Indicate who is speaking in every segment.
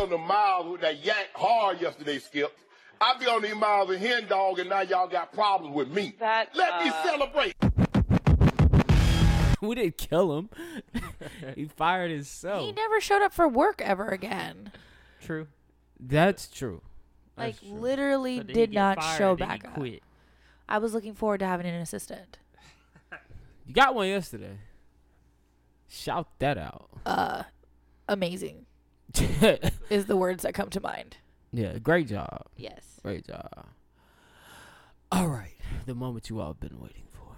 Speaker 1: on the miles with that yank hard yesterday, Skip. I be on these miles of hen dog, and now y'all got problems with me.
Speaker 2: That,
Speaker 1: Let me
Speaker 2: uh,
Speaker 1: celebrate.
Speaker 3: we didn't kill him. he fired himself.
Speaker 2: Oh.
Speaker 4: He never showed up for work ever again.
Speaker 2: True.
Speaker 3: That's true.
Speaker 4: Like
Speaker 3: That's true.
Speaker 4: literally
Speaker 2: So then he
Speaker 4: did
Speaker 2: get
Speaker 4: not
Speaker 2: fired,
Speaker 4: show
Speaker 2: then he
Speaker 4: back up.
Speaker 2: Quit.
Speaker 4: I was looking forward to having an assistant.
Speaker 3: You got one yesterday. Shout that out.
Speaker 4: Amazing is the words that come to mind.
Speaker 3: yeah, great job.
Speaker 4: Yes.
Speaker 3: Great job. All right, the moment you all have been waiting for.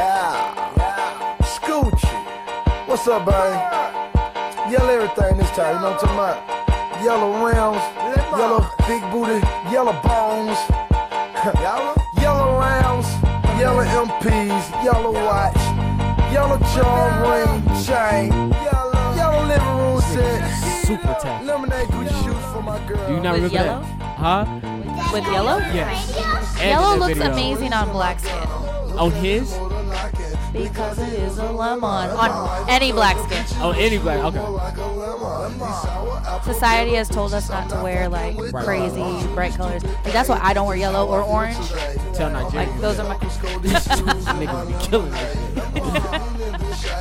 Speaker 5: Yeah. Scoochie. What's up, buddy? Yell everything this time, you know what I'm talking about? Yellow rims, yellow big booty, yellow bones. yellow rounds, yellow MPs, yellow watch, yellow charm ring chain, yellow living room set,
Speaker 3: Super tacky.
Speaker 5: lemonade Gucci shoes for my girl.
Speaker 3: Do you not
Speaker 4: With
Speaker 3: remember
Speaker 4: yellow?
Speaker 3: that? Huh?
Speaker 4: With yellow?
Speaker 3: Yes.
Speaker 4: Yellow
Speaker 3: And the
Speaker 4: looks
Speaker 3: video.
Speaker 4: amazing on black skin.
Speaker 3: On his?
Speaker 4: Because it is a lemon. On any black skin.
Speaker 3: Oh, any black. Okay.
Speaker 4: Society has told us not to wear like crazy bright colors. Like that's why I don't wear yellow or orange.
Speaker 3: Tell Nigeria.
Speaker 4: Like those are my
Speaker 3: niggas be killing this shit.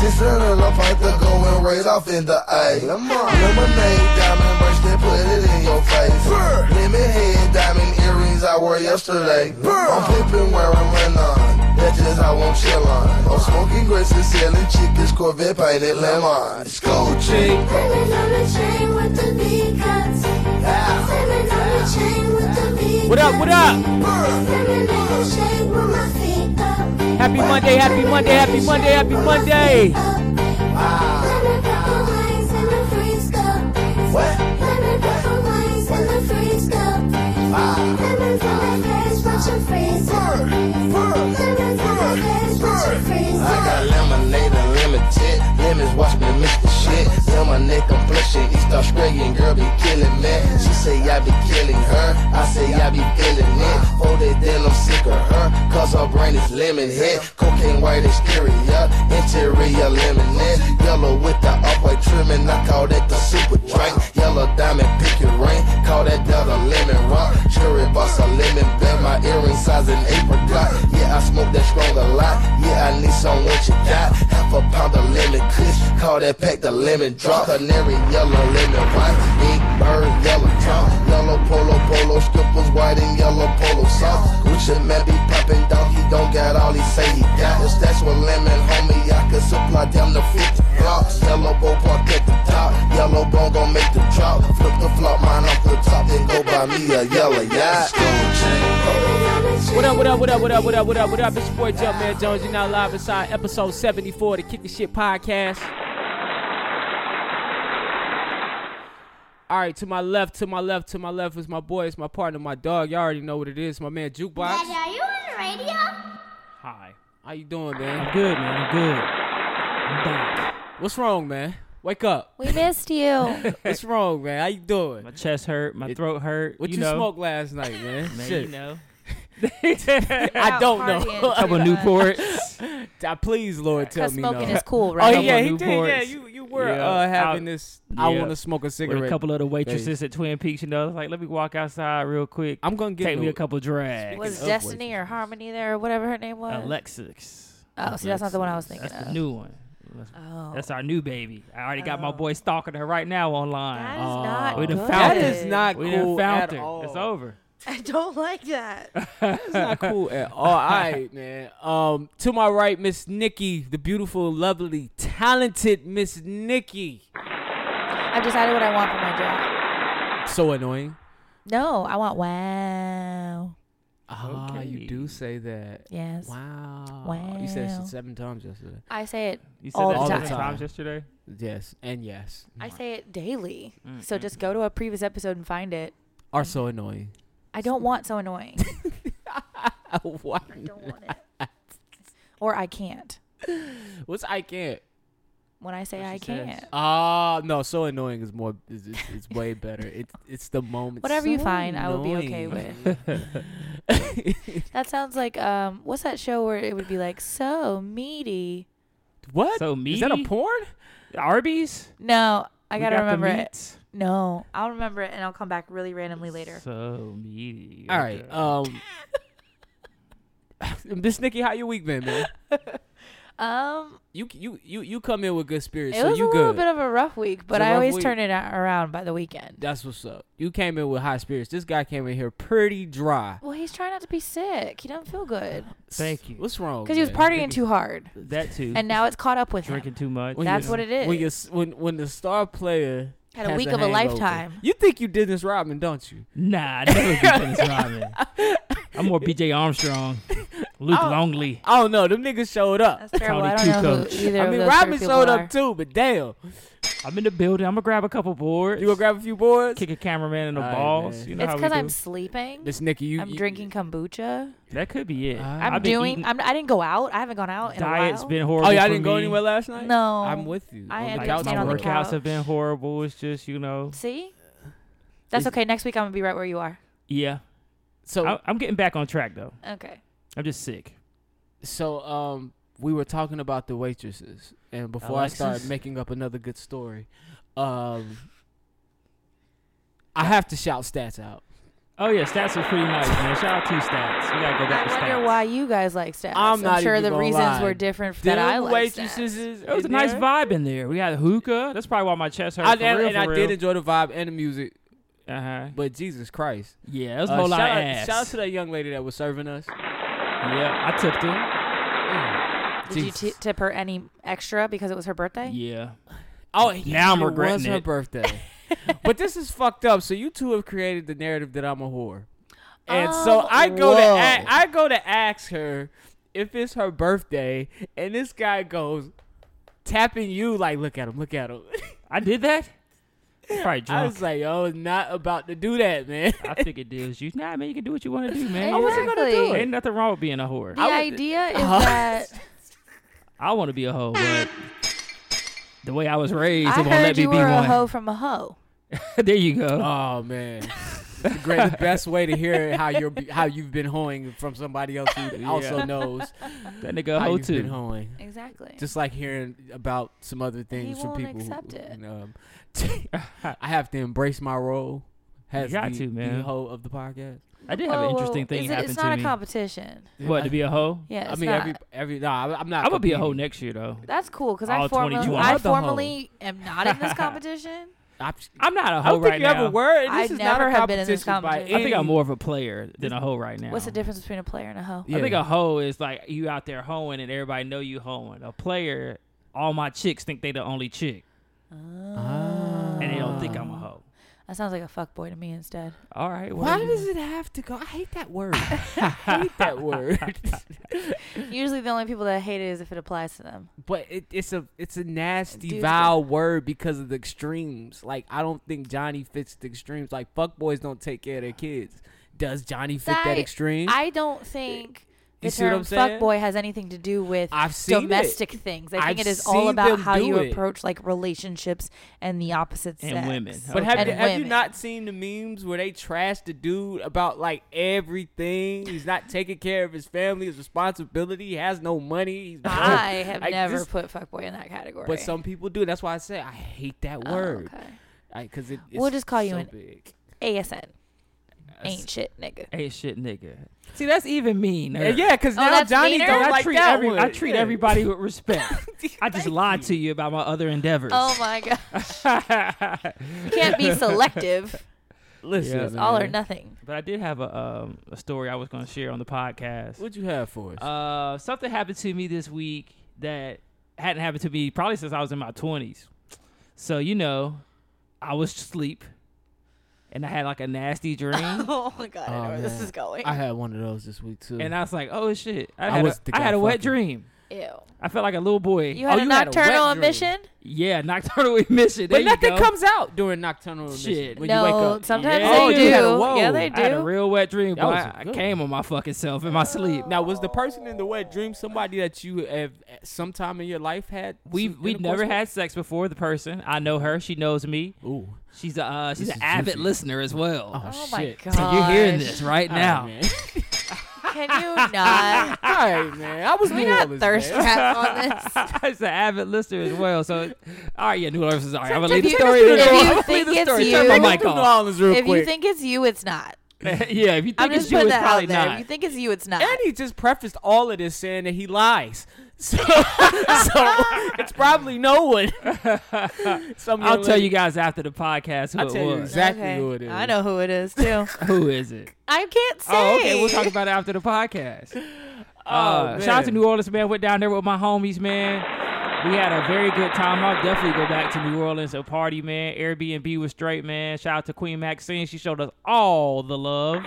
Speaker 5: Sister little pipe to go and right off in the eye. Lemonade, diamond brush, they put it in your face. Lemon head, diamond earrings I wore yesterday. I'm flipping wearing Renon. That's just how I'm chillin'. I'm smoking grits and selling chickens, Corvette painted lemon. Scoochie.
Speaker 6: Diamonds on the chain with the big cuts. Diamonds on the chain with the big
Speaker 3: What up, what up?
Speaker 6: cuts. Lemonade shake with my feet up.
Speaker 3: Happy Monday, happy Monday, happy Monday, happy Monday.
Speaker 6: Lemon pepper wings in the freeze cup. Lemon pepper wings in the freeze cup. Lemons on the face, watch your freeze up. Lemons on the face, watch your freeze
Speaker 5: I
Speaker 6: up.
Speaker 5: got lemonade and lemon tit. Lemons watch me mix the shit. Tell my neck complexion, he start spraying, girl be killing me. She say I be killing her, I say I be feeling it. Hold it, then I'm sick of her, cause her brain is lemon hit. Cocaine white exterior, interior lemonade. Yellow with the upright trimming, I call that the super drink. Yellow diamond pick your ring, call that Delta lemon rock. Cherry boss a lemon bend, my earring size an apricot. Yeah, I smoke that strong a lot. Yeah, I need some what you got. Half a pound of lemon kush, call that pack the lemon drop. Canary yellow lemon white, big bird yellow drop. Yellow polo polo strippers white and yellow polo soft. Gucci man be popping dog, he don't got all he say he got. If that's what lemon homie, I could supply down the 50 blocks. Yellow bow park at the top, yellow bone gon' make the drop. Flip the flop, mine off the top, then go buy me a yellow yacht.
Speaker 3: What up, what up, what up, what up, what up, what up, what up? It's your boy Jumpman Jones. You're now live inside episode 74 of the Kicking Shit Podcast. All right, to my left, to my left, to my left is my boy, it's my partner, my dog. Y'all already know what it is. My man Jukebox.
Speaker 6: are you on the radio?
Speaker 2: Hi.
Speaker 3: How you doing, man?
Speaker 2: I'm good, man. I'm good. I'm back.
Speaker 3: What's wrong, man? Wake up.
Speaker 4: We missed you.
Speaker 3: What's wrong, man? How you doing?
Speaker 2: My chest hurt. My
Speaker 3: It-
Speaker 2: throat hurt.
Speaker 3: What you,
Speaker 2: know.
Speaker 3: smoked last night, man?
Speaker 2: Man,
Speaker 3: Shit.
Speaker 2: you know.
Speaker 3: I
Speaker 4: out
Speaker 3: don't
Speaker 4: partying
Speaker 3: know.
Speaker 4: too
Speaker 2: Couple
Speaker 4: much.
Speaker 2: Newport.
Speaker 3: I, please, Lord, tell
Speaker 4: Because
Speaker 3: me no.
Speaker 4: smoking is cool,
Speaker 3: Oh
Speaker 4: right?
Speaker 3: yeah, he
Speaker 2: Couple
Speaker 3: did. Yeah,
Speaker 2: Newports.
Speaker 3: you you were
Speaker 2: Yeah.
Speaker 3: uh, having
Speaker 2: Out-
Speaker 3: this. I
Speaker 2: Yeah.
Speaker 3: want to smoke a
Speaker 2: With
Speaker 3: cigarette.
Speaker 2: a couple of the waitresses at Twin Peaks, you know, like let me walk outside real quick.
Speaker 3: I'm gonna get
Speaker 2: Take me
Speaker 3: no-
Speaker 2: a couple drags.
Speaker 4: Was
Speaker 3: up
Speaker 4: Destiny or Harmony there or whatever her name was?
Speaker 2: Alexis.
Speaker 4: Oh, see, that's not the one I was thinking
Speaker 2: That's the
Speaker 4: of.
Speaker 2: new one. That's,
Speaker 4: Oh.
Speaker 2: that's our new baby. I already got my
Speaker 4: Oh.
Speaker 2: boy stalking her right now
Speaker 4: That
Speaker 2: online.
Speaker 4: is not
Speaker 2: we done
Speaker 4: good.
Speaker 2: found
Speaker 3: That is not
Speaker 2: we done
Speaker 3: cool
Speaker 2: found
Speaker 3: at
Speaker 2: her.
Speaker 3: all.
Speaker 2: It's over.
Speaker 4: I don't like that.
Speaker 3: That's not cool at all. All right, man. Um, to my right, Miss Nikki, the beautiful, lovely, talented Miss Nikki.
Speaker 4: I've decided what I want for my job.
Speaker 3: So annoying.
Speaker 4: No, I want wow.
Speaker 3: Ah, you do say that.
Speaker 4: Yes.
Speaker 3: Wow. You said
Speaker 4: Wow.
Speaker 3: it seven times yesterday.
Speaker 4: I say it.
Speaker 2: You
Speaker 4: All
Speaker 2: said
Speaker 4: the
Speaker 2: that
Speaker 4: time.
Speaker 2: seven times yesterday.
Speaker 3: Yes, and yes.
Speaker 4: I say it daily. So
Speaker 2: Mm-hmm.
Speaker 4: just go to a previous episode and find it.
Speaker 3: Are so annoying.
Speaker 4: I don't want so annoying.
Speaker 3: Why?
Speaker 4: don't want it. Or I can't.
Speaker 3: What's I can't?
Speaker 4: When I say I
Speaker 2: she says.
Speaker 4: can't.
Speaker 3: Ah, no. So annoying is more. Is, is, is way better. It's it's the moment.
Speaker 4: Whatever you
Speaker 3: So
Speaker 4: find, I will be okay
Speaker 3: annoying.
Speaker 4: with. That sounds like um what's that show where it would be like so meaty
Speaker 3: What?
Speaker 2: So
Speaker 3: Is that a
Speaker 2: meaty?
Speaker 3: porn?
Speaker 2: Arby's.
Speaker 4: No, I
Speaker 2: We
Speaker 4: gotta
Speaker 2: got the
Speaker 4: remember it.
Speaker 2: meats.
Speaker 4: No, I'll remember it and I'll come back really randomly later.
Speaker 2: So meaty.
Speaker 3: All right. Um, this Nikki, how your week been, man?
Speaker 4: Um,
Speaker 3: You you you you come in with good spirits,
Speaker 4: it
Speaker 3: so
Speaker 4: was
Speaker 3: you
Speaker 4: a
Speaker 3: good.
Speaker 4: little bit of a rough week,
Speaker 3: It's
Speaker 4: but
Speaker 3: a
Speaker 4: I
Speaker 3: rough
Speaker 4: always
Speaker 3: week.
Speaker 4: turn it a- around by the weekend.
Speaker 3: That's what's up. You came in with high spirits. This guy came in here pretty dry.
Speaker 4: Well, he's trying not to be sick. He doesn't feel good
Speaker 2: Thank you.
Speaker 3: What's wrong?
Speaker 4: because he was
Speaker 3: man?
Speaker 4: partying too hard,
Speaker 2: That too.
Speaker 4: and now it's caught up with him.
Speaker 2: drinking too much.
Speaker 3: When
Speaker 4: That's
Speaker 3: you-
Speaker 4: what it is.
Speaker 3: When you when when the star player
Speaker 4: Had a
Speaker 3: has
Speaker 4: week of a
Speaker 3: hangover.
Speaker 4: lifetime.
Speaker 3: You think you Dennis Rodman, don't you?
Speaker 2: Nah, I never be Dennis Rodman. I'm more B.J. Armstrong, Luke
Speaker 3: Oh.
Speaker 2: Longley.
Speaker 3: I don't know. Them niggas showed up.
Speaker 4: That's terrible. I
Speaker 2: Tony
Speaker 4: don't know who
Speaker 2: Kukoc.
Speaker 4: either
Speaker 3: I
Speaker 4: of
Speaker 3: mean,
Speaker 4: those
Speaker 3: Rodman
Speaker 4: three
Speaker 3: showed
Speaker 4: people
Speaker 3: up
Speaker 4: are.
Speaker 3: too, but damn,
Speaker 2: I'm in the building. I'm gonna grab a couple boards.
Speaker 3: you gonna grab a few boards?
Speaker 2: kick a cameraman in the
Speaker 3: All right,
Speaker 2: balls.
Speaker 3: man.
Speaker 2: You know
Speaker 4: It's
Speaker 2: how we
Speaker 4: because
Speaker 2: do.
Speaker 4: I'm sleeping.
Speaker 3: This Nikki, you
Speaker 4: I'm
Speaker 3: you-
Speaker 4: drinking kombucha.
Speaker 2: That could be it.
Speaker 3: Ah.
Speaker 4: I'm
Speaker 2: I've been
Speaker 4: doing.
Speaker 2: eating-
Speaker 4: I'm, I didn't go out. I haven't gone out in
Speaker 2: diet's
Speaker 4: a while.
Speaker 2: been horrible.
Speaker 3: Oh yeah, I
Speaker 2: for
Speaker 3: didn't go
Speaker 2: me.
Speaker 3: anywhere last night.
Speaker 4: no,
Speaker 3: I'm with you.
Speaker 4: I
Speaker 3: On
Speaker 4: had
Speaker 3: the
Speaker 2: Like,
Speaker 4: to
Speaker 3: couch,
Speaker 4: stayed
Speaker 2: my
Speaker 4: on the
Speaker 2: workouts
Speaker 3: working.
Speaker 4: couch.
Speaker 2: have been horrible. It's just you know.
Speaker 4: See, that's
Speaker 3: Is-
Speaker 4: okay. Next week I'm gonna be right where you are.
Speaker 2: Yeah,
Speaker 3: So
Speaker 2: I, I'm getting back on track though.
Speaker 4: Okay.
Speaker 2: I'm just sick.
Speaker 3: so um, we were talking about the waitresses, and before
Speaker 2: Alexis?
Speaker 3: I start making up another good story, um, I have to shout stats out.
Speaker 2: Oh yeah, stats are pretty nice, man. Shout out to stats. We gotta go
Speaker 4: I
Speaker 2: back to stats.
Speaker 4: wonder why you guys like stats.
Speaker 3: I'm not
Speaker 4: sure
Speaker 3: even
Speaker 4: the
Speaker 3: gonna
Speaker 4: reasons
Speaker 3: lie.
Speaker 4: were different that
Speaker 3: Them
Speaker 4: I like
Speaker 3: waitresses
Speaker 4: stats.
Speaker 3: is
Speaker 2: It was a
Speaker 3: in
Speaker 2: nice
Speaker 3: there.
Speaker 2: vibe in there. We had hookah. That's probably why my chest hurt.
Speaker 3: I,
Speaker 2: for
Speaker 3: and
Speaker 2: real,
Speaker 3: and
Speaker 2: for
Speaker 3: I
Speaker 2: real.
Speaker 3: did enjoy the vibe and the music,
Speaker 2: Uh huh.
Speaker 3: but Jesus Christ.
Speaker 2: Yeah, that was a
Speaker 3: Uh,
Speaker 2: whole
Speaker 3: shout,
Speaker 2: lot of
Speaker 3: out,
Speaker 2: ass.
Speaker 3: shout out to that young lady that was serving us.
Speaker 2: yeah, I tipped him.
Speaker 4: Did you t- tip her any extra because it was her birthday?
Speaker 2: Yeah.
Speaker 3: Oh,
Speaker 2: Now I'm
Speaker 3: it was
Speaker 2: regretting
Speaker 3: her
Speaker 2: it.
Speaker 3: birthday. but this is fucked up. So you two have created the narrative that I'm a whore, and so
Speaker 4: Um,
Speaker 3: I go to
Speaker 4: whoa.
Speaker 3: a- I go to ask her if it's her birthday, and this guy goes tapping you like, look at him, look at him.
Speaker 2: I did that? Probably drunk.
Speaker 3: I
Speaker 2: I,
Speaker 3: was like, yo, it's not about to do that, man.
Speaker 2: figured it was you. Nah, man, you can do what you want to do, man.
Speaker 3: wasn't gonna do
Speaker 4: Exactly.
Speaker 2: Ain't nothing wrong with being a whore.
Speaker 4: The
Speaker 3: I would-
Speaker 4: idea is
Speaker 3: Uh-huh.
Speaker 4: that
Speaker 2: I want to be a hoe, but the way I was raised,
Speaker 4: I
Speaker 2: it won't let
Speaker 4: heard
Speaker 2: me
Speaker 4: you
Speaker 2: be
Speaker 4: were a
Speaker 2: one.
Speaker 4: hoe from a hoe.
Speaker 2: there you go.
Speaker 3: Oh man. That's the great, the best way to hear how you're how you've been hoeing from somebody else who also knows
Speaker 2: that nigga a
Speaker 3: how
Speaker 2: hoe
Speaker 3: you've been
Speaker 2: too.
Speaker 3: hoeing.
Speaker 4: Exactly.
Speaker 3: Just like hearing about some other things from
Speaker 4: won't
Speaker 3: people. who-
Speaker 4: accept it.
Speaker 3: and, um, I have to embrace my role as
Speaker 2: got
Speaker 3: the,
Speaker 2: to, man.
Speaker 3: the hoe of the podcast.
Speaker 2: I did have an interesting thing
Speaker 4: Oh, is it,
Speaker 2: happen
Speaker 4: It's
Speaker 2: to
Speaker 4: not
Speaker 2: me.
Speaker 4: a competition.
Speaker 2: what to be a hoe?
Speaker 4: Yeah,
Speaker 3: I
Speaker 4: it's
Speaker 3: mean,
Speaker 4: not.
Speaker 3: every every no, I'm I'm not.
Speaker 2: I'm gonna be a hoe
Speaker 3: competing.
Speaker 2: next year though.
Speaker 4: That's cool because
Speaker 2: All
Speaker 4: I
Speaker 2: 20
Speaker 4: formally,
Speaker 2: you
Speaker 4: I
Speaker 3: are the hoe.
Speaker 4: formally am not in this competition.
Speaker 3: I'm,
Speaker 2: I'm not a
Speaker 3: I
Speaker 2: hoe
Speaker 3: don't think
Speaker 2: right
Speaker 3: you
Speaker 2: now.
Speaker 3: ever were. and
Speaker 4: I
Speaker 3: This is
Speaker 4: never
Speaker 3: not a
Speaker 4: have been in this
Speaker 3: competition by
Speaker 4: competition.
Speaker 2: I think I'm
Speaker 3: any-
Speaker 2: more of a player than a hoe right now.
Speaker 4: What's the difference between a player and a hoe?
Speaker 3: Yeah.
Speaker 2: I think a hoe is like you out there hoeing and everybody know you hoeing. A player, all my chicks think they the only chick, and they don't think I'm a hoe.
Speaker 4: That sounds like a fuck boy to me instead.
Speaker 2: All right, well,
Speaker 3: Why does it have to go? I hate that word. I hate that word.
Speaker 4: Usually, the only people that hate it is if it applies to them.
Speaker 3: But it, it's a it's a nasty
Speaker 4: Dude.
Speaker 3: vile word because of the extremes. Like I don't think Johnny fits the extremes. Like fuck boys don't take care of their kids. Does Johnny fit that,
Speaker 4: That-
Speaker 3: extreme?
Speaker 4: I don't think
Speaker 3: You
Speaker 4: the
Speaker 3: see what
Speaker 4: term
Speaker 3: I'm saying?
Speaker 4: fuckboy has anything to do with
Speaker 3: I've seen
Speaker 4: domestic things. I think
Speaker 3: I've
Speaker 4: it is all
Speaker 3: seen
Speaker 4: about
Speaker 3: them
Speaker 4: how
Speaker 3: do
Speaker 4: you
Speaker 3: it.
Speaker 4: approach like relationships and the opposite
Speaker 2: And
Speaker 4: sex.
Speaker 2: women.
Speaker 3: but have,
Speaker 4: and
Speaker 3: you, have you
Speaker 4: women.
Speaker 3: not seen the memes where they trash the dude about like everything? He's not taking care of his family, his responsibility. He has no money. He's broke.
Speaker 4: I have
Speaker 3: Like,
Speaker 4: never
Speaker 3: this-
Speaker 4: put fuckboy in that category.
Speaker 3: But some people do. That's why I say I hate that
Speaker 4: Oh,
Speaker 3: word.
Speaker 4: okay.
Speaker 3: Because it,
Speaker 4: We'll
Speaker 3: it's
Speaker 4: just call you
Speaker 3: so
Speaker 4: an-
Speaker 3: big.
Speaker 4: ASN. Ain't shit, nigga.
Speaker 2: hey shit, nigga? See, that's even mean.
Speaker 3: Yeah, Yeah, because
Speaker 4: Oh,
Speaker 3: now
Speaker 4: that's
Speaker 3: Johnny
Speaker 4: meaner?
Speaker 3: don't
Speaker 2: I
Speaker 3: like
Speaker 2: treat
Speaker 3: that
Speaker 2: every,
Speaker 3: one.
Speaker 2: I treat
Speaker 3: Yeah.
Speaker 2: everybody with respect. I just lied to you about my other endeavors.
Speaker 4: Oh my god. You can't be selective.
Speaker 3: Listen,
Speaker 4: All or
Speaker 3: man.
Speaker 4: nothing.
Speaker 2: But I did have a um, a story I was going to share on the podcast.
Speaker 3: What you have for us?
Speaker 2: Uh, something happened to me this week that hadn't happened to me probably since I was in my twenties. So you know, I was asleep, and I had like a nasty dream,
Speaker 4: Oh my god, I know
Speaker 3: Oh,
Speaker 4: where this
Speaker 3: man.
Speaker 4: is going.
Speaker 3: I had one of those this week too.
Speaker 2: and I was like, "Oh shit!" I
Speaker 3: I
Speaker 2: had, a-
Speaker 3: was the
Speaker 2: I had
Speaker 3: guy
Speaker 2: a wet
Speaker 3: fucking.
Speaker 2: dream.
Speaker 4: Ew.
Speaker 2: I felt like a little boy.
Speaker 4: You had
Speaker 3: Oh,
Speaker 4: a
Speaker 3: you had a wet
Speaker 4: nocturnal
Speaker 3: dream.
Speaker 4: emission?
Speaker 2: yeah, nocturnal emission.
Speaker 3: but
Speaker 2: There you
Speaker 3: nothing
Speaker 2: go.
Speaker 3: comes out during nocturnal emission
Speaker 2: Shit.
Speaker 3: when
Speaker 4: no,
Speaker 3: you wake up.
Speaker 4: sometimes
Speaker 2: Oh, Yeah,
Speaker 4: they
Speaker 2: you had a
Speaker 4: do.
Speaker 3: whoa.
Speaker 4: Yeah, they
Speaker 2: I had a
Speaker 4: do.
Speaker 2: real wet dream,
Speaker 3: That
Speaker 2: boy.
Speaker 3: was a
Speaker 2: I
Speaker 3: good
Speaker 2: came on my fucking self in my sleep.
Speaker 3: Now was the person in the wet dream somebody that you have at some time in your life had?
Speaker 2: we
Speaker 3: some
Speaker 2: we
Speaker 3: intercourse
Speaker 2: never
Speaker 3: with?
Speaker 2: had sex before. The person I know her, she knows me.
Speaker 3: Ooh.
Speaker 2: She's a uh, she's
Speaker 3: This is
Speaker 2: an avid
Speaker 3: juicy.
Speaker 2: listener as well.
Speaker 3: Oh,
Speaker 4: Oh my
Speaker 3: shit.
Speaker 4: god.
Speaker 2: Oh, So you're hearing this right
Speaker 3: All right,
Speaker 2: now.
Speaker 3: man.
Speaker 4: Can you not?
Speaker 3: All right, man. I was
Speaker 4: Can we
Speaker 3: New
Speaker 4: not
Speaker 3: Orleans,
Speaker 4: thirst
Speaker 3: man.
Speaker 4: trap on this?
Speaker 2: It's an avid listener as well. So, all right, yeah, New Orleans is all right. I'm gonna
Speaker 4: If
Speaker 2: leave the
Speaker 4: you-
Speaker 2: story.
Speaker 4: if
Speaker 2: to the-
Speaker 4: you
Speaker 2: I'm gonna
Speaker 4: think
Speaker 2: leave the
Speaker 4: it's
Speaker 2: story.
Speaker 4: you-
Speaker 2: Turn
Speaker 4: If
Speaker 2: my
Speaker 4: you
Speaker 2: mic
Speaker 3: New
Speaker 2: off.
Speaker 3: Orleans real
Speaker 4: If
Speaker 3: quick.
Speaker 4: you think it's you, it's not.
Speaker 2: yeah, if you
Speaker 4: I'm
Speaker 2: think
Speaker 4: just
Speaker 2: it's you,
Speaker 4: putting
Speaker 2: it's
Speaker 4: that out
Speaker 2: probably
Speaker 4: there. If
Speaker 2: not.
Speaker 4: you think it's you, it's not.
Speaker 3: and he just prefaced all of this saying that he lies. So, so it's probably no one. Some
Speaker 2: I'll
Speaker 3: young
Speaker 2: tell
Speaker 3: lady-
Speaker 2: you guys after the podcast who
Speaker 3: I'll tell
Speaker 2: it
Speaker 3: you
Speaker 2: was.
Speaker 3: exactly who it is.
Speaker 4: I know who it is too.
Speaker 2: Who is it?
Speaker 4: I can't say. Oh,
Speaker 2: Oh, okay. We'll talk about it after the podcast. uh, shout out
Speaker 3: man.
Speaker 2: to New Orleans, man. Went down there with my homies, man. We had a very good time. I'll definitely go back to New Orleans and party, man. Airbnb was straight, man. Shout out to Queen Maxine. She showed us all the love.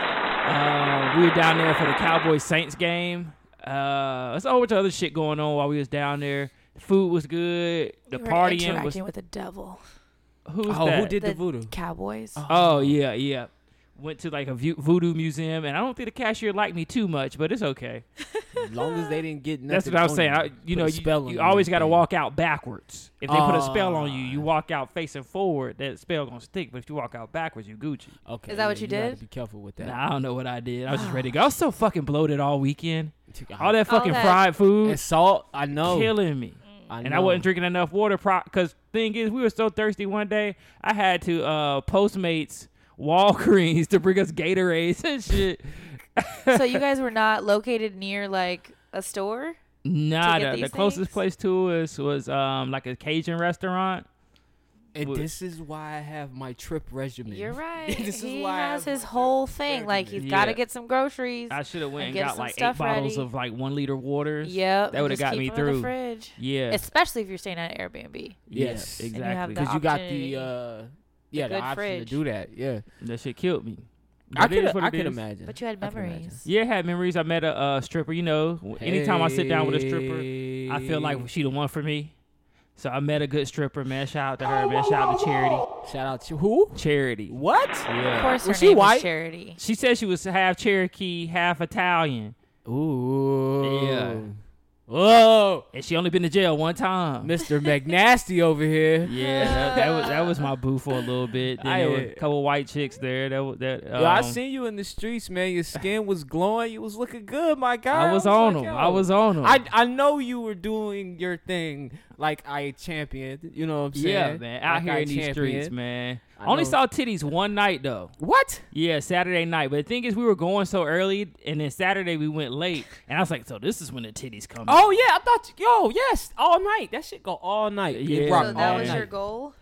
Speaker 2: Uh, we were down there for the Cowboys Saints game. Uh, there's a whole bunch of other shit going on while we was down there. The food was good. The
Speaker 4: You were
Speaker 2: partying was.
Speaker 4: interacting with the devil.
Speaker 2: Who's
Speaker 3: Oh,
Speaker 2: that?
Speaker 3: who did the, voodoo?
Speaker 4: Cowboys.
Speaker 2: Oh yeah, yeah. Went to like a vo- voodoo museum, and I don't think the cashier liked me too much, but it's okay.
Speaker 3: As long as they didn't get nothing.
Speaker 2: That's what I was
Speaker 3: on
Speaker 2: saying. I,
Speaker 3: Put
Speaker 2: you
Speaker 3: a
Speaker 2: know,
Speaker 3: spell
Speaker 2: you,
Speaker 3: on
Speaker 2: you always got to
Speaker 3: everything.
Speaker 2: walk out backwards. If they put a spell on you, you
Speaker 3: Ah.
Speaker 2: walk out facing forward. That spell gonna stick. But if you walk out backwards, you Gucci.
Speaker 3: Okay,
Speaker 4: Is that what
Speaker 3: yeah,
Speaker 4: you
Speaker 3: gotta
Speaker 4: did?
Speaker 3: be careful with that.
Speaker 2: Nah, I don't know what I did. I was just ready to go. I was so fucking bloated all weekend. All that
Speaker 4: All
Speaker 2: fucking
Speaker 4: that-
Speaker 2: fried
Speaker 3: and
Speaker 2: food
Speaker 3: salt. I know.
Speaker 2: killing me.
Speaker 3: I
Speaker 2: Mm. and I wasn't
Speaker 3: know.
Speaker 2: drinking enough water. Because thing is, we were so thirsty one day, I had to uh, Postmates, Walgreens to bring us Gatorades and shit.
Speaker 4: so you guys were not located near like a store?
Speaker 2: Nah, the,
Speaker 4: these
Speaker 2: the closest
Speaker 4: things?
Speaker 2: place to us was um, like a Cajun restaurant.
Speaker 3: And
Speaker 2: Look.
Speaker 3: this is why I have my trip regimen.
Speaker 4: You're right.
Speaker 3: this
Speaker 4: he
Speaker 3: is why I
Speaker 4: has
Speaker 3: have
Speaker 4: his
Speaker 3: my
Speaker 4: whole
Speaker 3: trip
Speaker 4: thing.
Speaker 3: regimen.
Speaker 4: Like he's
Speaker 2: Yeah.
Speaker 4: got to get some groceries.
Speaker 2: I should have
Speaker 4: And
Speaker 2: went and,
Speaker 4: get
Speaker 2: got
Speaker 4: some
Speaker 2: like eight
Speaker 4: stuff
Speaker 2: bottles
Speaker 4: ready.
Speaker 2: of like one liter waters.
Speaker 4: Yep.
Speaker 2: that would have got me
Speaker 4: The
Speaker 2: through.
Speaker 4: fridge.
Speaker 2: Yeah,
Speaker 4: Especially if you're staying at an Airbnb.
Speaker 2: yeah,
Speaker 3: Yes. And
Speaker 4: you have
Speaker 2: exactly.
Speaker 4: the
Speaker 2: Cause
Speaker 3: because you got the
Speaker 4: opportunity.
Speaker 3: uh, yeah, the,
Speaker 4: good
Speaker 3: option
Speaker 4: fridge.
Speaker 3: to do that. Yeah,
Speaker 2: you- that shit killed me.
Speaker 3: I
Speaker 2: But it is
Speaker 3: could
Speaker 2: what
Speaker 3: I
Speaker 2: it
Speaker 3: could
Speaker 2: is.
Speaker 3: imagine.
Speaker 4: But you had
Speaker 3: I can imagine.
Speaker 4: memories.
Speaker 2: Yeah, I had memories. I met a uh, stripper. You know, w- anytime I sit down with a stripper, I feel like
Speaker 3: Hey.
Speaker 2: she the one for me. So I met a good stripper, man. Shout out to her, man. Shout out to Charity.
Speaker 3: shout out to who?
Speaker 2: Charity.
Speaker 3: What?
Speaker 4: Of
Speaker 2: Yeah.
Speaker 4: course, her
Speaker 3: Was she
Speaker 4: name
Speaker 3: white?
Speaker 4: was Charity.
Speaker 2: She said she was half Cherokee, half Italian,
Speaker 3: Ooh.
Speaker 2: Yeah.
Speaker 3: Whoa,
Speaker 2: and she only been to jail one time.
Speaker 3: Mr. McNasty over here.
Speaker 2: Yeah, that, that was that was my boo for a little bit. Then there were a
Speaker 3: I-
Speaker 2: couple white chicks there. That wa- that um,
Speaker 3: Yo, I seen you in the streets, man. Your skin was glowing. You was looking good, my guy.
Speaker 2: I was on
Speaker 3: like,
Speaker 2: them. I
Speaker 3: yo.
Speaker 2: was on them.
Speaker 3: I I know you were doing your thing, like I championed. You know what I'm saying?
Speaker 2: yeah, man. Out
Speaker 3: Like
Speaker 2: here
Speaker 3: I
Speaker 2: in these streets,
Speaker 3: championed.
Speaker 2: man.
Speaker 3: I
Speaker 2: Only
Speaker 3: know.
Speaker 2: saw titties one night though.
Speaker 3: What?
Speaker 2: Yeah, Saturday night. But the thing is, we were going so early, and then Saturday we went late, and I was like, so this is when the titties come. out."
Speaker 3: Oh yeah, I thought. Yo, yes, all night. That shit go all night. It
Speaker 2: Yeah.
Speaker 3: rock
Speaker 4: So
Speaker 2: Oh,
Speaker 4: that
Speaker 3: all
Speaker 4: was
Speaker 2: yeah.
Speaker 3: night.
Speaker 4: your goal?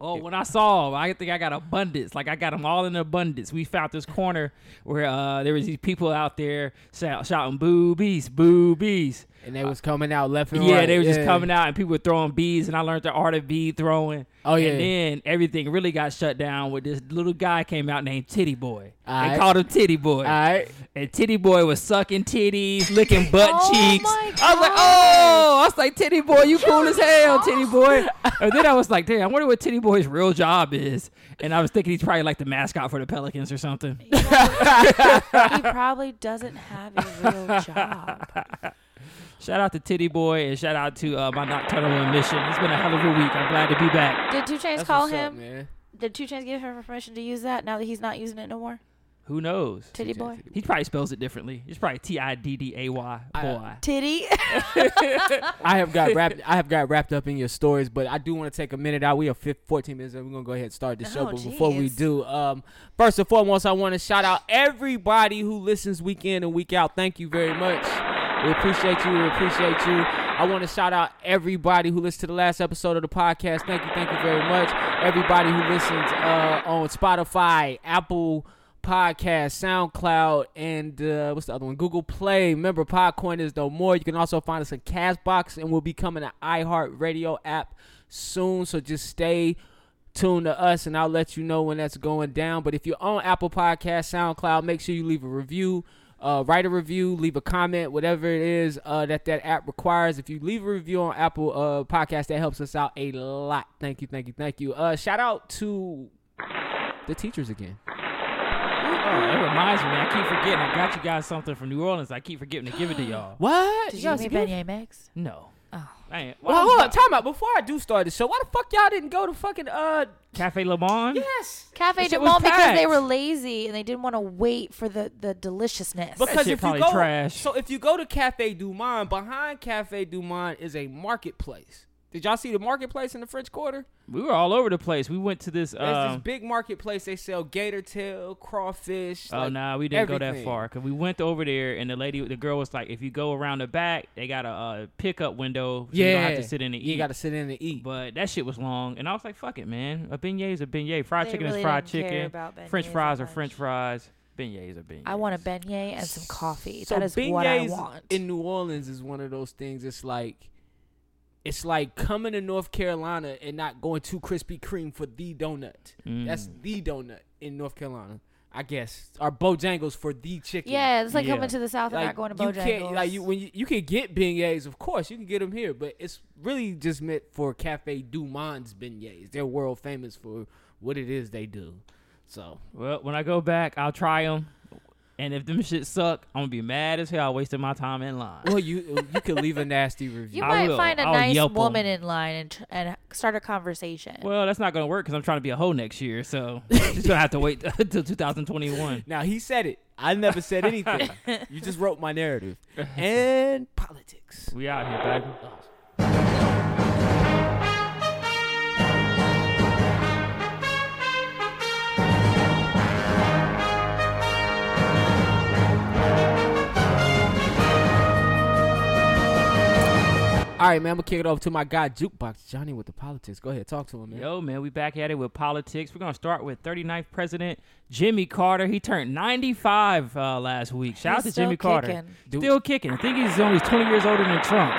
Speaker 2: Oh, when I saw 'em, I think I got abundance. Like I got them all in abundance. We found this corner where uh, there was these people out there shout, shouting boobies, boobies.
Speaker 3: And they was coming out left and
Speaker 2: Yeah,
Speaker 3: right.
Speaker 2: they were just coming out and people were throwing beads, and I learned the art of bead throwing.
Speaker 3: Oh, yeah.
Speaker 2: And then everything really got shut down when this little guy came out named Titty Boy. They
Speaker 3: Aight.
Speaker 2: called him Titty Boy.
Speaker 3: All right.
Speaker 2: And Titty Boy was sucking titties, licking butt
Speaker 4: Oh,
Speaker 2: cheeks.
Speaker 4: my
Speaker 2: I was like, oh, I was like, Titty Boy, you cool as hell, Titty
Speaker 4: Oh.
Speaker 2: Boy. and then I was like, damn, I wonder what Titty Boy's real job is. And I was thinking he's probably like the mascot for the Pelicans or something.
Speaker 4: he probably doesn't have a real job.
Speaker 2: shout out to Titty Boy and shout out to uh, my nocturnal emission. It's been a hell of a week. I'm glad to be back.
Speaker 4: Did Two Chains
Speaker 3: That's
Speaker 4: call
Speaker 3: what's up,
Speaker 4: him?
Speaker 3: man.
Speaker 4: Did Two Chains give him permission to use that now that he's not using it no more?
Speaker 2: Who knows?
Speaker 4: Titty boy.
Speaker 2: He probably spells it differently. It's probably T I D D A Y
Speaker 3: uh,
Speaker 2: boy.
Speaker 4: Titty.
Speaker 3: I have got wrapped. I have got wrapped up in your stories, but I do want to take a minute out. We are 15, 14 minutes, and we're gonna go ahead and start the show.
Speaker 4: Oh,
Speaker 3: but before we
Speaker 4: jeez.
Speaker 3: do, um, first and foremost, I want to shout out everybody who listens week in and week out. Thank you very much. We appreciate you. We appreciate you. I want to shout out everybody who listened to the last episode of the podcast. Thank you. Thank you very much. Everybody who listens uh, on Spotify, Apple Podcast, SoundCloud, and uh, what's the other one? Google Play. Remember, Podcoin is no more. You can also find us on Castbox, and we'll be coming to iHeartRadio app soon. So just stay tuned to us, and I'll let you know when that's going down. But if you're on Apple Podcast, SoundCloud, make sure you leave a review. Uh, write a review, leave a comment, whatever it is uh, that that app requires. If you leave a review on Apple uh, Podcast, that helps us out a lot. Thank you, thank you, thank you. Uh, shout out to the teachers again.
Speaker 2: It reminds me, I keep forgetting. I got you guys something from New Orleans. I keep forgetting to give it to y'all.
Speaker 3: What? You
Speaker 4: Did you
Speaker 3: guys
Speaker 4: meet
Speaker 3: good?
Speaker 4: Beignet Mix?
Speaker 2: No. Man, why
Speaker 3: Well,
Speaker 2: was
Speaker 3: hold
Speaker 2: that-
Speaker 3: on, time out. Before I do start the show, why the fuck y'all didn't go to fucking uh?
Speaker 2: Cafe Le Bon?
Speaker 3: Yes.
Speaker 4: Cafe
Speaker 2: That
Speaker 4: Du
Speaker 2: shit was
Speaker 4: Monde because they
Speaker 2: packed.
Speaker 4: were lazy and they didn't want to wait for the, the deliciousness.
Speaker 2: That
Speaker 3: Because
Speaker 2: shit
Speaker 3: if you
Speaker 2: probably
Speaker 3: go,
Speaker 2: trash.
Speaker 3: so if you go to Cafe Du Monde, behind Cafe Du Monde is a marketplace. Did y'all see the marketplace in the French Quarter?
Speaker 2: We were all over the place. We went to this.
Speaker 3: There's
Speaker 2: Um,
Speaker 3: this big marketplace. They sell gator tail, crawfish.
Speaker 2: oh
Speaker 3: like,
Speaker 2: nah, we didn't go that
Speaker 3: everything.
Speaker 2: far because we went over there and the lady, the girl was like, if you go around the back, they got a uh, pickup window. So you don't have to sit in e-" and eat.
Speaker 3: You got to sit in and eat.
Speaker 2: But that shit was long, and I was like, "Fuck it, man! A beignet is a beignet. Fried
Speaker 4: They
Speaker 2: chicken
Speaker 4: really
Speaker 2: is fried
Speaker 4: don't care
Speaker 2: chicken.
Speaker 4: about
Speaker 2: French
Speaker 4: beignets
Speaker 2: fries
Speaker 4: that
Speaker 2: are French
Speaker 4: much.
Speaker 2: fries. Beignets are beignets.
Speaker 4: I want a beignet and some coffee. that is what I
Speaker 3: beignets
Speaker 4: want.
Speaker 3: In New Orleans is one of those things. It's like, it's like coming to North Carolina and not going to Krispy Kreme for the donut. That's
Speaker 2: Mm.
Speaker 3: the donut in North Carolina, I guess. Or Bojangles for the chicken.
Speaker 4: yeah, it's like
Speaker 2: Yeah.
Speaker 4: coming to the South and not going to
Speaker 3: you
Speaker 4: Bojangles.
Speaker 3: can't like you when you, you can get beignets, of course you can get them here, but it's really just meant for Cafe Du Monde's beignets. They're world famous for what it is they do. So
Speaker 2: Well, when I go back, I'll try them, and if them shit suck, I'm gonna be mad as hell. I wasted my time in line.
Speaker 3: well, you you could leave a nasty review.
Speaker 4: You
Speaker 2: I
Speaker 4: might
Speaker 2: will.
Speaker 4: find a
Speaker 2: I'll
Speaker 4: nice
Speaker 2: Yelp 'em.
Speaker 4: woman in line and, tr- and start a conversation.
Speaker 2: Well, that's not gonna work because I'm trying to be a hoe next year, so she's gonna have to wait until 2021.
Speaker 3: Now he said it. I never said anything. you just wrote my narrative and politics.
Speaker 2: We out here, baby.
Speaker 4: Oh.
Speaker 3: All right, man. I'm gonna kick it over to my guy Jukebox Johnny with the politics. Go ahead, talk to him, man.
Speaker 2: Yo, man, we back at it with politics. We're gonna start with 39th President Jimmy Carter. He turned 95 uh, last week. Shout
Speaker 4: He's
Speaker 2: out to Jimmy
Speaker 4: still
Speaker 2: Carter.
Speaker 4: kicking.
Speaker 3: Dude.
Speaker 2: Still kicking. I think he's only 20 years older than Trump.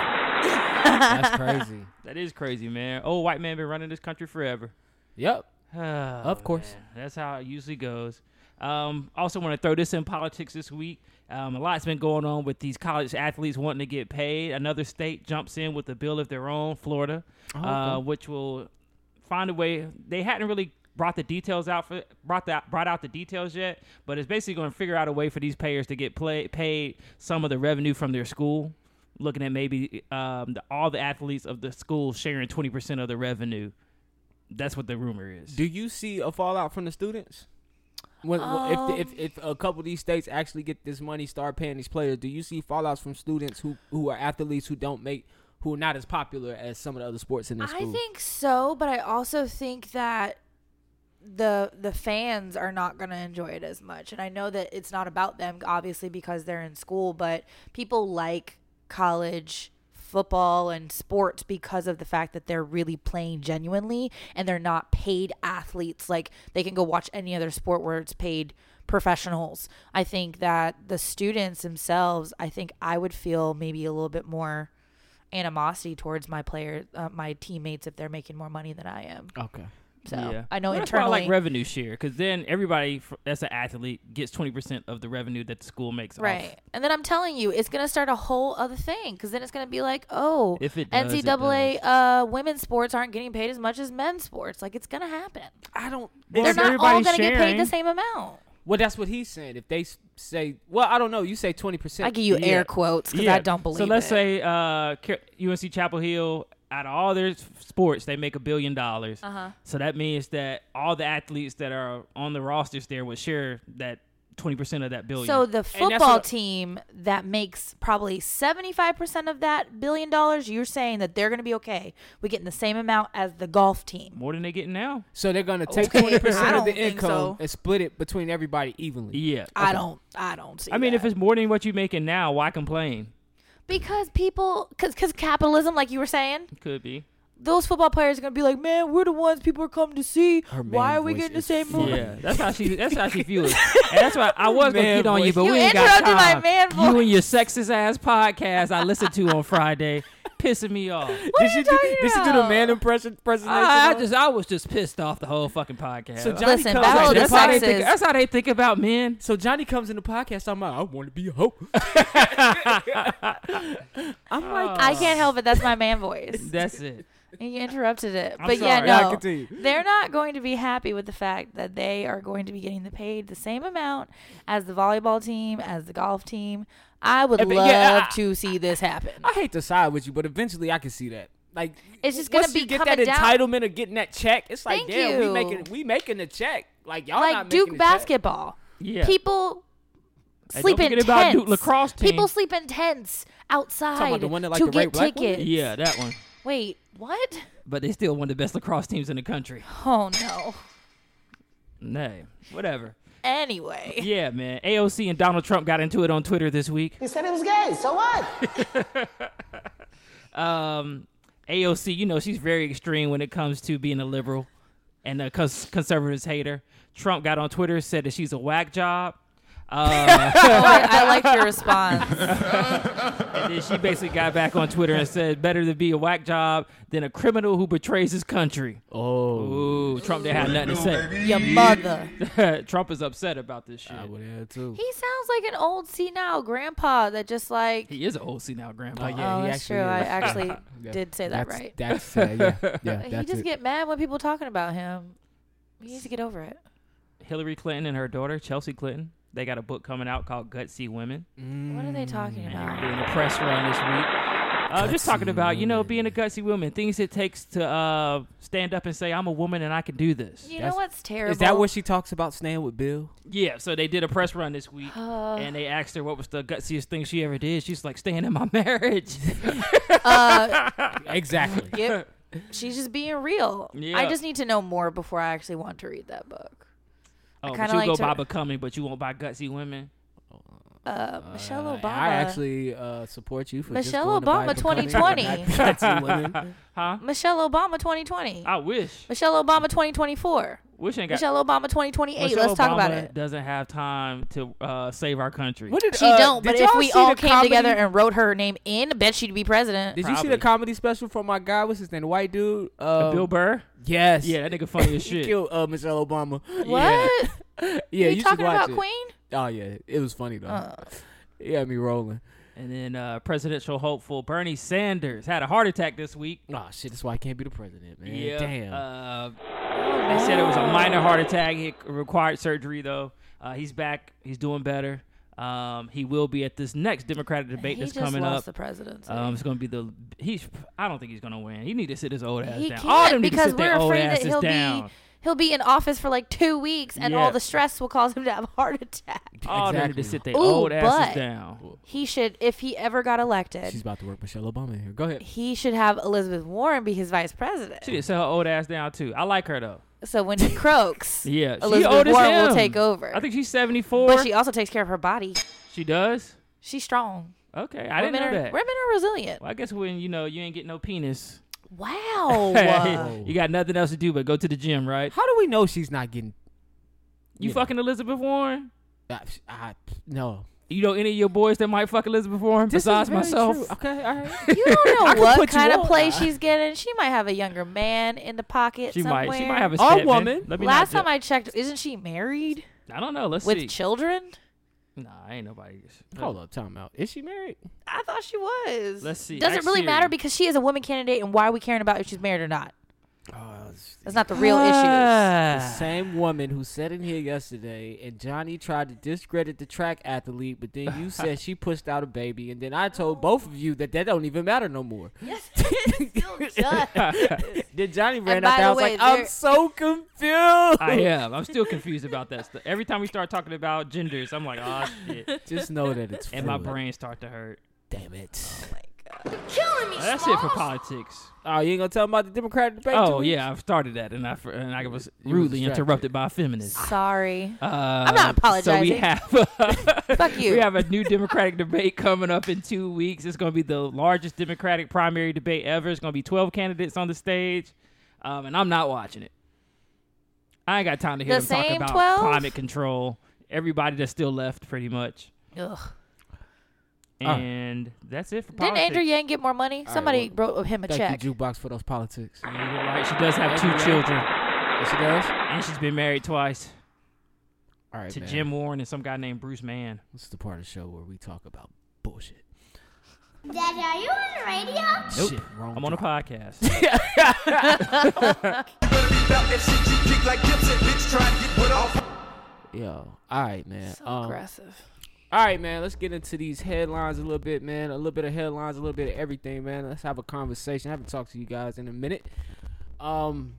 Speaker 3: That's crazy.
Speaker 2: That is crazy, man. Old white man been running this country forever.
Speaker 3: yep.
Speaker 2: of
Speaker 3: course.
Speaker 2: That's how it usually goes. Um, also, want to throw this in politics this week. Um, a lot's been going on with these college athletes wanting to get paid. Another state jumps in with a bill of their own, Florida, uh, which will find a way. They hadn't really brought the details out for brought that brought out the details yet, but it's basically going to figure out a way for these players to get play, paid some of the revenue from their school. Looking at maybe um, the, all the athletes of the school sharing twenty percent of the revenue. That's what the rumor is.
Speaker 3: Do you see a fallout from the students? When, when- if, the, if if a couple of these states actually get this money, start paying these players, do you see fallouts from students who who are athletes who don't make who are not as popular as some of the other sports in this
Speaker 4: I
Speaker 3: school?
Speaker 4: think so, but I also think that the the fans are not going to enjoy it as much. And I know that it's not about them obviously because they're in school, but people like college football and sports because of the fact that they're really playing genuinely and they're not paid athletes like they can go watch any other sport where it's paid professionals. I think that the students themselves, I think I would feel maybe a little bit more animosity towards my player, uh, my teammates, if they're making more money than I am.
Speaker 3: okay.
Speaker 4: So
Speaker 2: Yeah.
Speaker 4: I know
Speaker 2: Well, that's why
Speaker 4: internally.
Speaker 2: I like revenue share because then everybody f- that's an athlete gets twenty percent of the revenue that the school makes. off.
Speaker 4: Right. And then I'm telling you, it's going to start a whole other thing because then it's going to be like, oh,
Speaker 2: If it does, it
Speaker 4: NCAA Uh, women's sports aren't getting paid as much as men's sports. Like, it's going to happen.
Speaker 3: I don't.
Speaker 4: They're
Speaker 2: Well,
Speaker 3: Well,
Speaker 2: if
Speaker 4: not all
Speaker 2: everybody's
Speaker 4: going to get paid the
Speaker 2: sharing-
Speaker 4: same amount.
Speaker 3: that's what he's saying. If they s- say, well, I don't know. You say twenty percent.
Speaker 4: I give you
Speaker 2: Yeah.
Speaker 4: air quotes because I don't believe
Speaker 2: So let's
Speaker 4: it.
Speaker 2: say uh, Car- UNC Chapel Hill, out of all their s- sports, they make a billion dollars. Uh-huh. So that means that all the athletes that are on the rosters there would share that twenty percent of that billion.
Speaker 4: So the
Speaker 3: what
Speaker 4: football
Speaker 3: I-
Speaker 4: team that makes probably 75% of that billion dollars, you're saying that they're going to be okay. We're getting the same amount as the golf team.
Speaker 2: more than they getting now.
Speaker 3: So they're gonna take
Speaker 4: Oh, Okay,
Speaker 3: twenty percent
Speaker 4: I
Speaker 3: of the
Speaker 4: don't think
Speaker 3: income
Speaker 4: so.
Speaker 3: and split it between everybody evenly.
Speaker 2: Yeah.
Speaker 4: I don't I don't see
Speaker 2: I mean,
Speaker 4: that.
Speaker 2: if it's more than what you're making now, why complain?
Speaker 4: Because people, because capitalism, like you were saying,
Speaker 2: Could be.
Speaker 4: those football players are gonna be like, man, we're the ones people are coming to see.
Speaker 3: man
Speaker 4: Why are we
Speaker 3: voice
Speaker 4: getting the
Speaker 3: is
Speaker 4: same
Speaker 3: fun.
Speaker 4: movie?
Speaker 2: Yeah, that's how she. That's how she feels. And that's why I was
Speaker 3: Man
Speaker 2: gonna get on you,
Speaker 3: voice.
Speaker 2: but
Speaker 4: You
Speaker 2: we ain't got
Speaker 4: interrupted my
Speaker 2: time.
Speaker 4: man
Speaker 2: you
Speaker 4: voice.
Speaker 2: and your sexist ass podcast I listened to on Friday, pissing me off.
Speaker 3: Did
Speaker 4: are
Speaker 3: she
Speaker 4: you
Speaker 3: do?
Speaker 4: talking
Speaker 3: Did she do the
Speaker 4: about?
Speaker 3: man impression? Impersonation?
Speaker 2: I, I
Speaker 3: though?
Speaker 2: just, I was just pissed off the whole fucking podcast.
Speaker 3: So
Speaker 2: I was
Speaker 3: Johnny
Speaker 4: Listen,
Speaker 3: comes
Speaker 4: Battle
Speaker 3: like,
Speaker 4: of the
Speaker 3: that's
Speaker 2: that's,
Speaker 3: how they
Speaker 2: how they
Speaker 4: Sexes.
Speaker 2: think, that's how they think about men.
Speaker 3: So Johnny comes in the podcast talking about, I want to be a hoe. I'm like,
Speaker 4: I can't help it. That's my man voice.
Speaker 2: That's it.
Speaker 4: And you interrupted it.
Speaker 3: I'm
Speaker 4: but yeah,
Speaker 3: sorry. Yeah,
Speaker 4: no.
Speaker 3: continue.
Speaker 4: They're not going to be happy with the fact that they are going to be getting the paid the same amount as the volleyball team, as the golf team. I would
Speaker 3: If- yeah,
Speaker 4: love
Speaker 3: I-
Speaker 4: to see this happen.
Speaker 3: I hate to side with you, but eventually I can see that. Like
Speaker 4: It's just gonna
Speaker 3: once you
Speaker 4: be
Speaker 3: get that
Speaker 4: coming down-
Speaker 3: entitlement of getting that check. It's like
Speaker 4: Thank
Speaker 3: damn, we
Speaker 4: you.
Speaker 3: making we making the check. Like y'all not
Speaker 4: like
Speaker 3: making
Speaker 4: Duke
Speaker 3: the check.
Speaker 4: basketball.
Speaker 2: Yeah.
Speaker 4: People
Speaker 2: Hey,
Speaker 4: sleep
Speaker 2: don't
Speaker 4: in
Speaker 2: forget about
Speaker 4: tents.
Speaker 2: Duke lacrosse team.
Speaker 4: People sleep in tents outside
Speaker 3: the one that like
Speaker 4: to
Speaker 3: the
Speaker 4: get
Speaker 3: red black one?
Speaker 4: tickets.
Speaker 2: Yeah, that one.
Speaker 4: Wait, what?
Speaker 2: But they still one of the best lacrosse teams in the country.
Speaker 4: Oh no.
Speaker 2: Nay, whatever.
Speaker 4: Anyway.
Speaker 2: Yeah, man. AOC and Donald Trump got into it on Twitter this week.
Speaker 7: He said it was gay, so what?
Speaker 2: um, AOC, you know, she's very extreme when it comes to being a liberal and a cons- conservatives hater. Trump got on Twitter, said that she's a whack job. Uh,
Speaker 4: Oh, I I liked your response.
Speaker 2: and then she basically got back on Twitter and said, better to be a whack job than a criminal who betrays his country.
Speaker 3: Oh,
Speaker 2: Ooh, Trump didn't have nothing to
Speaker 4: Your mother.
Speaker 2: say. Trump is upset about this shit.
Speaker 3: I would have too.
Speaker 4: He sounds like an old senile grandpa that just like.
Speaker 2: He is an OC now, Grandpa.
Speaker 3: Oh, yeah.
Speaker 4: oh,
Speaker 3: he
Speaker 4: that's
Speaker 3: actually
Speaker 4: true. I
Speaker 3: is.
Speaker 4: actually
Speaker 3: Yeah.
Speaker 4: did say that
Speaker 3: That's-
Speaker 4: right.
Speaker 3: That's uh, yeah, yeah.
Speaker 4: he
Speaker 3: that's
Speaker 4: just
Speaker 3: it.
Speaker 4: get mad when people talking about him. He needs to get over it.
Speaker 2: Hillary Clinton and her daughter, Chelsea Clinton, they got a book coming out called Gutsy Women.
Speaker 4: What are they talking
Speaker 3: Mm.
Speaker 2: and
Speaker 4: about?
Speaker 2: doing a press run this week. Uh, just talking about you know being a gutsy woman, things it takes to uh, stand up and say I'm a woman and I can do this.
Speaker 4: You know
Speaker 3: That's-
Speaker 4: what's terrible?
Speaker 3: Is that what she talks about staying with Bill?
Speaker 2: Yeah, so they did a press run this week,
Speaker 4: Uh,
Speaker 2: and they asked her what was the gutsiest thing she ever did. She's like staying in my marriage.
Speaker 4: Uh,
Speaker 3: Exactly.
Speaker 4: Yep. She's just being real.
Speaker 2: Yeah.
Speaker 4: I just need to know more before I actually want to read that book.
Speaker 2: oh, but
Speaker 4: kinda
Speaker 2: you
Speaker 4: like
Speaker 2: go
Speaker 4: to-
Speaker 2: by becoming, but you won't buy gutsy women.
Speaker 4: Uh, Michelle Obama.
Speaker 3: I actually uh, support you for just
Speaker 4: Michelle
Speaker 3: going to buy
Speaker 4: Obama
Speaker 3: the company
Speaker 4: 2020.
Speaker 3: and not touching women.
Speaker 4: Michelle Obama 2020.
Speaker 3: Oh.
Speaker 2: I wish.
Speaker 4: Michelle Obama 2024.
Speaker 2: Wish ain't got.
Speaker 4: Michelle Obama 2028.
Speaker 2: Michelle
Speaker 4: Let's talk about
Speaker 2: Obama
Speaker 4: it.
Speaker 2: Doesn't have time to uh, save our country.
Speaker 3: What did,
Speaker 4: She
Speaker 3: uh,
Speaker 4: don't.
Speaker 3: did
Speaker 4: But if
Speaker 3: y'all
Speaker 4: we
Speaker 3: see
Speaker 4: all
Speaker 3: the
Speaker 4: came
Speaker 3: comedy-
Speaker 4: together and wrote her name in, bet she'd be president.
Speaker 3: did you see the
Speaker 2: Probably.
Speaker 3: comedy special from my guy? What's his name? The white dude. Uh,
Speaker 2: Bill Burr?
Speaker 3: Yes.
Speaker 2: Yeah, that nigga funny as
Speaker 3: He
Speaker 2: shit.
Speaker 3: killed uh, Michelle Obama.
Speaker 4: what?
Speaker 3: Yeah,
Speaker 4: you,
Speaker 3: you, should
Speaker 4: talking
Speaker 3: watch
Speaker 4: about
Speaker 3: it.
Speaker 4: Queen? Uh.
Speaker 3: Oh yeah, it was funny though. It had me rolling.
Speaker 2: And then uh, presidential hopeful Bernie Sanders had a heart attack this week.
Speaker 3: Oh shit, that's why I can't be the president, man.
Speaker 2: Yeah.
Speaker 3: Damn.
Speaker 2: Uh, they said it was a minor heart attack. It required surgery, though. Uh, he's back. He's doing better. Um, he will be at this next Democratic debate
Speaker 4: he
Speaker 2: that's
Speaker 4: just
Speaker 2: coming
Speaker 4: lost
Speaker 2: up.
Speaker 4: the presidency.
Speaker 3: Uh,
Speaker 2: um, it's going to be the he's. I don't think he's going to win. He need to sit his old ass
Speaker 4: he
Speaker 2: down.
Speaker 4: can't
Speaker 2: All them need to
Speaker 4: because
Speaker 2: sit
Speaker 4: we're
Speaker 2: their old
Speaker 4: afraid that
Speaker 2: asses
Speaker 4: he'll
Speaker 2: down.
Speaker 4: be he'll be in office for like two weeks, and
Speaker 2: Yeah.
Speaker 4: all the stress will cause him to have a heart attack.
Speaker 2: All them need
Speaker 3: Exactly.
Speaker 2: to sit their
Speaker 4: Ooh,
Speaker 2: old asses
Speaker 4: but-
Speaker 2: down.
Speaker 4: He should, if he ever got elected,
Speaker 3: She's about to work Michelle Obama in here. Go ahead.
Speaker 4: he should have Elizabeth Warren be his vice president.
Speaker 2: She did sit her old ass down too. I like her though.
Speaker 4: So when he croaks,
Speaker 2: Yeah, she
Speaker 4: Elizabeth
Speaker 2: old as
Speaker 4: Warren will
Speaker 2: him.
Speaker 4: take over.
Speaker 2: I think she's seventy four.
Speaker 4: but she also takes care of her body.
Speaker 2: She does.
Speaker 4: She's strong.
Speaker 2: Okay, I
Speaker 4: women
Speaker 2: didn't know
Speaker 4: are
Speaker 2: that.
Speaker 4: women are resilient.
Speaker 2: Well, I guess when you know you ain't getting no penis,
Speaker 4: Wow.
Speaker 2: you got nothing else to do but go to the gym, right?
Speaker 3: How do we know she's not getting?
Speaker 2: You
Speaker 3: Yeah.
Speaker 2: fucking Elizabeth Warren?
Speaker 3: I, I, no.
Speaker 2: You know any of your boys that might fuck Elizabeth Warren
Speaker 3: This is
Speaker 2: besides
Speaker 3: very
Speaker 2: myself?
Speaker 3: true. Okay, all right.
Speaker 4: you don't
Speaker 3: I
Speaker 4: know
Speaker 3: could
Speaker 4: what
Speaker 3: put you
Speaker 4: kind of
Speaker 3: on
Speaker 4: play
Speaker 3: that.
Speaker 4: she's getting. She might have a younger man in the pocket
Speaker 2: She
Speaker 4: somewhere.
Speaker 2: might. She might have a
Speaker 3: Our
Speaker 2: stepman.
Speaker 3: woman.
Speaker 2: Let me not
Speaker 4: Last
Speaker 2: ju-
Speaker 4: time I checked, isn't she married
Speaker 2: I don't know. Let's
Speaker 4: with
Speaker 2: see.
Speaker 4: children?
Speaker 2: nah, ain't nobody.
Speaker 3: Hold up, time out. Is she married?
Speaker 4: I thought she was.
Speaker 2: Let's see.
Speaker 4: Doesn't
Speaker 2: Ask
Speaker 4: really
Speaker 2: Siri.
Speaker 4: matter because she is a woman candidate, and why are we caring about if she's married or not? That's not the real issues.
Speaker 2: Ah.
Speaker 3: The same woman who sat in here yesterday and Johnny tried to discredit the track athlete, but then you said she pushed out a baby, and then I told both of you that that don't even matter no more. Then Johnny ran
Speaker 4: by
Speaker 3: out there. I
Speaker 4: the
Speaker 3: was
Speaker 4: way,
Speaker 3: like, I'm
Speaker 4: there-
Speaker 3: so confused.
Speaker 2: I am. I'm still confused about that stuff. Every time we start talking about genders, I'm like, oh shit,
Speaker 3: Just know that it's
Speaker 2: and my
Speaker 3: fluid.
Speaker 2: brain start to hurt.
Speaker 3: Damn
Speaker 4: Oh,
Speaker 3: it.
Speaker 2: Well, that's it for politics.
Speaker 3: Oh, you ain't gonna tell him about the Democratic debate?
Speaker 2: Oh
Speaker 3: too?
Speaker 2: yeah, I've started that, and I fr- and I was
Speaker 3: was
Speaker 2: rudely
Speaker 3: distracted.
Speaker 2: interrupted by a feminist.
Speaker 4: Sorry.
Speaker 2: I'm
Speaker 4: not
Speaker 2: So we
Speaker 4: apologizing.
Speaker 2: have uh,
Speaker 4: Fuck you.
Speaker 2: we have a new Democratic debate coming up in two weeks. It's going to be the largest Democratic primary debate ever. It's going to be 12 candidates on the stage, um, and I'm not watching it. I ain't got time to hear
Speaker 4: The
Speaker 2: them talk
Speaker 4: same
Speaker 2: about
Speaker 4: 12?
Speaker 2: climate control. Everybody that's still left, pretty much,
Speaker 4: Ugh.
Speaker 3: Alright.
Speaker 2: and that's it for
Speaker 4: Didn't
Speaker 2: politics.
Speaker 4: Andrew Yang get more money? Somebody wrote him a
Speaker 3: Thank
Speaker 4: check.
Speaker 3: you, Jukebox, for those politics.
Speaker 2: You're right, She does have two
Speaker 3: Andrew Yang.
Speaker 2: children,
Speaker 3: Yes, she does.
Speaker 2: and she's been married twice
Speaker 3: All right,
Speaker 2: to
Speaker 3: man.
Speaker 2: Jim Warren and some guy named Bruce Mann.
Speaker 3: This is the part of the show where we talk about bullshit.
Speaker 6: Daddy, are you on the radio?
Speaker 2: Nope.
Speaker 3: Shit, wrong
Speaker 2: I'm on a podcast.
Speaker 3: Yo, all right, man.
Speaker 4: So
Speaker 3: um,
Speaker 4: aggressive.
Speaker 3: all right, man. Let's get into these headlines a little bit, man. A little bit of headlines, a little bit of everything, man. Let's have a conversation. I haven't talked to you guys in a minute. Um,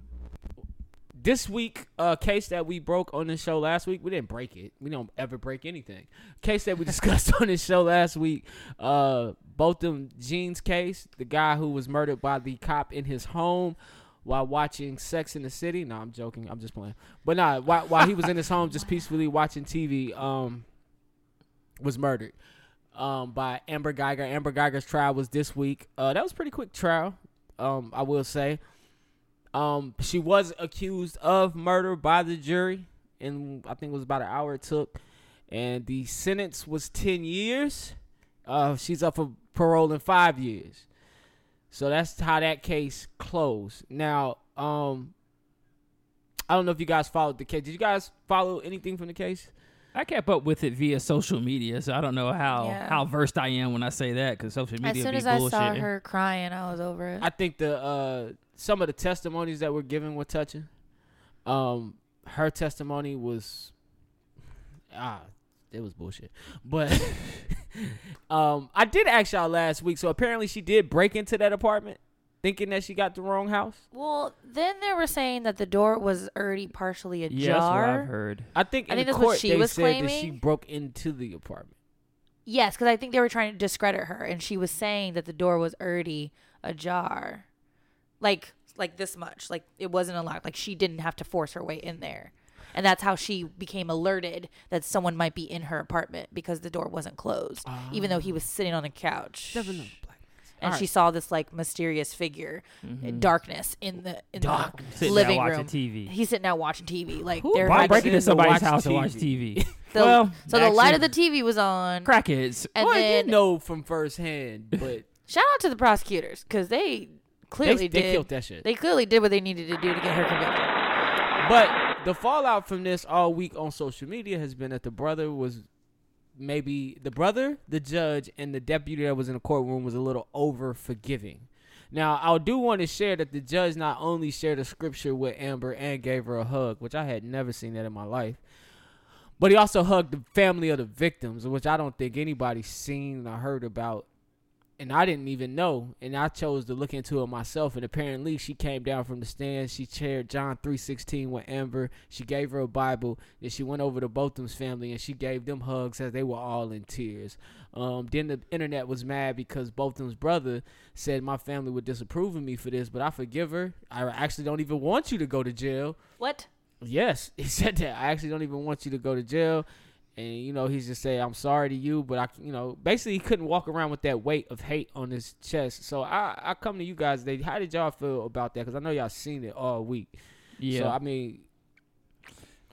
Speaker 3: this week, uh, case that we broke on this show last week. We didn't break it. We don't ever break anything. Case that we discussed on this show last week. Uh, both them Jeans case, the guy who was murdered by the cop in his home while watching Sex in the City. No, I'm joking. I'm just playing. But nah, while, while he was in his home, just peacefully watching TV. Um was murdered um, by Amber Geiger. Amber Geiger's trial was this week. Uh, that was a pretty quick trial, um, I will say. Um, she was accused of murder by the jury, and I think it was about an hour it took. And the sentence was 10 years. Uh, she's up for parole in five years. So that's how that case closed. Now, um, I don't know if you guys followed the case. Did you guys follow anything from the case?
Speaker 2: I kept up with it via social media, so I don't know how
Speaker 4: Yeah.
Speaker 2: how versed I am when I say that because social media
Speaker 4: As soon
Speaker 2: be
Speaker 4: as I
Speaker 2: bullshit.
Speaker 4: saw her crying, I was over it.
Speaker 3: I think the uh, some of the testimonies that were given were touching. Um, her testimony was ah, it was bullshit. But um, I did ask y'all last week, so apparently she did break into that apartment, thinking that she got the wrong house.
Speaker 4: well, then they were saying that the door was already partially ajar.
Speaker 2: Yeah, that's what I've heard.
Speaker 3: I think
Speaker 4: I
Speaker 3: in
Speaker 4: think
Speaker 3: the
Speaker 4: that's what
Speaker 3: court
Speaker 4: she
Speaker 3: they
Speaker 4: was
Speaker 3: said that she
Speaker 4: claiming.
Speaker 3: broke into the apartment.
Speaker 4: Yes, because I think they were trying to discredit her, and she was saying that the door was already ajar, like like this much, like it wasn't unlocked, like she didn't have to force her way in there, and that's how she became alerted that someone might be in her apartment because the door wasn't closed, even though he was sitting on a couch. And she saw this like mysterious figure, darkness in the in
Speaker 3: Darkness.
Speaker 4: the
Speaker 2: Mm-hmm. Sitting there
Speaker 4: living
Speaker 2: watching
Speaker 4: room.
Speaker 2: TV.
Speaker 4: He's sitting out watching TV. Like
Speaker 2: Who
Speaker 4: they're
Speaker 2: Why
Speaker 4: like,
Speaker 3: breaks
Speaker 2: breaking
Speaker 3: in
Speaker 2: into
Speaker 3: to
Speaker 2: somebody's
Speaker 3: watch
Speaker 2: house to watch
Speaker 3: TV?
Speaker 2: TV?
Speaker 4: the,
Speaker 2: well,
Speaker 4: so the light of the
Speaker 3: actually-
Speaker 4: TV was on.
Speaker 2: crackheads.
Speaker 4: And
Speaker 3: well,
Speaker 4: then
Speaker 3: you know from firsthand, but
Speaker 4: Shout out to the prosecutors because they clearly
Speaker 3: they
Speaker 4: did.
Speaker 3: killed that shit.
Speaker 4: They clearly did what they needed to do to get her convicted.
Speaker 3: But the fallout from this all week on social media has been that the brother was maybe the brother, the judge, and the deputy that was in the courtroom was a little over forgiving. Now, I do want to share that the judge not only shared a scripture with Amber and gave her a hug, which I had never seen that in my life, but he also hugged the family of the victims, which I don't think anybody's seen or heard about. And I didn't even know. And I chose to look into it myself. And apparently she came down from the stand. She shared John 3.16 with Amber. She gave her a Bible. Then she went over to Botham's family and she gave them hugs as they were all in tears. Um, then the internet was mad because Botham's brother said my family would disapprove of me for this, but I forgive her. I actually don't even want you to go to jail.
Speaker 4: What?
Speaker 3: Yes, he said that. I actually don't even want you to go to jail. And you know, he's just saying, "I'm sorry to you," but I, c- you know, basically he couldn't walk around with that weight of hate on his chest. So I, I come to you guys. They, how did y'all feel about that? Because I know y'all seen it all week.
Speaker 2: yeah,
Speaker 3: So I mean,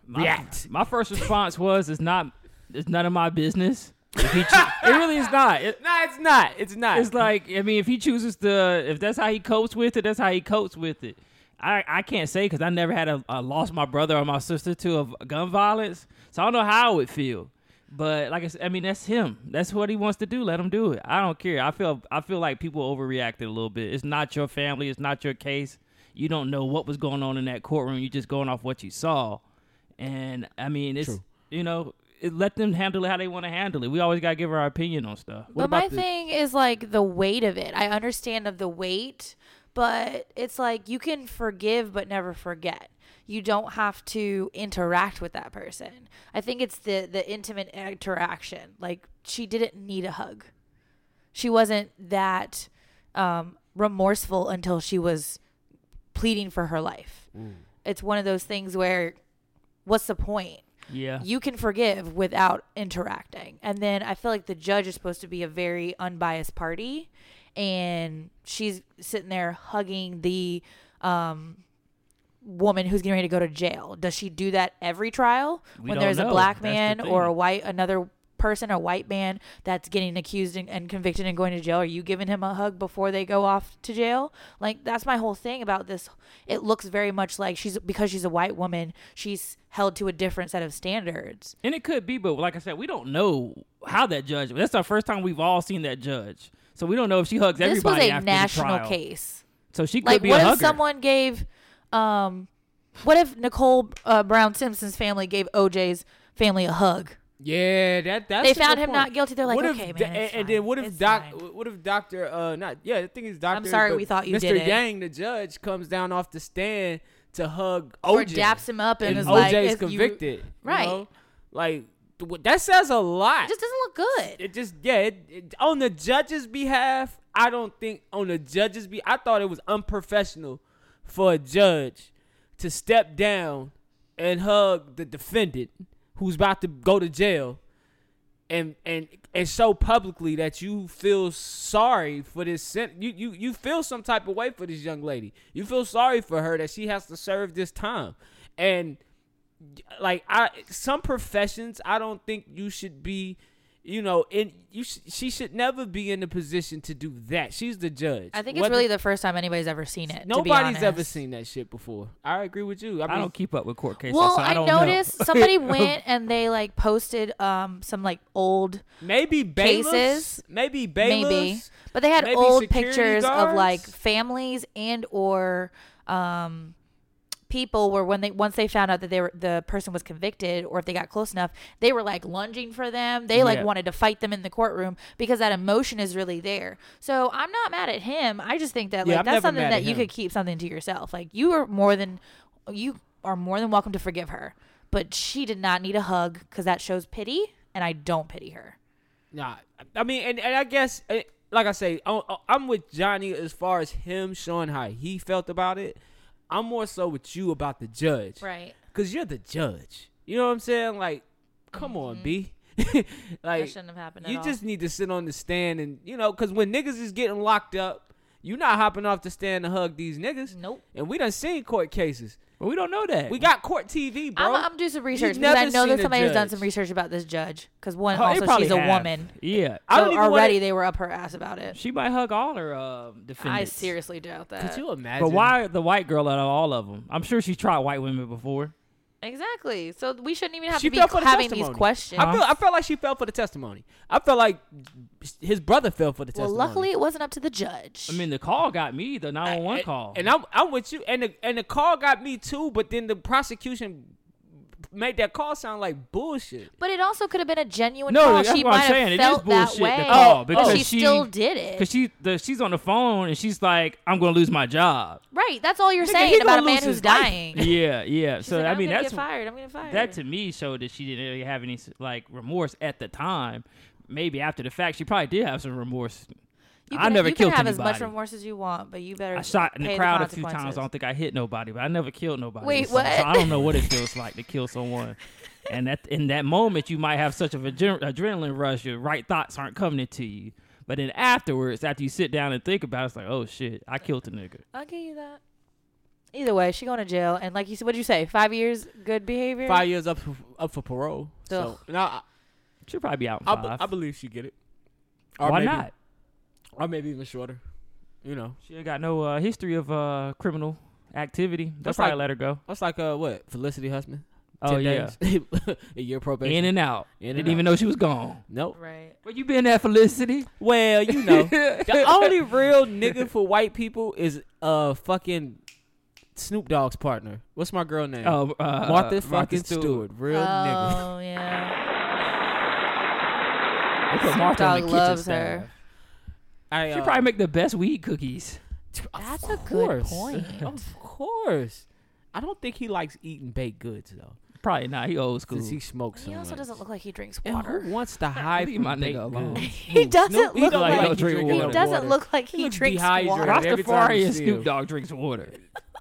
Speaker 2: my,
Speaker 3: react.
Speaker 2: My first response was, "It's not. It's none of my business." If he cho- it really is not. It,
Speaker 3: nah, it's not. It's not.
Speaker 2: it's like I mean, if he chooses to, if that's how he copes with it, that's how he copes with it. I, I can't say because I never had a, a lost my brother or my sister to of gun violence, so I don't know how it would feel. But like I said, I mean that's him. That's what he wants to do. Let him do it. I don't care. I feel I feel like people overreacted a little bit. It's not your family. It's not your case. You don't know what was going on in that courtroom. You're just going off what you saw. And I mean, it's
Speaker 3: True.
Speaker 2: you know, it, let them handle it how they want to handle it. We always gotta give our opinion on stuff.
Speaker 4: but my
Speaker 3: about the-
Speaker 4: thing is like the weight of it. I understand of the weight, but it's like you can forgive but never forget. You don't have to interact with that person. I think it's the the intimate interaction. Like she didn't need a hug. She wasn't that um, remorseful until she was pleading for her life.
Speaker 3: Mm.
Speaker 4: It's one of those things where, what's the point?
Speaker 2: Yeah.
Speaker 4: you can forgive without interacting. And then I feel like the judge is supposed to be a very unbiased party, and she's sitting there hugging the um, woman who's getting ready to go to jail. Does she do that every trial
Speaker 2: We
Speaker 4: when
Speaker 2: don't
Speaker 4: there's
Speaker 2: know.
Speaker 4: a black
Speaker 2: That's
Speaker 4: man
Speaker 2: the
Speaker 4: or a
Speaker 2: thing.
Speaker 4: white another person, a white man that's getting accused and, and convicted and going to jail, are you giving him a hug before they go off to jail? Like that's my whole thing about this. It looks very much like she's because she's a white woman, she's held to a different set of standards.
Speaker 2: And it could be, but like I said, we don't know how that judge. That's our first time we've all seen that judge, so we don't know if she hugs
Speaker 4: This was
Speaker 2: everybody.
Speaker 4: a
Speaker 2: after the
Speaker 4: national
Speaker 2: trial.
Speaker 4: case.
Speaker 2: so she could
Speaker 4: Like
Speaker 2: be
Speaker 4: what
Speaker 2: a
Speaker 4: if
Speaker 2: hugger.
Speaker 4: someone gave, um, what if Nicole uh, Brown Simpson's family gave OJ's family a hug?
Speaker 3: Yeah, that that's.
Speaker 4: They
Speaker 3: a good
Speaker 4: found him
Speaker 3: point.
Speaker 4: not guilty. They're like,
Speaker 3: what if
Speaker 4: "Okay,
Speaker 3: the-
Speaker 4: man, it's
Speaker 3: and, and then
Speaker 4: fine.
Speaker 3: what if
Speaker 4: It's
Speaker 3: doc?
Speaker 4: fine."
Speaker 3: What if doctor? Uh, not yeah. The thing is, doctor.
Speaker 4: sorry
Speaker 3: but
Speaker 4: we thought you
Speaker 3: Mr.
Speaker 4: did it.
Speaker 3: Yang, the judge, comes down off the stand to hug OJ.
Speaker 4: Or daps him up and
Speaker 3: and
Speaker 4: is
Speaker 3: OJ's
Speaker 4: like, if you-
Speaker 3: convicted. you
Speaker 4: Right.
Speaker 3: know? Like th- what- that says a lot.
Speaker 4: It just doesn't look good.
Speaker 3: it just yeah. It, it, on the judge's behalf, I don't think on the judge's be. I thought it was unprofessional for a judge to step down and hug the defendant who's about to go to jail and and and show publicly that you feel sorry for this sen- you you you feel some type of way for this young lady. You feel sorry for her that she has to serve this time. And like I some professions I don't think you should be you know, in you sh- she should never be in a position to do that. She's the judge.
Speaker 4: I think it's
Speaker 3: Whether-
Speaker 4: really the first time anybody's ever seen it. to be
Speaker 3: nobody's ever
Speaker 4: honest.
Speaker 3: seen that shit before. I agree with you. I,
Speaker 2: I
Speaker 3: mean,
Speaker 2: don't keep up with court cases.
Speaker 4: Well,
Speaker 2: so I,
Speaker 4: I,
Speaker 2: don't
Speaker 4: noticed
Speaker 2: Know.
Speaker 4: somebody went and they like posted um some like old
Speaker 3: maybe bailiffs,
Speaker 4: Cases?
Speaker 3: maybe bailiffs,
Speaker 4: maybe, but they had
Speaker 3: Maybe
Speaker 4: old
Speaker 3: security
Speaker 4: pictures of
Speaker 3: guards?
Speaker 4: like families and or um people where when they once they found out that they were the person was convicted or if they got close enough they were like lunging for them they like
Speaker 2: Yeah.
Speaker 4: wanted to fight them in the courtroom because that emotion is really there so i'm not mad at him i just think that like
Speaker 3: Yeah, I'm
Speaker 4: that's
Speaker 3: never
Speaker 4: something
Speaker 3: mad
Speaker 4: that
Speaker 3: at
Speaker 4: you
Speaker 3: him.
Speaker 4: could keep something to yourself like you are more than you are more than welcome to forgive her but she did not need a hug because that shows pity and i don't pity her
Speaker 3: Nah, I mean, and, and I guess, eh, like I say, I- I- I'm with Johnny as far as him showing how he felt about it. I'm more so with you about the judge,
Speaker 4: right
Speaker 3: Because you're the judge. You know what I'm saying? Like, come on, B. like,
Speaker 4: Mm-hmm. shouldn't have happened at
Speaker 3: you
Speaker 4: all.
Speaker 3: just need to sit on the stand and you know, because when niggas is getting locked up, you're not hopping off the stand to hug these niggas.
Speaker 4: Nope.
Speaker 3: And we done seen court cases.
Speaker 2: but we don't know that.
Speaker 3: We got court TV, bro.
Speaker 4: I'm, I'm gonna do some research because
Speaker 3: never
Speaker 4: I know
Speaker 3: seen
Speaker 4: that
Speaker 3: a
Speaker 4: somebody has done
Speaker 3: judge.
Speaker 4: some research about this judge. Because one,
Speaker 2: Oh, they
Speaker 4: also
Speaker 2: probably
Speaker 4: she's a
Speaker 2: have.
Speaker 4: woman.
Speaker 2: Yeah,
Speaker 3: I don't
Speaker 4: So
Speaker 3: even wanna-
Speaker 4: already they were up her ass about it.
Speaker 2: she might hug all her um, defendants.
Speaker 4: I seriously doubt that.
Speaker 3: Could you imagine?
Speaker 2: But why the white girl out of all of them? I'm sure she tried white women before.
Speaker 4: Exactly. So we shouldn't even have
Speaker 3: she
Speaker 4: to be
Speaker 3: fell for the
Speaker 4: having these
Speaker 3: testimony.
Speaker 4: questions.
Speaker 3: I feel I felt like she fell for the testimony. I felt like his brother fell for the
Speaker 4: well,
Speaker 3: testimony.
Speaker 4: luckily it wasn't up to the judge.
Speaker 2: I mean, the call got me the 911
Speaker 3: And-
Speaker 2: call.
Speaker 3: And I'm I'm with you. And the and the call got me too. But then the prosecution made that call sound like bullshit.
Speaker 4: but it also could have been a genuine
Speaker 2: No,
Speaker 4: call.
Speaker 2: that's
Speaker 4: she
Speaker 2: what
Speaker 4: might
Speaker 2: I'm
Speaker 4: have
Speaker 2: saying. It is
Speaker 4: felt that
Speaker 2: bullshit, the
Speaker 4: way,
Speaker 2: call,
Speaker 4: but she,
Speaker 2: because she-
Speaker 4: still did it.
Speaker 2: Cause she the, she's on the phone and she's like, I'm gonna lose my job.
Speaker 4: right. That's all you're
Speaker 3: Nigga, he
Speaker 4: saying about
Speaker 3: gonna
Speaker 4: a man
Speaker 3: lose
Speaker 4: who's
Speaker 3: his life.
Speaker 4: dying.
Speaker 2: Yeah, yeah.
Speaker 4: She's
Speaker 2: so
Speaker 4: like,
Speaker 2: I
Speaker 4: "I'm
Speaker 2: mean,
Speaker 4: gonna
Speaker 2: that's
Speaker 4: get fired. I'm gonna fire.
Speaker 2: that to me showed that she didn't really have any like remorse at the time. Maybe after the fact, she probably did have some remorse.
Speaker 4: you
Speaker 2: I
Speaker 4: can,
Speaker 2: never
Speaker 4: you
Speaker 2: killed
Speaker 4: can have as much
Speaker 2: anybody.
Speaker 4: remorse as you want, but you better.
Speaker 2: I shot in
Speaker 4: pay
Speaker 2: the crowd a few times.
Speaker 4: consequences.
Speaker 2: I don't think I hit nobody, but I never killed nobody.
Speaker 4: Wait,
Speaker 2: so, so
Speaker 4: what?
Speaker 2: I don't know what it feels like to kill someone. And that in that moment, you might have such of adre- adrenaline rush, your right thoughts aren't coming to you. But then afterwards, after you sit down and think about it, it's like, oh shit, I killed a nigga.
Speaker 4: I'll give you that. Either way, she going to jail, and like you said, what did you say? Five years, good behavior.
Speaker 3: Five years up for, up for parole. So
Speaker 4: Ugh.
Speaker 3: no, I,
Speaker 2: She'll probably be out in
Speaker 3: I,
Speaker 2: five.
Speaker 3: be- I believe she get it. Or
Speaker 2: Why
Speaker 3: maybe,
Speaker 2: not?
Speaker 3: Or maybe even shorter. You know,
Speaker 2: She ain't got no uh, history of uh, criminal activity. They'll
Speaker 3: That's
Speaker 2: probably
Speaker 3: like-
Speaker 2: let her go.
Speaker 3: that's like uh what Felicity Huffman.
Speaker 2: Oh yeah,
Speaker 3: days. a year probation.
Speaker 2: in and out.
Speaker 3: In and
Speaker 2: Didn't even
Speaker 3: out.
Speaker 2: know she was gone.
Speaker 3: nope.
Speaker 4: Right.
Speaker 2: Where you been at, Felicity?
Speaker 3: Well, you know, the only real nigga for white people is uh fucking Snoop Dogg's partner. What's my girl name?
Speaker 2: Oh, uh,
Speaker 3: Martha fucking Stewart. Real nigga.
Speaker 4: Oh yeah.
Speaker 2: They put
Speaker 4: Snoop
Speaker 2: Martha on the
Speaker 4: Dogg
Speaker 2: kitchen
Speaker 4: loves
Speaker 2: staff.
Speaker 4: her.
Speaker 3: I,
Speaker 2: She
Speaker 3: uh,
Speaker 2: probably make the best weed cookies.
Speaker 3: Of
Speaker 4: That's a good
Speaker 3: course.
Speaker 4: point.
Speaker 3: of course. I don't think he likes eating baked goods though,
Speaker 2: Probably not. He old school.
Speaker 3: since he smokes.
Speaker 4: He
Speaker 3: so
Speaker 4: also
Speaker 3: much.
Speaker 4: doesn't look like he drinks
Speaker 3: And
Speaker 4: water.
Speaker 3: who wants to hide
Speaker 2: Leave
Speaker 3: from
Speaker 2: my nigga
Speaker 3: baked
Speaker 2: alone.
Speaker 3: goods?
Speaker 4: He doesn't
Speaker 3: Snoop- he
Speaker 4: look
Speaker 3: don't
Speaker 4: like
Speaker 2: he
Speaker 3: he's
Speaker 2: drink
Speaker 3: drinking
Speaker 2: water.
Speaker 4: He
Speaker 3: no
Speaker 4: doesn't
Speaker 3: water.
Speaker 4: look like he,
Speaker 3: looks
Speaker 4: drinks
Speaker 3: dehydrated.
Speaker 4: water.
Speaker 3: Every time you
Speaker 2: Rastafari and
Speaker 3: see him.
Speaker 2: Snoop Dogg drinks water.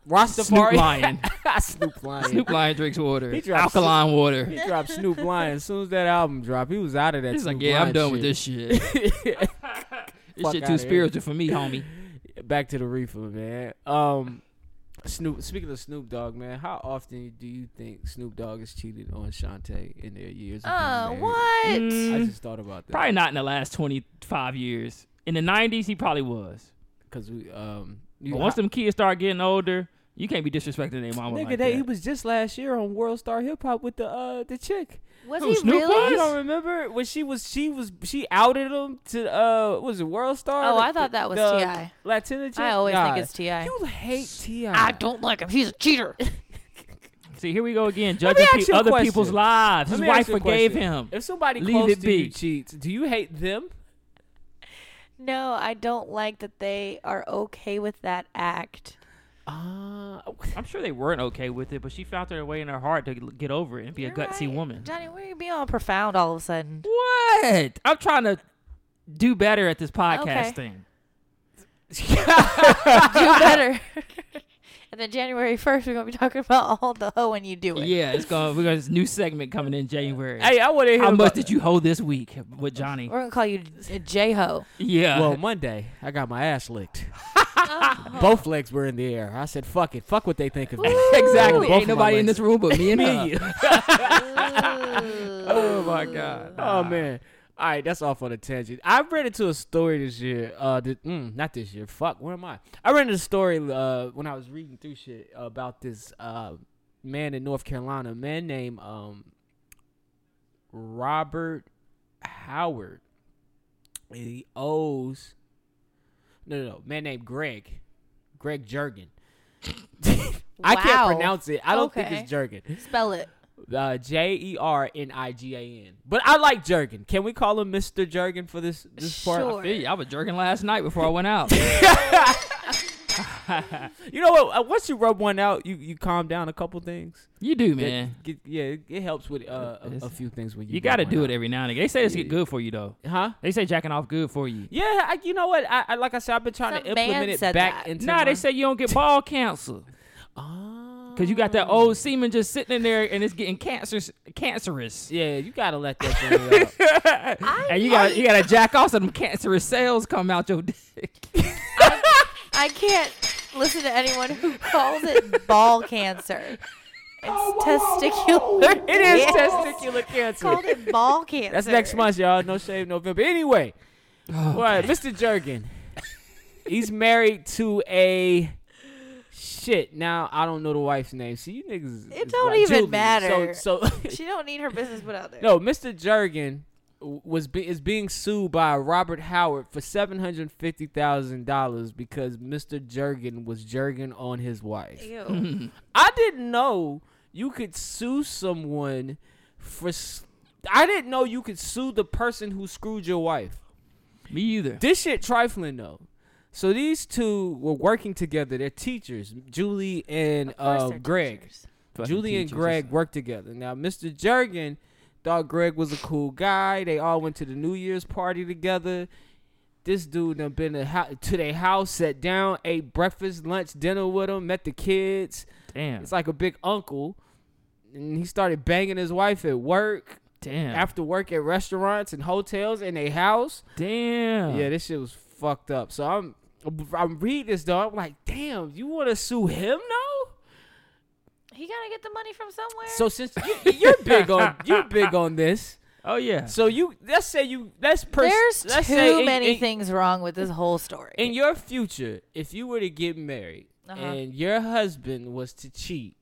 Speaker 3: Rastafari.
Speaker 2: Snoop Lion.
Speaker 3: Snoop Lion.
Speaker 2: Snoop Lion drinks water.
Speaker 3: He drops-
Speaker 2: Alkaline water.
Speaker 3: He dropped Snoop Lion. As soon as that album dropped, he was out of that.
Speaker 2: He's like,
Speaker 3: Snoop
Speaker 2: yeah, I'm
Speaker 3: Lion
Speaker 2: done with this
Speaker 3: shit.
Speaker 2: shit. this
Speaker 3: Fuck
Speaker 2: shit
Speaker 3: outta here.
Speaker 2: too spiritual for me, homie.
Speaker 3: Back to the reefer, man. Um, Snoop. Speaking of Snoop Dogg, man, how often do you think Snoop Dogg has cheated on Shantae in their years? of being
Speaker 4: Uh,
Speaker 3: married?
Speaker 4: what?
Speaker 3: I
Speaker 2: Mm,
Speaker 3: just thought about that.
Speaker 2: probably not in the last 25 years. In the 90s, he probably was.
Speaker 3: because we um. You,
Speaker 2: But once them kids start getting older, you can't be disrespecting their mama
Speaker 3: nigga,
Speaker 2: like
Speaker 3: they,
Speaker 2: that.
Speaker 3: he was just last year on World Star Hip Hop with the uh the chick.
Speaker 4: Was
Speaker 2: Who,
Speaker 4: he
Speaker 2: Snoop
Speaker 4: really?
Speaker 2: was?
Speaker 3: You don't remember when she was she was she outed him to uh what was it World Star?
Speaker 4: Oh,
Speaker 3: The-
Speaker 4: I thought that was
Speaker 3: the
Speaker 4: T.I..
Speaker 3: Latina chick.
Speaker 4: I always
Speaker 3: Nah.
Speaker 4: think it's Ti.
Speaker 3: You hate Ti.
Speaker 4: don't like him. He's a cheater.
Speaker 2: See, here we go again,
Speaker 3: Let me
Speaker 2: judging
Speaker 3: ask
Speaker 2: pe-
Speaker 3: you a
Speaker 2: other
Speaker 3: question.
Speaker 2: people's lives.
Speaker 3: Let
Speaker 2: His
Speaker 3: me ask
Speaker 2: wife
Speaker 3: you a
Speaker 2: forgave
Speaker 3: question.
Speaker 2: him.
Speaker 3: If somebody
Speaker 2: Leave
Speaker 3: close
Speaker 2: it
Speaker 3: to you
Speaker 2: be.
Speaker 3: cheats, do you hate them?
Speaker 4: no, I don't like that they are okay with that act.
Speaker 3: Uh,
Speaker 2: I'm sure they weren't okay with it, but she found her way in her heart to get over it and be a
Speaker 4: You're
Speaker 2: gutsy
Speaker 4: right.
Speaker 2: woman.
Speaker 4: Johnny, why are you being all profound all of a sudden?
Speaker 2: What? I'm trying to do better at this podcast
Speaker 4: Okay.
Speaker 2: thing.
Speaker 4: Do better. and then January 1st, we're going to be talking about all the hoeing you do it.
Speaker 2: Yeah, it's going. We got this new segment coming in January.
Speaker 3: hey, I want to hear
Speaker 2: How much
Speaker 3: about-
Speaker 2: did you hold this week with Johnny?
Speaker 4: We're going to call you J Ho.
Speaker 2: Yeah.
Speaker 3: Well, Monday I got my ass licked. Both legs were in the air. I said, "Fuck it, fuck what they think of me."
Speaker 2: exactly.
Speaker 3: Both
Speaker 2: Ain't
Speaker 3: of my
Speaker 2: nobody in
Speaker 3: legs.
Speaker 2: this room but me and
Speaker 3: Me
Speaker 2: her.
Speaker 3: and you.
Speaker 2: Oh my god.
Speaker 3: Oh man. All right, that's off on a tangent. I ran into a story this year. Uh, th- mm, not this year. Fuck, where am I? I ran into a story uh when I was reading through shit about this uh man in North Carolina, a man named um Robert Howard. And He owes no, no, no, man named Greg, Greg Jurgen. I can't
Speaker 4: Wow.
Speaker 3: pronounce it. I don't think
Speaker 4: Okay.
Speaker 3: it's Jurgen.
Speaker 4: Spell it.
Speaker 3: Uh, J E R N I G A N. But I like Jergen. Can we call him Mr. Jergen for this this part?
Speaker 4: Sure.
Speaker 2: Hey, I was jerking last night before I went out.
Speaker 3: You know what? Uh, Once you rub one out, you, you calm down a couple things.
Speaker 2: you do,
Speaker 3: That
Speaker 2: man.
Speaker 3: get- yeah, it, it helps with uh, a, a
Speaker 2: It's-
Speaker 3: few things when you.
Speaker 2: You
Speaker 3: rub
Speaker 2: got to
Speaker 3: one
Speaker 2: do it
Speaker 3: out.
Speaker 2: every now and again. They say it's get good for you though.
Speaker 3: huh?
Speaker 2: They say jacking off good for you.
Speaker 3: Yeah, I, you know what? I, I like I said, I've been trying to
Speaker 4: Some man
Speaker 3: implement it
Speaker 4: said
Speaker 3: back
Speaker 4: that.
Speaker 3: into.
Speaker 2: Nah,
Speaker 3: my-
Speaker 2: they say you don't get ball cancer
Speaker 3: Oh.
Speaker 2: because you got that old semen just sitting in there and it's getting cancerous, cancerous.
Speaker 3: Yeah, you gotta let that thing out.
Speaker 2: And you got to you got to jack off so them cancerous cells come out your dick.
Speaker 4: I can't listen to anyone who calls it ball cancer. It's
Speaker 3: Oh,
Speaker 4: testicular.
Speaker 3: It is
Speaker 4: Yes.
Speaker 3: testicular cancer.
Speaker 4: Called it ball cancer.
Speaker 3: That's next month, y'all. No shave November. Anyway,
Speaker 4: Oh,
Speaker 3: all right, Mr. Jergen. He's married to a shit. Now I don't know the wife's name. See, you niggas.
Speaker 4: It
Speaker 3: is
Speaker 4: don't
Speaker 3: like
Speaker 4: even
Speaker 3: Julie.
Speaker 4: matter.
Speaker 3: So, so
Speaker 4: She don't need her business put out there.
Speaker 3: no, Mr. Jergen was be, is being sued by Robert Howard for seven hundred fifty thousand dollars because Mr. Jergen was jerking on his wife.
Speaker 4: Ew.
Speaker 3: I didn't know you could sue someone for. s- I didn't know you could sue the person who screwed your wife.
Speaker 2: Me either.
Speaker 3: This shit trifling though. So these two were working together. They're teachers, Julie and uh, Greg. Julie and Greg worked together. Now, Mr. Jergen thought Greg was a cool guy. They all went to the New Year's party together. This dude done been to, hou- to their house, sat down, ate breakfast, lunch, dinner with them, met the kids.
Speaker 2: Damn.
Speaker 3: It's like a big uncle. And he started banging his wife at work,
Speaker 2: Damn.
Speaker 3: after work at restaurants and hotels in their house.
Speaker 2: Damn.
Speaker 3: Yeah, this shit was fucked up. So I'm I'm reading this though. I'm like, damn, you want to sue him now?
Speaker 4: He gotta get the money from somewhere.
Speaker 3: So since you, you're big on you big on this,
Speaker 2: Oh yeah.
Speaker 3: so you let's say you let's pers-
Speaker 4: There's
Speaker 3: let's say
Speaker 4: too
Speaker 3: in-
Speaker 4: many
Speaker 3: in-
Speaker 4: things wrong with this whole story.
Speaker 3: in your future, if you were to get married
Speaker 4: Uh-huh.
Speaker 3: and your husband was to cheat,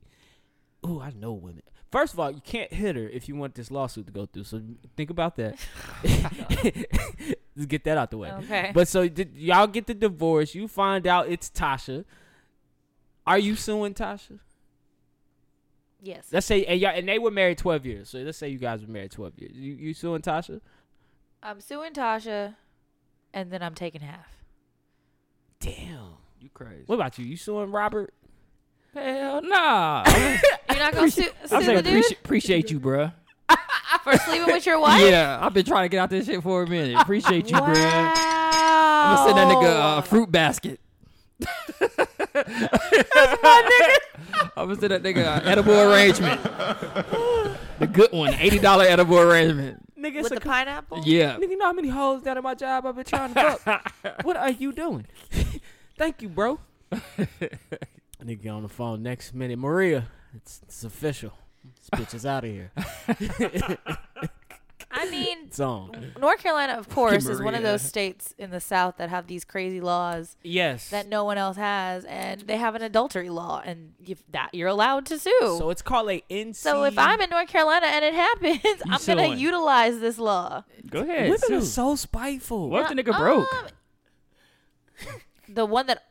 Speaker 3: ooh, I know women. First of all, you can't hit her if you want this lawsuit to go through. So think about that. Just get that out the way.
Speaker 4: Okay.
Speaker 3: But so did, y'all get the divorce. You find out it's Tasha. Are you suing Tasha?
Speaker 4: yes.
Speaker 3: Let's say and y'all and they were married twelve years. So let's say you guys were married twelve years. You you suing Tasha?
Speaker 4: I'm suing Tasha and then I'm taking half.
Speaker 3: Damn.
Speaker 2: you crazy.
Speaker 3: What about you? You suing Robert?
Speaker 2: Hell nah. I'm
Speaker 4: You're not gonna sue, sue
Speaker 2: saying
Speaker 4: the dude
Speaker 2: appreciate, appreciate you, bruh.
Speaker 4: for sleeping with your wife?
Speaker 2: Yeah, I've been trying to get out this shit for a minute. Appreciate you,
Speaker 4: Wow.
Speaker 2: bruh. I'm gonna send that nigga a fruit basket. I'm gonna send that nigga an edible arrangement. the good one, eighty dollar edible arrangement.
Speaker 3: Nigga, it's
Speaker 4: with
Speaker 3: a
Speaker 4: the pineapple?
Speaker 2: Yeah.
Speaker 3: Nigga, you know how many hoes down at my job I've been trying to fuck? what are you doing? Thank you, bro. I need to get on the phone next minute. Maria, it's, it's official. This bitch is out of here.
Speaker 4: I mean,
Speaker 3: It's on.
Speaker 4: North Carolina, of course, is one of
Speaker 2: Maria.
Speaker 4: those states in the South that have these crazy laws
Speaker 3: Yes.
Speaker 4: that no one else has, and they have an adultery law, and you that you're allowed to sue.
Speaker 3: so
Speaker 4: So,
Speaker 3: it's called a NC.
Speaker 4: if I'm in North Carolina and it happens, I'm gonna
Speaker 2: suing.
Speaker 4: utilize this law.
Speaker 2: Go ahead.
Speaker 3: women are
Speaker 2: sue.
Speaker 3: so spiteful.
Speaker 2: What if the nigga
Speaker 4: Um,
Speaker 2: broke?
Speaker 4: The one that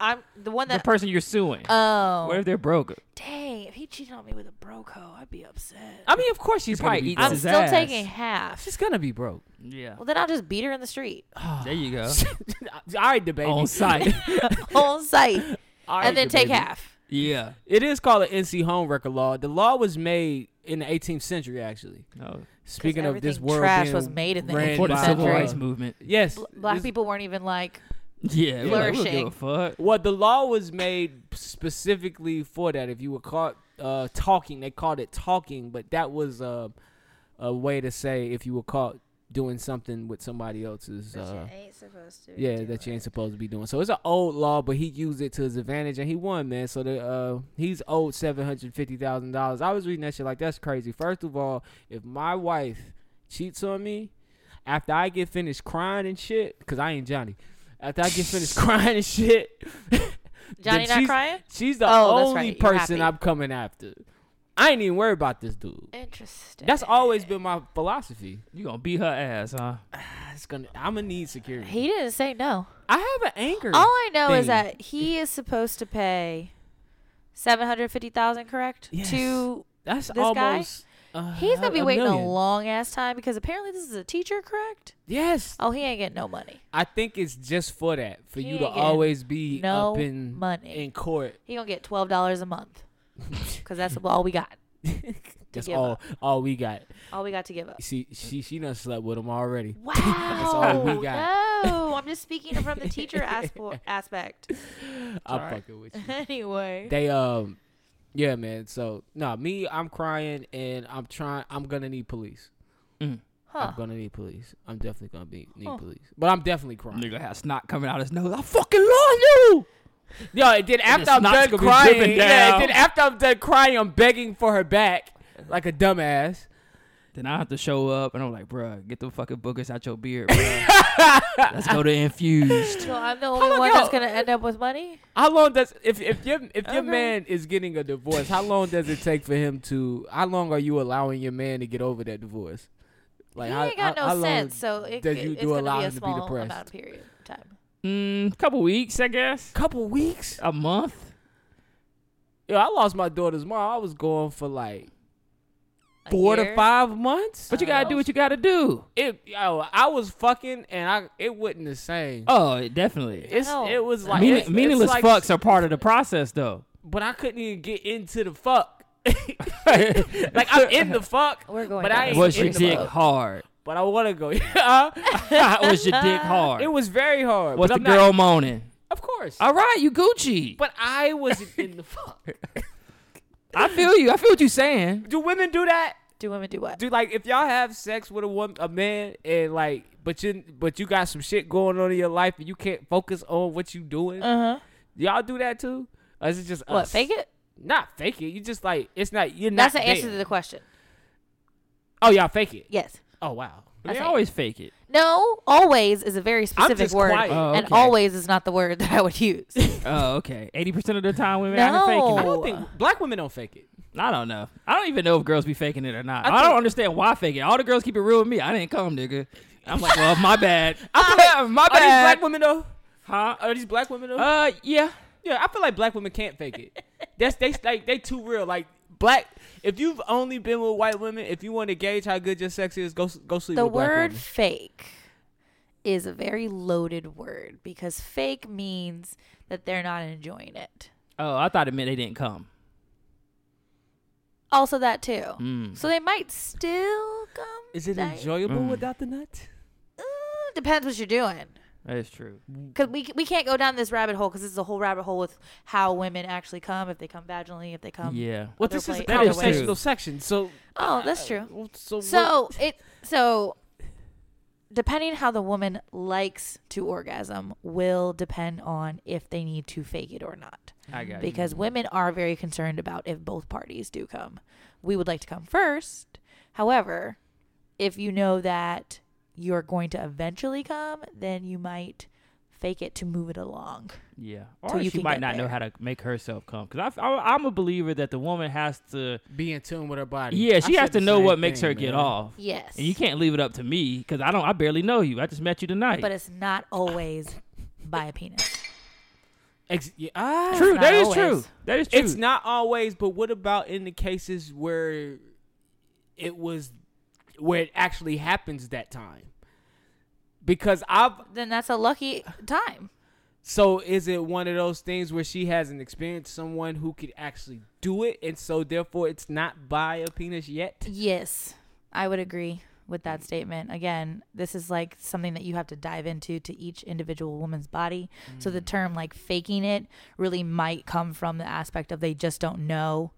Speaker 4: I'm, the one
Speaker 2: The
Speaker 4: that.
Speaker 2: person you're suing.
Speaker 4: oh,
Speaker 2: what if they're broke?
Speaker 4: dang! If he cheated on me with a bro code, I'd be upset.
Speaker 3: I mean, of course she's
Speaker 2: gonna
Speaker 3: probably
Speaker 2: be
Speaker 3: eating.
Speaker 2: broke.
Speaker 4: I'm
Speaker 2: his
Speaker 3: his-
Speaker 4: still
Speaker 2: ass.
Speaker 4: taking half.
Speaker 3: She's gonna be broke.
Speaker 2: Yeah.
Speaker 4: Well, then I'll just beat her in the street
Speaker 2: There you go.
Speaker 3: All right, debate.
Speaker 2: On site.
Speaker 4: on site,
Speaker 3: All right,
Speaker 4: and then take
Speaker 3: baby.
Speaker 4: half.
Speaker 2: yeah.
Speaker 3: It is called an NC home record law. The law was made in the 18th century, actually.
Speaker 2: No.
Speaker 3: Speaking of this
Speaker 4: everything
Speaker 3: world,
Speaker 4: trash
Speaker 3: being
Speaker 4: was made in the
Speaker 3: ran
Speaker 4: And
Speaker 2: For the
Speaker 3: by,
Speaker 2: civil
Speaker 3: uh,
Speaker 4: Century.
Speaker 2: rights movement.
Speaker 3: Yes,
Speaker 4: Bl- black
Speaker 3: this-
Speaker 4: people weren't even like
Speaker 2: Yeah. we don't give a
Speaker 4: Flourishing.
Speaker 2: fuck.
Speaker 3: Well, the law was made specifically for that. If you were caught uh, talking, they called it talking, but that was uh, a way to say if you were caught doing something with somebody else's. Uh,
Speaker 4: ain't supposed to.
Speaker 3: yeah, that you ain't supposed to be doing. So it's an old law, but he used it to his advantage and he won, man. So the uh, he's owed seven hundred fifty thousand dollars. I was reading that shit like that's crazy. First of all, if my wife cheats on me after I get finished crying and shit, because I ain't Johnny. After I get finished crying and shit, then
Speaker 4: Johnny not
Speaker 3: she's-
Speaker 4: crying?
Speaker 3: She's the
Speaker 4: Oh, that's
Speaker 3: only
Speaker 4: right. You're
Speaker 3: person
Speaker 4: happy.
Speaker 3: I'm coming after. I ain't even worried about this dude.
Speaker 4: Interesting.
Speaker 3: That's always been my philosophy.
Speaker 2: You gonna beat her ass, huh?
Speaker 3: It's gonna, I'm gonna need security.
Speaker 4: He didn't say no.
Speaker 3: I have an anger.
Speaker 4: All I know is
Speaker 3: thing.
Speaker 4: that he is supposed to pay seven hundred fifty thousand, correct?
Speaker 3: Yes.
Speaker 4: To
Speaker 3: That's
Speaker 4: this guy?
Speaker 3: almost. uh,
Speaker 4: he's gonna be waiting
Speaker 3: million.
Speaker 4: a long ass time because apparently this is a teacher, correct?
Speaker 3: Yes,
Speaker 4: Oh, he ain't getting no money.
Speaker 3: I think it's just for that, for
Speaker 4: He
Speaker 3: you to
Speaker 4: ain't getting
Speaker 3: always be
Speaker 4: no
Speaker 3: up in
Speaker 4: money.
Speaker 3: in court.
Speaker 4: He gonna get twelve dollars a month because that's all we got.
Speaker 3: That's
Speaker 4: give
Speaker 3: all
Speaker 4: up.
Speaker 3: all we got.
Speaker 4: All we got to give up.
Speaker 3: See, she she done slept with him already.
Speaker 4: Wow.
Speaker 3: all we got.
Speaker 4: No, I'm just speaking from the teacher aspo- aspect.
Speaker 3: I'm
Speaker 2: alright.
Speaker 3: fucking with you.
Speaker 4: Anyway.
Speaker 3: They um, yeah, man. So no, me, I'm crying and I'm trying. I'm gonna need police.
Speaker 4: Huh.
Speaker 3: I'm gonna need police. I'm definitely gonna be need police. But I'm definitely crying.
Speaker 2: Nigga has snot coming out his nose. I fucking love you.
Speaker 3: Yo, and then after
Speaker 2: the
Speaker 3: I'm done
Speaker 2: snot's gonna be
Speaker 3: crying,
Speaker 2: dripping
Speaker 3: yeah,
Speaker 2: down.
Speaker 3: and then after I'm done crying, I'm begging for her back like a dumbass.
Speaker 2: Then I have to show up, and I'm like, bruh, get the fucking boogers out your beard, bruh. Let's go to infused.
Speaker 4: So I'm the only
Speaker 3: long
Speaker 4: one that's
Speaker 3: y'all-
Speaker 4: gonna end up with money.
Speaker 3: How long does if if your if your
Speaker 4: Okay.
Speaker 3: man is getting a divorce? How long does it take for him to? How long are you allowing your man to get over that divorce? Like
Speaker 4: He
Speaker 3: how,
Speaker 4: ain't got
Speaker 3: how-
Speaker 4: no
Speaker 3: how long
Speaker 4: sense, so it,
Speaker 3: does
Speaker 4: it-
Speaker 3: you
Speaker 4: it's
Speaker 3: do
Speaker 4: gonna
Speaker 3: allow
Speaker 4: be
Speaker 3: him
Speaker 4: a
Speaker 3: to be
Speaker 4: small
Speaker 3: depressed?
Speaker 4: amount of period of time.
Speaker 2: Mm, couple weeks, I guess.
Speaker 3: Couple weeks.
Speaker 2: A month.
Speaker 3: Yo, I lost my daughter's mom. I was going for like
Speaker 4: A
Speaker 3: four to
Speaker 4: year?
Speaker 3: five months.
Speaker 2: But you gotta do what you gotta do.
Speaker 3: It, yo, I was fucking, and I it wasn't the same.
Speaker 2: Oh, it definitely.
Speaker 3: It's
Speaker 4: No.
Speaker 3: it was like
Speaker 2: Meaning-
Speaker 3: it's- it's
Speaker 2: meaningless
Speaker 3: like-
Speaker 2: fucks are part of the process, though.
Speaker 3: but I couldn't even get into the fuck. like I'm in the fuck,
Speaker 4: We're going.
Speaker 3: But
Speaker 4: down
Speaker 3: I
Speaker 4: the
Speaker 3: ain't
Speaker 2: Was
Speaker 4: street.
Speaker 3: in
Speaker 2: your
Speaker 3: the
Speaker 2: dick
Speaker 3: boat.
Speaker 2: hard?
Speaker 3: but I want to go. Yeah.
Speaker 2: Was your dick hard?
Speaker 3: It was very hard.
Speaker 2: Was
Speaker 3: but
Speaker 2: the
Speaker 3: I'm not-
Speaker 2: girl moaning?
Speaker 3: of course.
Speaker 2: All right, you Gucci.
Speaker 3: but I wasn't in the fuck.
Speaker 2: I feel you. I feel what you're saying.
Speaker 3: Do women do that?
Speaker 4: Do women do what?
Speaker 3: Do like if y'all have sex with a woman, a man, and like, but you, but you got some shit going on in your life, and you can't focus on what you doing.
Speaker 4: uh huh.
Speaker 3: Y'all do that too? Or is it just
Speaker 4: What?
Speaker 3: us?
Speaker 4: Fake it?
Speaker 3: Not fake it. You just like it's not. You're
Speaker 4: That's
Speaker 3: not
Speaker 4: the answer
Speaker 3: there.
Speaker 4: to the question.
Speaker 3: Oh, y'all fake it.
Speaker 4: Yes.
Speaker 3: Oh wow.
Speaker 2: They
Speaker 4: That's it.
Speaker 2: always fake it.
Speaker 4: No. Always is a very specific
Speaker 3: just
Speaker 4: word,
Speaker 3: quiet.
Speaker 2: Oh,
Speaker 4: and
Speaker 2: okay.
Speaker 4: always is not the word that I would use.
Speaker 2: Oh, okay. Eighty percent of the time, women are
Speaker 3: I
Speaker 2: faking
Speaker 4: No.
Speaker 3: don't think black women don't fake it.
Speaker 2: it. I don't know. I don't even know if girls be faking it or not. I,
Speaker 3: I think-
Speaker 2: don't understand why fake it. All the girls keep it real with me. I didn't come, nigga. I'm like, well, my bad.
Speaker 3: I feel like-
Speaker 2: my
Speaker 3: Are these
Speaker 2: bad.
Speaker 4: Uh,
Speaker 3: black women though?
Speaker 2: Huh?
Speaker 3: Are these black women though?
Speaker 2: Uh, yeah.
Speaker 3: Yeah, I feel like black women can't fake it. That's they like they too real. Like black, if you've only been with white women, if you want to gauge how good your sex is, go s- go sleep
Speaker 4: the
Speaker 3: with a black
Speaker 4: word
Speaker 3: woman.
Speaker 4: fake is a very loaded word because fake means that they're not enjoying it.
Speaker 2: Oh, I thought it meant they didn't come.
Speaker 4: Also that too.
Speaker 2: Mm,
Speaker 4: So they might still come.
Speaker 3: Mm. Is it
Speaker 4: Like,
Speaker 3: enjoyable without the nut?
Speaker 4: uh, depends what you're doing.
Speaker 2: That's true.
Speaker 4: Cause we we can't go down this rabbit hole because this is a whole rabbit hole with how women actually come if they come vaginally if they come. Oh,
Speaker 2: Yeah.
Speaker 3: Well,
Speaker 4: Other
Speaker 3: this is a
Speaker 4: play- other
Speaker 3: conversational
Speaker 2: ways.
Speaker 3: section, so
Speaker 4: Oh, that's true.
Speaker 3: so, what-
Speaker 4: So it so depending how the woman likes to orgasm will depend on if they need to fake it or not.
Speaker 3: I got you.
Speaker 4: because women are very concerned about if both parties do come. We would like to come first. However, if you know that you're going to eventually come, then you might fake it to move it along.
Speaker 2: Yeah,
Speaker 4: Till
Speaker 2: or
Speaker 4: you
Speaker 2: she
Speaker 4: can
Speaker 2: might
Speaker 4: get
Speaker 2: not know
Speaker 4: there.
Speaker 2: how to make herself come. Because I, am a believer that the woman has to.
Speaker 3: Be in tune with her body.
Speaker 2: Yeah, she
Speaker 3: I
Speaker 2: has
Speaker 3: said the
Speaker 2: to know
Speaker 3: same
Speaker 2: what makes
Speaker 3: thing,
Speaker 2: her get
Speaker 3: man.
Speaker 2: off.
Speaker 4: Yes.
Speaker 2: And you can't leave it up to me because I don't. I barely know you. I just met you tonight.
Speaker 4: but it's not always by a penis.
Speaker 3: Ex- yeah, ah.
Speaker 2: true.
Speaker 4: not
Speaker 2: That is true.
Speaker 4: always.
Speaker 2: That is true.
Speaker 3: It's not always, but what about in the cases where it was where it actually happens that time? Because I've
Speaker 4: Then that's a lucky time.
Speaker 3: so is it one of those things where she hasn't experienced someone who could actually do it, and so therefore it's not by a penis yet?
Speaker 4: Yes, I would agree with that statement. Again, this is like something that you have to dive into to each individual woman's body. So
Speaker 3: Mm.
Speaker 4: the term like faking it really might come from the aspect of they just don't know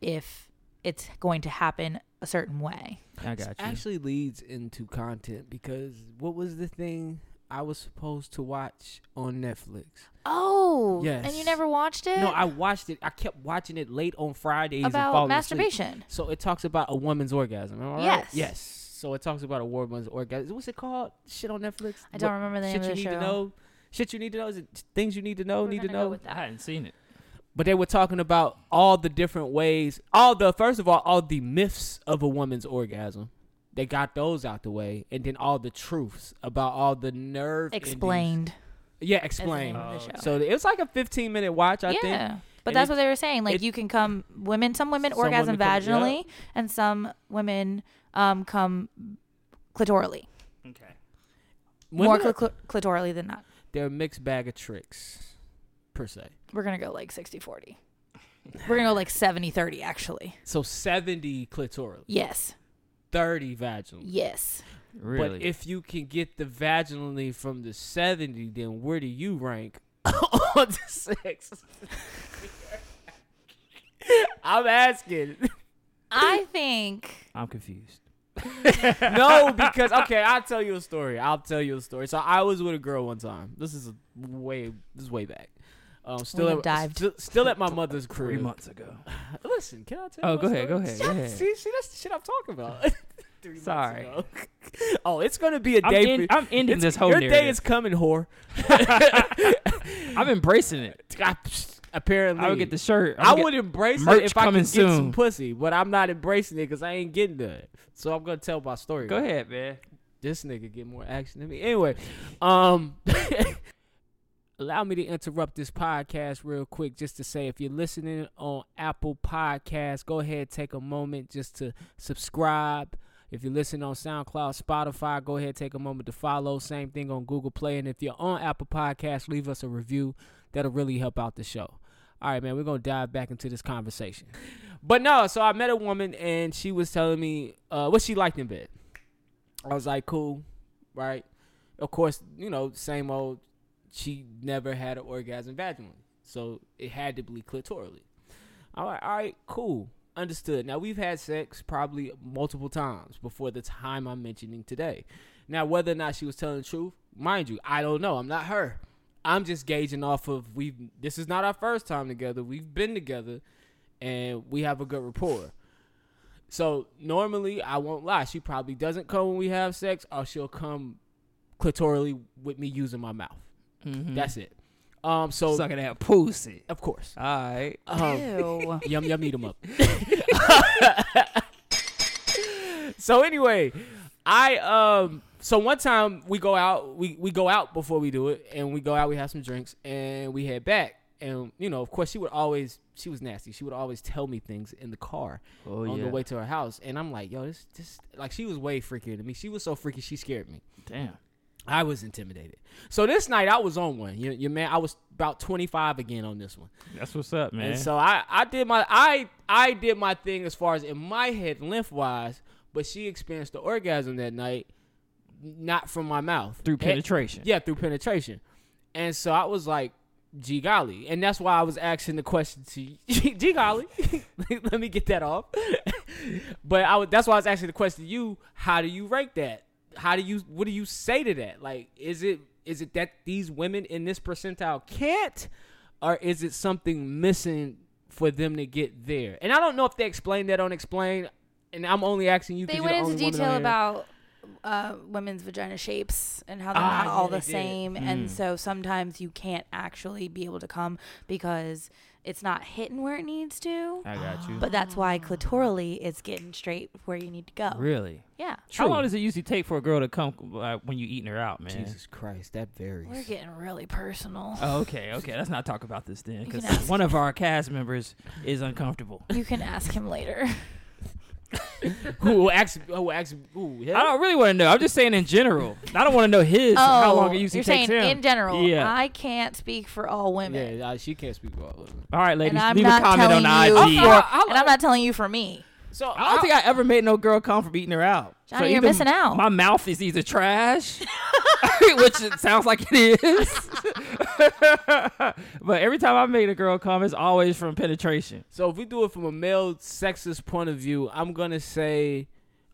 Speaker 4: if it's going to happen a certain way.
Speaker 2: I got you.
Speaker 3: Actually leads into content because what was the thing I was supposed to watch on Netflix?
Speaker 4: Oh, and you
Speaker 3: Yes.
Speaker 4: never watched it?
Speaker 3: No, I watched it. I kept watching it late on Fridays and
Speaker 4: about
Speaker 3: falling asleep.
Speaker 4: masturbation.
Speaker 3: So it talks about a woman's orgasm. Am I right?
Speaker 4: Yes.
Speaker 3: Yes. So it talks about a woman's orgasm. What's it called? Shit on Netflix.
Speaker 4: I don't remember the name
Speaker 3: Shit
Speaker 4: of
Speaker 3: you
Speaker 4: the
Speaker 3: need to
Speaker 4: show.
Speaker 3: know. Shit you need to know. Is it things you need to know?
Speaker 4: We're
Speaker 3: need to
Speaker 4: gonna go
Speaker 3: know.
Speaker 4: with
Speaker 2: I
Speaker 4: that.
Speaker 2: hadn't seen it.
Speaker 3: but they were talking about all the different ways. All the first of all, all the myths of a woman's orgasm. They got those out the way, and then all the truths about all the nerve. endings.
Speaker 4: Explained.
Speaker 3: Yeah,
Speaker 4: is the name
Speaker 3: explain. Oh,
Speaker 4: of the show.
Speaker 3: So it was like a 15 minute watch, I think.
Speaker 4: yeah. But
Speaker 3: And
Speaker 4: that's
Speaker 3: it-
Speaker 4: what they were saying. Like
Speaker 3: it-
Speaker 4: you can come women some women
Speaker 3: Some
Speaker 4: orgasm
Speaker 3: women come-
Speaker 4: vaginally
Speaker 3: yep.
Speaker 4: and some women um come clitorally.
Speaker 2: Okay.
Speaker 4: More
Speaker 3: Women are-
Speaker 4: cl- cl- clitorally than not.
Speaker 3: they're a mixed bag of tricks, per se.
Speaker 4: We're going to go like 60/40. We're going to go like 70/30 actually.
Speaker 3: So 70 clitoral,
Speaker 4: Yes.
Speaker 3: 30 vaginal.
Speaker 4: Yes.
Speaker 2: Really?
Speaker 3: But if you can get the vaginally from the 70, then where do you rank on the sex? I'm asking.
Speaker 4: I think
Speaker 2: I'm confused.
Speaker 3: No, because okay, I'll tell you a story. I'll tell you a story. So I was with a girl one time. This is a way this is way back. Um, still,
Speaker 4: have
Speaker 3: at,
Speaker 4: dived.
Speaker 3: still, still at my mother's crib.
Speaker 2: Three months ago.
Speaker 3: Listen, can I tell?
Speaker 2: Oh,
Speaker 3: you my
Speaker 2: go ahead,
Speaker 3: story?
Speaker 2: go ahead, go ahead.
Speaker 3: See, see, that's the shit I'm talking about. Three months
Speaker 2: Sorry.
Speaker 3: ago. oh, it's gonna be a
Speaker 2: I'm,
Speaker 3: day.
Speaker 2: en-
Speaker 3: for,
Speaker 2: I'm ending
Speaker 3: it's-
Speaker 2: this whole
Speaker 3: Your
Speaker 2: narrative.
Speaker 3: day is coming, whore.
Speaker 2: I'm embracing it.
Speaker 3: Apparently,
Speaker 2: I would get the shirt.
Speaker 3: I
Speaker 2: would.
Speaker 3: would embrace
Speaker 2: merch
Speaker 3: it if I could
Speaker 2: coming
Speaker 3: get
Speaker 2: soon.
Speaker 3: some pussy, but I'm not embracing it because I ain't getting none. So I'm gonna tell my story.
Speaker 2: Go ahead, man.
Speaker 3: This nigga get more action than me. Anyway, um, allow me to interrupt this podcast real quick just to say if you're listening on Apple Podcasts, go ahead take a moment just to subscribe. If you're listening on SoundCloud, Spotify, go ahead take a moment to follow. Same thing on Google Play, and if you're on Apple Podcasts, leave us a review. That'll really help out the show. All right, man, we're gonna dive back into this conversation. But no, so I met a woman and she was telling me uh, what she liked in bed. I was like, cool, right? Of course, you know, same old. She never had an orgasm vaginally, so it had to be clitorally. I'm like, all right, cool, understood. Now we've had sex probably multiple times before the time I'm mentioning today. Now whether or not she was telling the truth, mind you, I don't know. I'm not her. I'm just gauging off of we've. This is not our first time together. We've been together, and we have a good rapport. So normally, I won't lie. She probably doesn't come when we have sex, or she'll come clitorally with me using my mouth. That's it. Um. So
Speaker 2: Sucking that pussy.
Speaker 3: of course,
Speaker 2: All right.
Speaker 4: Oh.
Speaker 3: um,
Speaker 4: ew.
Speaker 3: yum yum eat 'em up. so anyway, I um. So one time we go out, we we go out before we do it, and we go out, we have some drinks, and we head back. And you know, of course, she would always she was nasty. She would always tell me things in the car
Speaker 2: Oh,
Speaker 3: on
Speaker 2: yeah.
Speaker 3: the way to her house, and I'm like, yo, this this like she was way freakier than me. She was so freaky, she scared me.
Speaker 2: Damn.
Speaker 3: I was intimidated. So this night I was on one. Your, your man, I was about 25 again on this one.
Speaker 2: That's what's up, man.
Speaker 3: And so I, I did my I I did my thing as far as in my head lengthwise, but she experienced the orgasm that night, not from my mouth
Speaker 2: Through
Speaker 3: And-
Speaker 2: penetration.
Speaker 3: yeah, through penetration. And so I was like, gee golly. And that's why I was asking the question to you. gee golly. Let me get that off. but I was, that's why I was asking the question to you, how do you rank that? how do you what do you say to that? Like, is it is it that these women in this percentile can't, or is it something missing for them to get there? And I don't know if they explained that on explain. And I'm only asking you. 'cause
Speaker 4: They
Speaker 3: you're
Speaker 4: went
Speaker 3: the only
Speaker 4: into
Speaker 3: woman on
Speaker 4: detail
Speaker 3: here.
Speaker 4: about uh, women's vagina shapes and how they're
Speaker 3: Ah,
Speaker 4: not
Speaker 3: yeah,
Speaker 4: all
Speaker 3: they did.
Speaker 4: the
Speaker 3: Hmm.
Speaker 4: same, and so sometimes you can't actually be able to come because it's not hitting where it needs to.
Speaker 2: I got you.
Speaker 4: But that's why clitorally it's getting straight where you need to go.
Speaker 2: Really?
Speaker 4: Yeah.
Speaker 2: How long does it usually take for a girl to come uh, when you eating her out, man?
Speaker 3: Jesus Christ, that varies.
Speaker 4: We're getting really personal.
Speaker 2: Oh, okay, okay. Let's not talk about this then, because
Speaker 4: can ask.
Speaker 2: one of our cast members is uncomfortable.
Speaker 4: You can ask him later.
Speaker 3: who will ask? Who will ask? Who?
Speaker 2: I don't really want to know. I'm just saying in general. I don't want to know his how long it
Speaker 4: Oh,
Speaker 2: usually
Speaker 4: you're
Speaker 2: takes
Speaker 4: saying
Speaker 2: him.
Speaker 4: in general.
Speaker 2: Yeah.
Speaker 4: I can't speak for all women.
Speaker 3: Yeah, uh, she can't speak for all of them.
Speaker 2: All right, ladies,
Speaker 4: And I'm
Speaker 2: leave a
Speaker 4: not
Speaker 2: comment on
Speaker 4: telling you Oh,
Speaker 2: the IG.
Speaker 4: for,
Speaker 2: I
Speaker 3: I'll-
Speaker 4: and I'm not telling you for me.
Speaker 3: So
Speaker 2: don't think I ever made no girl come for beating her out.
Speaker 4: Johnny, you're
Speaker 2: either
Speaker 4: missing out.
Speaker 2: My mouth is either trash, which it sounds like it is. but every time I made a girl come, it's always from penetration.
Speaker 3: So if we do it from a male sexist point of view, I'm gonna say,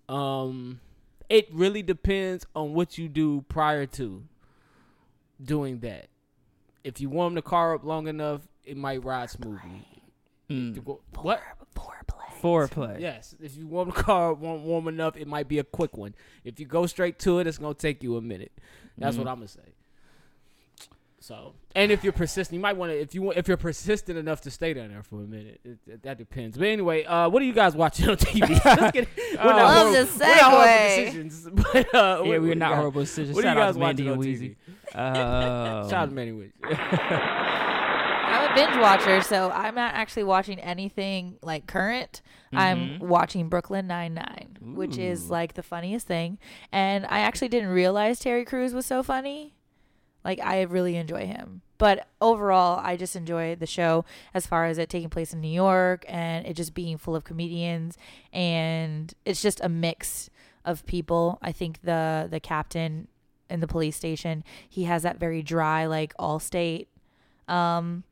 Speaker 3: um, it really depends on what you do prior to doing that. If you warm the car up long enough, it might ride smoothly. To go- What?
Speaker 4: Foreplay.
Speaker 2: Mm. Foreplay.
Speaker 3: Yes. If you warm the car up warm, warm enough, it might be a quick one. If you go straight to it, it's gonna take you a minute. That's
Speaker 2: Mm-hmm.
Speaker 3: what I'm gonna say. So, and if you're persistent, you might want to. If you want, if you're persistent enough to stay down there for a minute, it, it- that depends. But anyway, uh, what are you guys watching on TV? Let's get, we're not
Speaker 2: Love
Speaker 3: horrible-
Speaker 4: this
Speaker 3: We're not
Speaker 4: Oh, segue.
Speaker 3: horrible decisions, but uh,
Speaker 2: Yeah, we're not
Speaker 3: horrible.
Speaker 2: horrible decisions.
Speaker 3: what do you
Speaker 2: Shout out
Speaker 3: guys
Speaker 2: to Mandy
Speaker 3: watching on
Speaker 2: and Weezy.
Speaker 3: TV?
Speaker 2: Um,
Speaker 3: Shout out to Manny Wiz.
Speaker 4: I'm a binge watcher, so I'm not actually watching anything like current. I'm
Speaker 2: Mm-hmm.
Speaker 4: watching Brooklyn Nine Nine, which is like the funniest thing. And I actually didn't realize Terry Crews was so funny. Like I really enjoy him. But overall, I just enjoy the show as far as it taking place in New York and it just being full of comedians and it's just a mix of people. I think the the captain in the police station, he has that very dry like all state um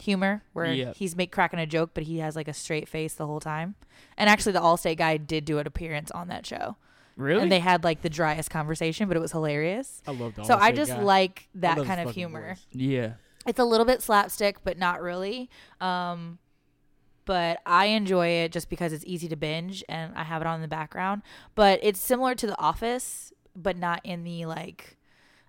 Speaker 4: humor where
Speaker 2: Yep.
Speaker 4: he's make cracking a joke but he has like a straight face the whole time. And actually the Allstate guy did do an appearance on that show.
Speaker 2: really?
Speaker 4: And they had like the driest conversation, but it was hilarious.
Speaker 3: I love the
Speaker 4: So I
Speaker 3: Allstate
Speaker 4: just
Speaker 3: guy.
Speaker 4: like
Speaker 3: I
Speaker 4: that
Speaker 3: love
Speaker 4: kind
Speaker 3: his
Speaker 4: of
Speaker 3: fucking
Speaker 4: humor.
Speaker 3: voice.
Speaker 2: yeah.
Speaker 4: It's a little bit slapstick, but not really. Um, but I enjoy it just because it's easy to binge and I have it on in the background. But it's similar to The Office, but not in the like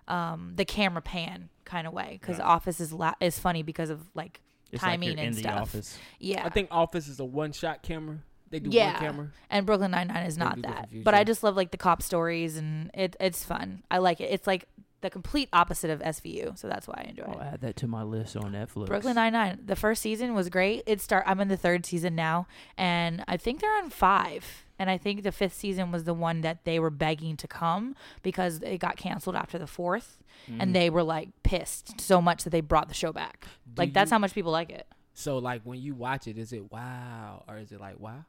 Speaker 4: um, the camera pan kind of way because Office is la- is funny because of like
Speaker 2: It's like
Speaker 4: timing
Speaker 2: you're
Speaker 4: and
Speaker 2: in
Speaker 4: stuff.
Speaker 2: the office.
Speaker 4: Yeah,
Speaker 3: I think Office is a one-shot camera. They do
Speaker 4: yeah.
Speaker 3: one camera.
Speaker 4: And Brooklyn Nine Nine is
Speaker 3: do
Speaker 4: not
Speaker 3: different
Speaker 4: that.
Speaker 3: views,
Speaker 4: But
Speaker 3: yeah.
Speaker 4: I just love like the cop stories and it it's fun. I like it. It's like the complete opposite of SVU, so that's why I enjoy
Speaker 2: I'll
Speaker 4: it.
Speaker 2: add that to my list on Netflix.
Speaker 4: Brooklyn Nine Nine. The first season was great. It start. I'm in the third season now, and I think they're on five. And I think the fifth season was the one that they were begging to come because it got canceled after the fourth, and they were like pissed so much that they brought the show back. like that's
Speaker 3: you-
Speaker 4: how much people like it.
Speaker 3: So like when you watch it, is it wow or is it like wow?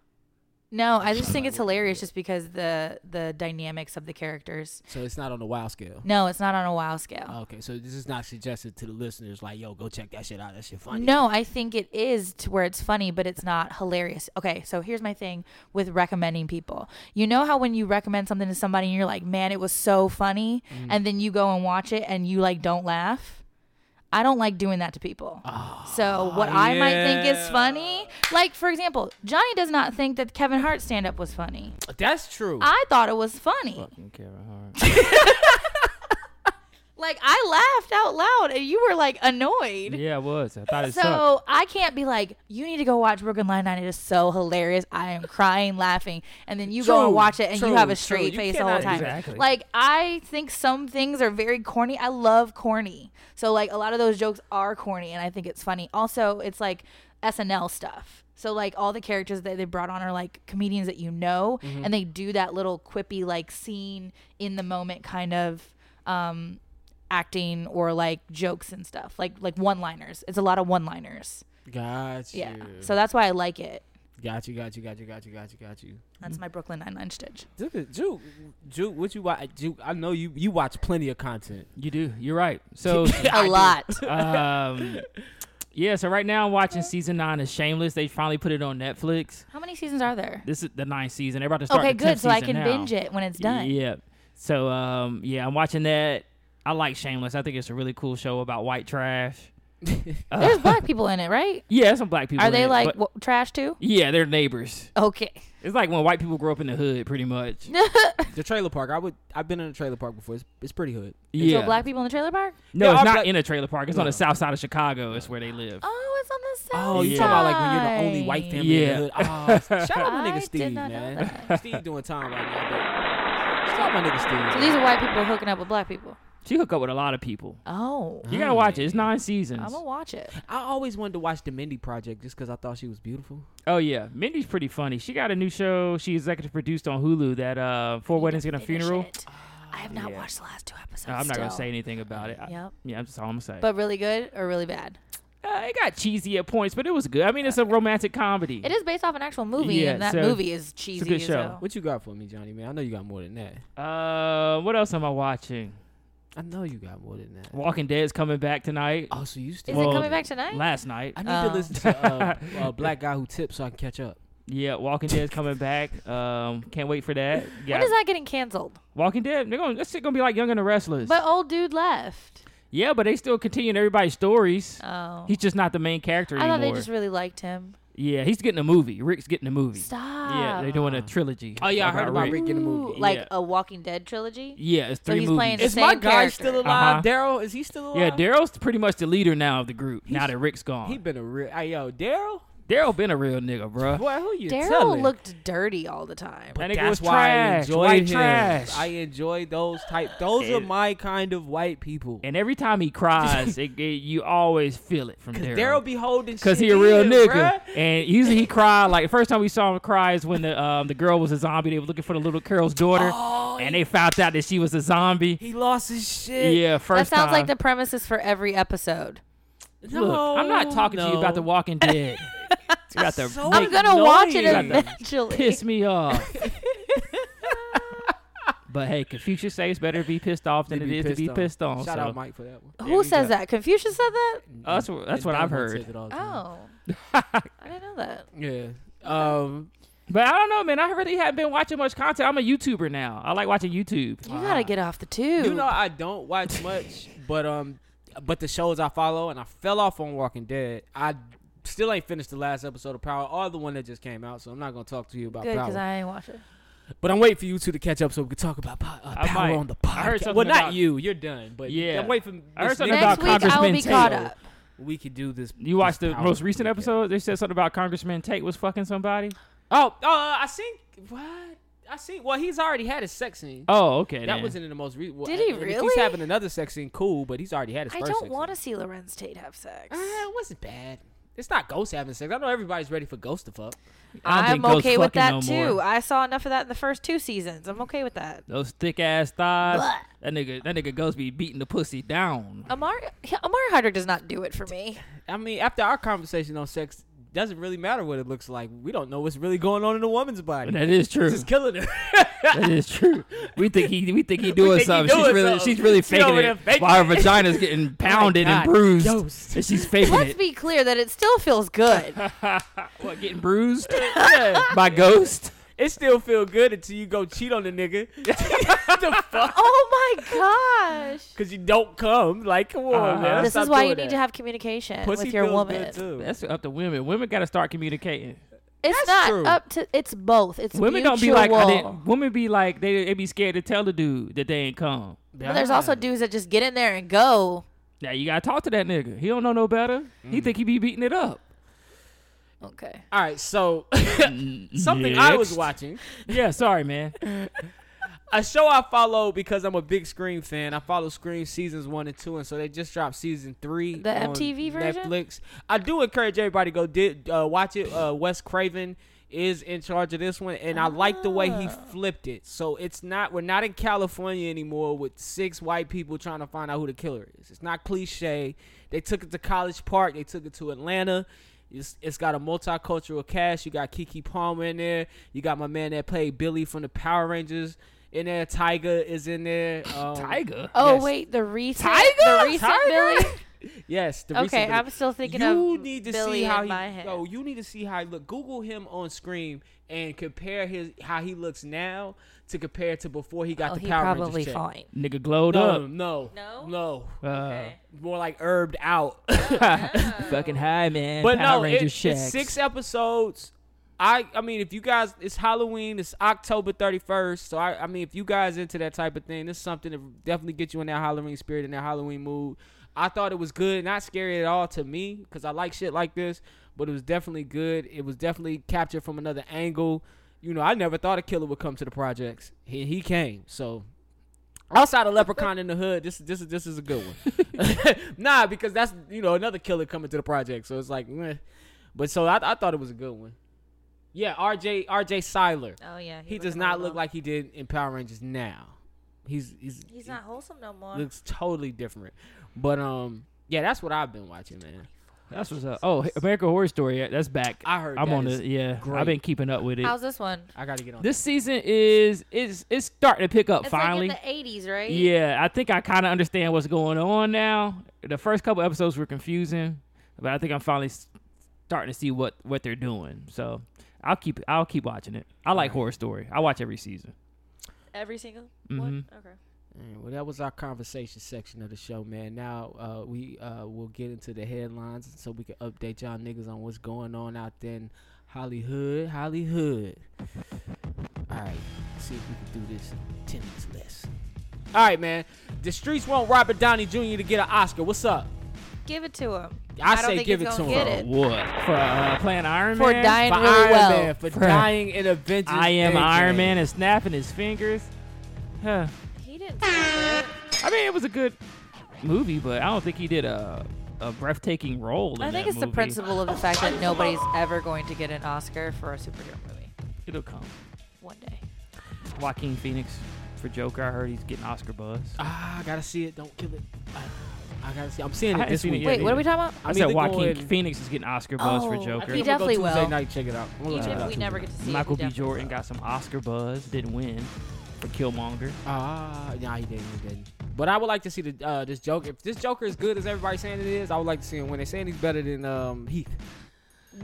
Speaker 4: No, I just think it's
Speaker 3: what people
Speaker 4: hilarious
Speaker 3: like.
Speaker 4: just because the the dynamics of the characters.
Speaker 3: So it's not on the wow scale.
Speaker 4: No, it's not on a wow scale.
Speaker 3: Okay, so this is not suggested to the listeners. Like, yo, go check that shit out. That shit funny.
Speaker 4: No, I think it is to where it's funny, but it's not hilarious. Okay, so here's my thing with recommending people. You know how when you recommend something to somebody and you're like, man, it was so funny, and then you go and watch it and you like don't laugh? I don't like doing that to people. so what I might think is
Speaker 3: yeah.
Speaker 4: funny, like for example, Johnny does not think that Kevin Hart's stand up was funny.
Speaker 3: That's true.
Speaker 4: I thought it was funny.
Speaker 2: Fucking Kevin Hart.
Speaker 4: Like I laughed out loud and you were like annoyed.
Speaker 2: yeah, it was. I thought it sucked.
Speaker 4: So I can't be like, you need to go watch Brooklyn Nine Nine. It is so hilarious. I am crying, laughing, and then you go
Speaker 3: True,
Speaker 4: and watch it, and
Speaker 3: true,
Speaker 4: you have
Speaker 3: true.
Speaker 4: a straight
Speaker 3: You
Speaker 4: face the whole
Speaker 3: cannot-
Speaker 4: time.
Speaker 2: Exactly.
Speaker 4: Like I think some things are very corny. I love corny, so like a lot of those jokes are corny, and I think it's funny. Also, it's like SNL stuff. So like all the characters that they brought on are like comedians that you know, and they do that little quippy like scene in the moment kind of. Um, acting or like jokes and stuff like like one liners it's a lot of one liners
Speaker 3: got you.
Speaker 4: yeah. So that's why I like it.
Speaker 3: got you. Got you. Got you. Got you. Got you. Got you.
Speaker 4: That's my Brooklyn Nine Nine stitch.
Speaker 3: Dude, Juke, Juke, what you watch? Juke, I know you. You watch plenty of content.
Speaker 2: You do. You're right. So,
Speaker 4: A lot.
Speaker 2: um, yeah. So right now I'm watching season nine of Shameless. They finally put it on Netflix.
Speaker 4: How many seasons are there?
Speaker 2: This is the ninth season. They're about to start.
Speaker 4: Okay,
Speaker 2: the 10th
Speaker 4: good. So I
Speaker 2: season
Speaker 4: can
Speaker 2: now.
Speaker 4: binge it when it's done.
Speaker 2: Yeah. So um, yeah, I'm watching that. I like Shameless. I think it's a really cool show about white trash.
Speaker 4: There's black people in it, right?
Speaker 2: Yeah, some black people.
Speaker 4: Are
Speaker 2: in
Speaker 4: they
Speaker 2: it,
Speaker 4: like
Speaker 2: but-
Speaker 4: w- trash too?
Speaker 2: yeah, they're neighbors.
Speaker 4: Okay.
Speaker 2: It's like when white people grow up in the hood, pretty much.
Speaker 3: The trailer park. I would. I've been in a trailer park before. It's, it's pretty hood.
Speaker 2: yeah.
Speaker 4: So black people in the trailer park?
Speaker 2: no,
Speaker 3: Yeah,
Speaker 2: it's
Speaker 3: all
Speaker 2: not
Speaker 3: black-
Speaker 2: in a trailer park. It's on the south side of Chicago. It's where they live.
Speaker 4: Oh, it's on the south
Speaker 3: Oh, you
Speaker 2: Yeah.
Speaker 3: talking about like when you're the only white
Speaker 4: side.
Speaker 3: family
Speaker 2: Yeah.
Speaker 3: in the hood? Oh, shout out my
Speaker 4: I
Speaker 3: nigga
Speaker 4: did
Speaker 3: Steve,
Speaker 4: not know
Speaker 3: man. Steve doing time right now. But shout out my nigga Steve.
Speaker 4: So these are white people hooking up with black people.
Speaker 2: She hook up with a lot of people.
Speaker 4: Oh.
Speaker 2: You gotta watch it. It's nine seasons.
Speaker 4: I'm gonna watch it.
Speaker 3: I always wanted to watch the Mindy Project just because I thought she was beautiful.
Speaker 2: Oh yeah, Mindy's pretty funny. She got a new show. She executive produced on Hulu that uh, Four Weddings and a
Speaker 4: Finish
Speaker 2: Funeral.
Speaker 4: it. I have not watched the last two episodes.
Speaker 2: Uh, I'm not gonna
Speaker 4: still.
Speaker 2: say anything about it. I-
Speaker 4: Yep.
Speaker 2: Yeah, that's all I'm gonna say.
Speaker 4: But really good or really bad?
Speaker 2: uh, it got cheesy at points, but it was good. I mean, it's a romantic comedy.
Speaker 4: It is based off an actual movie,
Speaker 2: Yeah,
Speaker 4: and that
Speaker 2: so
Speaker 4: movie is cheesy
Speaker 2: good
Speaker 4: as
Speaker 2: show.
Speaker 4: hell.
Speaker 3: What you got for me, Johnny? Man, I know you got more than that.
Speaker 2: Uh, what else am I watching?
Speaker 3: I know you got more than that.
Speaker 2: Walking Dead's coming back tonight.
Speaker 3: Oh, so you
Speaker 4: Is
Speaker 3: still?
Speaker 2: Well,
Speaker 4: it coming back tonight?
Speaker 2: Last night.
Speaker 3: I need
Speaker 4: Oh.
Speaker 3: to listen to uh, a black guy who tips so I can catch up.
Speaker 2: Yeah, Walking Dead's coming back. Um, can't wait for that. Yeah,
Speaker 4: When is that getting canceled?
Speaker 2: Walking Dead. They're gonna that shit gonna be like Young and the Restless.
Speaker 4: But old dude left.
Speaker 2: yeah, but they still continuing everybody's stories.
Speaker 4: Oh.
Speaker 2: He's just not the main character
Speaker 4: I thought
Speaker 2: anymore.
Speaker 4: they just really liked him.
Speaker 2: Yeah, he's getting a movie. Rick's getting a movie.
Speaker 4: Stop.
Speaker 2: Yeah, they're doing a trilogy.
Speaker 3: Oh, yeah, I heard about Rick. getting a movie.
Speaker 4: Ooh, Like
Speaker 2: Yeah.
Speaker 4: a Walking Dead trilogy?
Speaker 2: Yeah, it's
Speaker 4: So
Speaker 2: three
Speaker 4: he's
Speaker 2: movies.
Speaker 4: playing The
Speaker 3: Is my
Speaker 4: same
Speaker 3: guy
Speaker 4: character.
Speaker 3: still alive?
Speaker 2: Uh-huh.
Speaker 3: Daryl, is he still
Speaker 2: yeah,
Speaker 3: alive?
Speaker 2: Daryl's pretty much the leader now of the group. now that Rick's gone,
Speaker 3: He been a real. Hey, yo, Daryl.
Speaker 2: Daryl been a real nigga, bruh.
Speaker 3: Boy, who you
Speaker 4: Daryl
Speaker 3: telling?
Speaker 4: looked dirty all the time.
Speaker 2: That
Speaker 3: But
Speaker 2: nigga was
Speaker 3: that's why I
Speaker 2: trash,
Speaker 3: enjoy
Speaker 2: white
Speaker 3: him.
Speaker 2: trash.
Speaker 3: I enjoy those type. Those are
Speaker 2: And-
Speaker 3: my kind of white people.
Speaker 2: And every time he cries, it, it- you always feel it from Daryl.
Speaker 3: Daryl be holding.
Speaker 2: Cause
Speaker 3: shit
Speaker 2: he a real
Speaker 3: in,
Speaker 2: nigga,
Speaker 3: bruh.
Speaker 2: and usually he cried. Like the first time we saw him cry is when the um, the girl was a zombie. They were looking for the little girl's daughter,
Speaker 3: Oh,
Speaker 2: and they found out that she was a zombie.
Speaker 3: He lost his shit.
Speaker 2: Yeah,
Speaker 4: That
Speaker 2: first
Speaker 4: sounds like
Speaker 2: time.
Speaker 4: the premises for every episode.
Speaker 3: No,
Speaker 2: Look, I'm not talking to you about The
Speaker 3: no.
Speaker 2: Walking Dead. you got to
Speaker 3: So
Speaker 4: I'm gonna watch it
Speaker 3: annoying.
Speaker 4: eventually.
Speaker 2: piss me off. but hey, Confucius says it's better to be pissed off than
Speaker 3: To
Speaker 2: it
Speaker 3: be
Speaker 2: is to be
Speaker 3: on.
Speaker 2: pissed on.
Speaker 3: Shout
Speaker 2: so.
Speaker 3: out Mike for that one.
Speaker 4: Who says that? Confucius said that?
Speaker 2: Uh, that's what, that's
Speaker 3: And
Speaker 2: what I've
Speaker 3: Damo
Speaker 2: heard.
Speaker 3: says it all the time.
Speaker 4: Oh. I didn't know that.
Speaker 3: Yeah. Um,
Speaker 2: But I don't know, man. I really haven't been watching much content. I'm a YouTuber now. I like watching YouTube.
Speaker 4: You gotta get off the tube.
Speaker 3: you know I don't watch much, but um, but the shows I follow, and I fell off on Walking Dead. I still ain't finished the last episode of Power or the one that just came out, so I'm not gonna talk to you about
Speaker 4: Good, because
Speaker 3: Power.
Speaker 4: I ain't watch it.
Speaker 3: but I'm waiting for you two to catch up so we can talk about po- uh,
Speaker 2: I
Speaker 3: Power
Speaker 2: might.
Speaker 3: on the podcast.
Speaker 2: I heard something
Speaker 3: well, not
Speaker 2: about-
Speaker 3: you. You're done. But
Speaker 2: Yeah.
Speaker 3: I'm waiting for.
Speaker 2: I heard
Speaker 3: this
Speaker 2: something
Speaker 3: nigga-
Speaker 2: about
Speaker 4: Next week I will
Speaker 2: Congressman
Speaker 4: be caught
Speaker 2: Taylor.
Speaker 4: up.
Speaker 3: We could do this.
Speaker 2: You watched
Speaker 3: this
Speaker 2: the
Speaker 3: Power
Speaker 2: most recent
Speaker 3: podcast.
Speaker 2: episode? They said something about Congressman Tate was fucking somebody.
Speaker 3: Oh, uh, I think what I think. Well, he's already had his sex scene.
Speaker 2: Oh, okay.
Speaker 3: That
Speaker 2: then.
Speaker 3: wasn't in the most recent. Well, uh,
Speaker 4: Did he
Speaker 3: if He's
Speaker 4: really?
Speaker 3: having another sex scene, cool, but he's already had his
Speaker 4: I
Speaker 3: first.
Speaker 4: don't
Speaker 3: sex
Speaker 4: want to
Speaker 3: scene.
Speaker 4: see Lorenz Tate have sex.
Speaker 3: Uh, it wasn't bad. It's not Ghost having sex. I know everybody's ready for Ghost to fuck.
Speaker 2: I don't
Speaker 4: I'm
Speaker 2: think those
Speaker 4: okay with
Speaker 2: fucking
Speaker 4: that
Speaker 2: no
Speaker 4: too.
Speaker 2: more.
Speaker 4: I saw enough of that in the first two seasons. I'm okay with that.
Speaker 2: Those thick ass thighs.
Speaker 4: Blah.
Speaker 2: That nigga, that nigga Ghost be beating the pussy down.
Speaker 4: Amar Amar Hyder does not do it for me.
Speaker 3: I mean, after our conversation on sex, doesn't really matter what it looks like. We don't know what's really going on in a woman's body.
Speaker 2: That is true.
Speaker 3: It's just killing her.
Speaker 2: That is true. We think he we think he doing
Speaker 3: think he
Speaker 2: something.
Speaker 3: doing
Speaker 2: she's really
Speaker 3: something.
Speaker 2: she's really
Speaker 3: She
Speaker 2: faking
Speaker 3: over there
Speaker 2: it
Speaker 3: faking
Speaker 2: while her
Speaker 3: it.
Speaker 2: vagina's getting pounded and
Speaker 3: God,
Speaker 2: bruised.
Speaker 3: Ghost.
Speaker 2: And she's faking
Speaker 4: Let's
Speaker 2: it.
Speaker 4: be clear that it still feels good.
Speaker 2: What, getting bruised by ghost?
Speaker 3: it still feel good until you go cheat on the nigga. the fuck?
Speaker 4: oh my gosh.
Speaker 3: Because you don't come. Like, come on,
Speaker 2: Uh-huh.
Speaker 3: man.
Speaker 4: This
Speaker 3: Stop
Speaker 4: is why you
Speaker 3: doing
Speaker 4: need
Speaker 3: that.
Speaker 4: to have communication
Speaker 3: Pussy
Speaker 4: with your
Speaker 3: feels
Speaker 4: woman.
Speaker 3: Good too.
Speaker 2: That's up to women. Women got to start communicating.
Speaker 4: It's
Speaker 3: That's
Speaker 4: not
Speaker 3: true.
Speaker 4: up to. It's both. It's
Speaker 2: Women
Speaker 4: mutual.
Speaker 2: don't be like I didn't, women be like they they be scared to tell the dude that they ain't come.
Speaker 4: But there's also dudes that just get in there and go.
Speaker 2: Now you gotta talk to that nigga. He don't know no better.
Speaker 3: Mm.
Speaker 2: He think he be beating it up.
Speaker 4: Okay.
Speaker 3: All right, so something I was
Speaker 2: Next.
Speaker 3: watching,
Speaker 2: Yeah, sorry man.
Speaker 3: a show I follow because I'm a big Scream fan. I follow Scream seasons one and two, and so they just dropped season three.
Speaker 4: The
Speaker 3: on
Speaker 4: MTV version?
Speaker 3: Netflix. I do encourage everybody to go did uh, watch it. Uh, Wes Craven is in charge of this one, and I like the way he flipped it. So it's not we're not in California anymore with six white people trying to find out who the killer is. It's not cliche. They took it to College Park. They took it to Atlanta. It's, it's got a multicultural cast. You got Kiki Palmer in there. You got my man that played Billy from the Power Rangers in there. Tiger is in there. Um,
Speaker 2: Tiger.
Speaker 4: Oh
Speaker 3: Yes.
Speaker 4: wait, the recent
Speaker 3: Tiger?
Speaker 4: the recent
Speaker 3: Tiger?
Speaker 4: Billy.
Speaker 3: Yes. The
Speaker 4: Okay,
Speaker 3: recent
Speaker 4: I'm still thinking
Speaker 3: you
Speaker 4: of
Speaker 3: need to
Speaker 4: Billy
Speaker 3: see how
Speaker 4: in
Speaker 3: he,
Speaker 4: my head.
Speaker 3: Yo, you need to see how he look. Google him on Scream and compare his how he looks now to compare to before he got
Speaker 4: Oh,
Speaker 3: the
Speaker 4: he
Speaker 3: Power
Speaker 4: probably
Speaker 3: Rangers check.
Speaker 4: fine.
Speaker 2: Nigga glowed
Speaker 3: No,
Speaker 2: up.
Speaker 3: no,
Speaker 4: No?
Speaker 3: no.
Speaker 2: Uh,
Speaker 3: More like herbed out.
Speaker 2: Fucking high, man.
Speaker 3: Uh. but
Speaker 2: Power
Speaker 3: no, it-
Speaker 2: Rangers
Speaker 3: it's
Speaker 2: checks.
Speaker 3: six episodes. I I mean, if you guys, it's Halloween. It's October thirty first. So I I mean, if you guys into that type of thing, this is something to definitely get you in that Halloween spirit and that Halloween mood. I thought it was good, not scary at all to me, because I like shit like this. But it was definitely good. It was definitely captured from another angle. You know, I never thought a killer would come to the projects. He he came. So Outside of Leprechaun in the Hood, this this is this is a good one. nah, because that's you know another killer coming to the project, so it's like, meh. but so I, I thought it was a good one. Yeah, RJ RJ Seiler.
Speaker 4: Oh yeah.
Speaker 3: he does not look like he did in Power Rangers now. He's he's
Speaker 4: he's not wholesome no more.
Speaker 3: he looks totally different. But um, yeah, that's what I've been watching, man.
Speaker 2: That's what's up. Oh, American Horror Story. yeah, That's back.
Speaker 3: I heard
Speaker 2: I'm
Speaker 3: that
Speaker 2: on
Speaker 3: is
Speaker 2: it. Yeah,
Speaker 3: great.
Speaker 2: I've been keeping up with it.
Speaker 4: How's this one?
Speaker 3: I got to get on.
Speaker 2: this season is it's it's starting to pick up
Speaker 4: It's
Speaker 2: finally.
Speaker 4: like in the 80s, right?
Speaker 2: Yeah, I think I kind of understand what's going on now. The first couple episodes were confusing, but I think I'm finally s- starting to see what what they're doing. So I'll keep I'll keep watching it. I like Horror Story. I watch every season.
Speaker 4: Every single one.
Speaker 3: Mm-hmm.
Speaker 4: Okay.
Speaker 3: Alright, well, that was our conversation section of the show, man. Now uh, we uh, will get into the headlines so we can update y'all niggas on what's going on out there in Hollywood. Hollywood. All right, see if we can do this in 10 minutes less. All right, man. The streets want Robert Downey Jr. to get an Oscar. What's up?
Speaker 4: Give it to him.
Speaker 3: I
Speaker 4: don't
Speaker 3: say
Speaker 4: think
Speaker 3: give
Speaker 4: he's
Speaker 3: it
Speaker 4: gonna
Speaker 3: to him.
Speaker 4: get it.
Speaker 2: What for uh, playing Iron
Speaker 4: For
Speaker 2: Man?
Speaker 4: dying
Speaker 3: For
Speaker 4: really
Speaker 3: Iron
Speaker 4: well.
Speaker 3: Man, for
Speaker 2: Bruh.
Speaker 3: dying in Avengers.
Speaker 2: I am
Speaker 3: Endgame.
Speaker 2: Iron Man and snapping his fingers. Huh.
Speaker 4: He didn't. deserve it.
Speaker 2: I mean, it was a good movie, but I don't think he did a a breathtaking role. In
Speaker 4: I think
Speaker 2: that
Speaker 4: it's the
Speaker 2: movie.
Speaker 4: principle of the fact that nobody's ever going to get an Oscar for a superhero movie.
Speaker 2: It'll come.
Speaker 4: One day.
Speaker 2: Joaquin Phoenix for Joker. I heard he's getting Oscar buzz.
Speaker 3: Ah, I gotta see it. Don't kill it. I, I gotta see. I'm seeing
Speaker 2: I
Speaker 3: it
Speaker 2: haven't
Speaker 3: this
Speaker 2: seen it
Speaker 3: week.
Speaker 2: Yeah,
Speaker 4: Wait,
Speaker 2: he
Speaker 4: what are
Speaker 2: did.
Speaker 4: we talking about?
Speaker 2: I
Speaker 3: I'm
Speaker 2: said
Speaker 3: either
Speaker 2: Joaquin
Speaker 3: going-
Speaker 2: Phoenix is getting Oscar buzz for
Speaker 4: Oh,
Speaker 2: Joker.
Speaker 4: he
Speaker 3: I'm gonna go
Speaker 4: Definitely
Speaker 3: Tuesday
Speaker 4: will.
Speaker 3: night. Check it out. I'm gonna
Speaker 4: Even
Speaker 3: check it
Speaker 4: if
Speaker 3: out
Speaker 4: we
Speaker 3: Tuesday.
Speaker 4: never get to see
Speaker 2: Michael
Speaker 4: it,
Speaker 2: B.
Speaker 4: we definitely
Speaker 2: Jordan got some Oscar buzz. Didn't win for Killmonger.
Speaker 3: Ah, nah, he didn't. He didn't. But I would like to see the uh, this Joker. If this Joker is good as everybody's saying it is, I would like to see him. When they're saying he's better than um, Heath,
Speaker 4: will.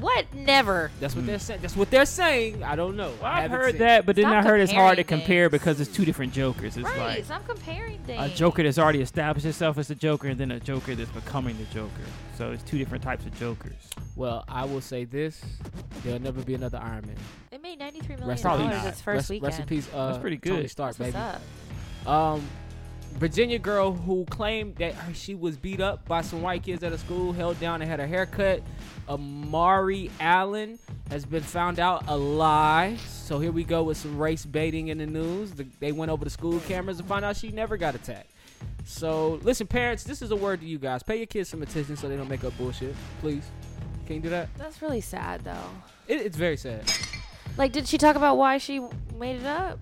Speaker 4: What? Never.
Speaker 3: that's what they're saying. That's what they're saying. I don't know. I
Speaker 2: I've
Speaker 3: haven't
Speaker 2: heard
Speaker 3: seen-
Speaker 2: that, but then
Speaker 4: Stop
Speaker 2: I heard it's hard to
Speaker 4: comparing
Speaker 2: compare
Speaker 4: things.
Speaker 2: because it's two different Jokers. It's
Speaker 4: right.
Speaker 2: like
Speaker 4: Stop comparing
Speaker 2: a
Speaker 4: things.
Speaker 2: Joker that's already established himself as the Joker, and then a Joker that's becoming the Joker. So it's two different types of Jokers.
Speaker 3: Well, I will say this: there'll never be another Iron Man.
Speaker 4: It made $93 million
Speaker 3: Rest
Speaker 2: Probably
Speaker 4: dollars
Speaker 2: not.
Speaker 4: its first
Speaker 3: rest,
Speaker 4: weekend.
Speaker 3: Rest in peace. Uh,
Speaker 2: That's pretty
Speaker 3: Tony
Speaker 2: good.
Speaker 3: Stark,
Speaker 4: That's what's
Speaker 3: baby.
Speaker 4: up.
Speaker 3: Um, Virginia girl who claimed that her- she was beat up by some white kids at a school, held down and had her haircut. Amari Allen has been found out a lie. So here we go with some race baiting in the news. The, they went over the school cameras and found out she never got attacked. So listen, parents, this is a word to you guys. Pay your kids some attention so they don't make up bullshit, please. Can you do that?
Speaker 4: That's really sad, though.
Speaker 3: It, it's very sad.
Speaker 4: Like, did she talk about why she made it up?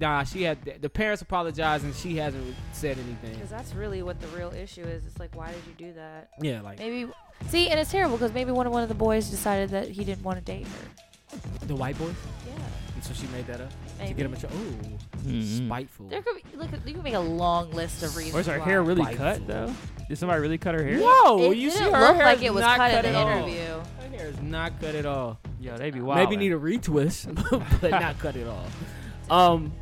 Speaker 3: Nah, she had the parents apologized and she hasn't said anything.
Speaker 4: Because that's really what the real issue is. It's like, why did you do that?
Speaker 3: Yeah, like
Speaker 4: Maybe. See, and it's terrible because maybe one of one of the boys decided that he didn't want to date her.
Speaker 3: the white boys.
Speaker 4: Yeah.
Speaker 3: And so she made that up to
Speaker 4: Maybe.
Speaker 3: get him in trouble. Ooh,
Speaker 2: Mhm.
Speaker 3: spiteful.
Speaker 4: There could be, look, you could make a long list of reasons.
Speaker 2: Where's her
Speaker 4: why.
Speaker 2: hair really
Speaker 3: Spiteful.
Speaker 2: cut though? Did somebody really cut her hair?
Speaker 3: Whoa,
Speaker 4: It
Speaker 3: Oh, you see
Speaker 4: didn't
Speaker 3: her
Speaker 4: look
Speaker 3: hair
Speaker 4: like
Speaker 3: is
Speaker 4: it was
Speaker 3: not
Speaker 4: cut,
Speaker 3: cut
Speaker 4: in
Speaker 3: at
Speaker 4: the
Speaker 3: all.
Speaker 4: interview.
Speaker 3: Her hair is not cut at all.
Speaker 2: Yo, they be wild.
Speaker 3: Maybe need a retwist, but not cut at all. Um,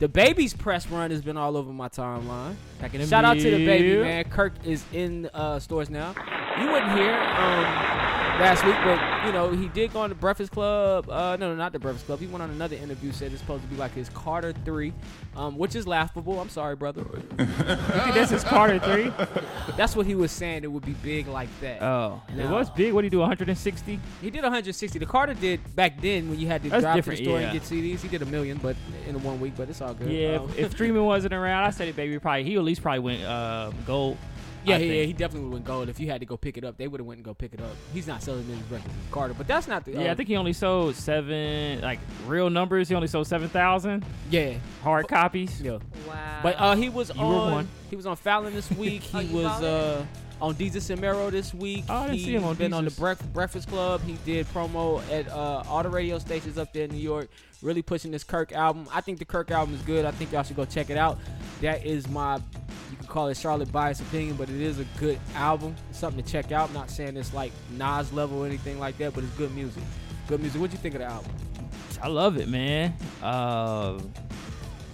Speaker 3: the baby's press run has been all over my timeline.
Speaker 2: Packing them
Speaker 3: Shout out to the baby
Speaker 2: bill.
Speaker 3: man. Kirk is in uh, stores now. You wouldn't hear um, last week, but you know he did go on the Breakfast Club. Uh, no, no, not the Breakfast Club. He went on another interview. Said it's supposed to be like his Carter Three, um, which is laughable. I'm sorry, brother.
Speaker 2: this is Carter three.
Speaker 3: That's what he was saying. It would be big like that.
Speaker 2: Oh, it
Speaker 3: No.
Speaker 2: was big. What do you do? 160?
Speaker 3: He did 160. The Carter did back then when you had to
Speaker 2: That's
Speaker 3: drive to the
Speaker 2: different,
Speaker 3: store
Speaker 2: yeah.
Speaker 3: and get CDs. He did a million, but in one week. But it's all good.
Speaker 2: Yeah,
Speaker 3: Um,
Speaker 2: if, if streaming wasn't around, I said it, baby. Probably he at least probably went uh, gold.
Speaker 3: yeah,
Speaker 2: I
Speaker 3: yeah, yeah,
Speaker 2: think.
Speaker 3: he definitely would win gold if you had to go pick it up. They would have went and go pick it up. He's not selling many records as Carter, but that's not the.
Speaker 2: Yeah, I
Speaker 3: um,
Speaker 2: think he only sold seven like real numbers. He only sold seven thousand
Speaker 3: Yeah,
Speaker 2: hard copies.
Speaker 3: yeah.
Speaker 4: Wow.
Speaker 3: But uh, he was
Speaker 2: You were
Speaker 3: on.
Speaker 2: one.
Speaker 3: He was on Fallon this week.
Speaker 4: Oh,
Speaker 3: He
Speaker 4: you
Speaker 3: was
Speaker 4: followed
Speaker 3: uh, on Jesus and Mero this week.
Speaker 2: Oh, I didn't
Speaker 3: He's
Speaker 2: see him on
Speaker 3: been on the
Speaker 2: Deezus.
Speaker 3: Bref- Breakfast Club. He did promo at uh, all the radio stations up there in New York. Really pushing this Kirk album. I think the Kirk album is good. I think y'all should go check it out. That is my You can call it Charlotte Bias Opinion, but it is a good album. It's something to check out. I'm not saying it's like Nas level or anything like that, but it's good music. Good music. What'd you think of the album?
Speaker 2: I love it, man. Uh,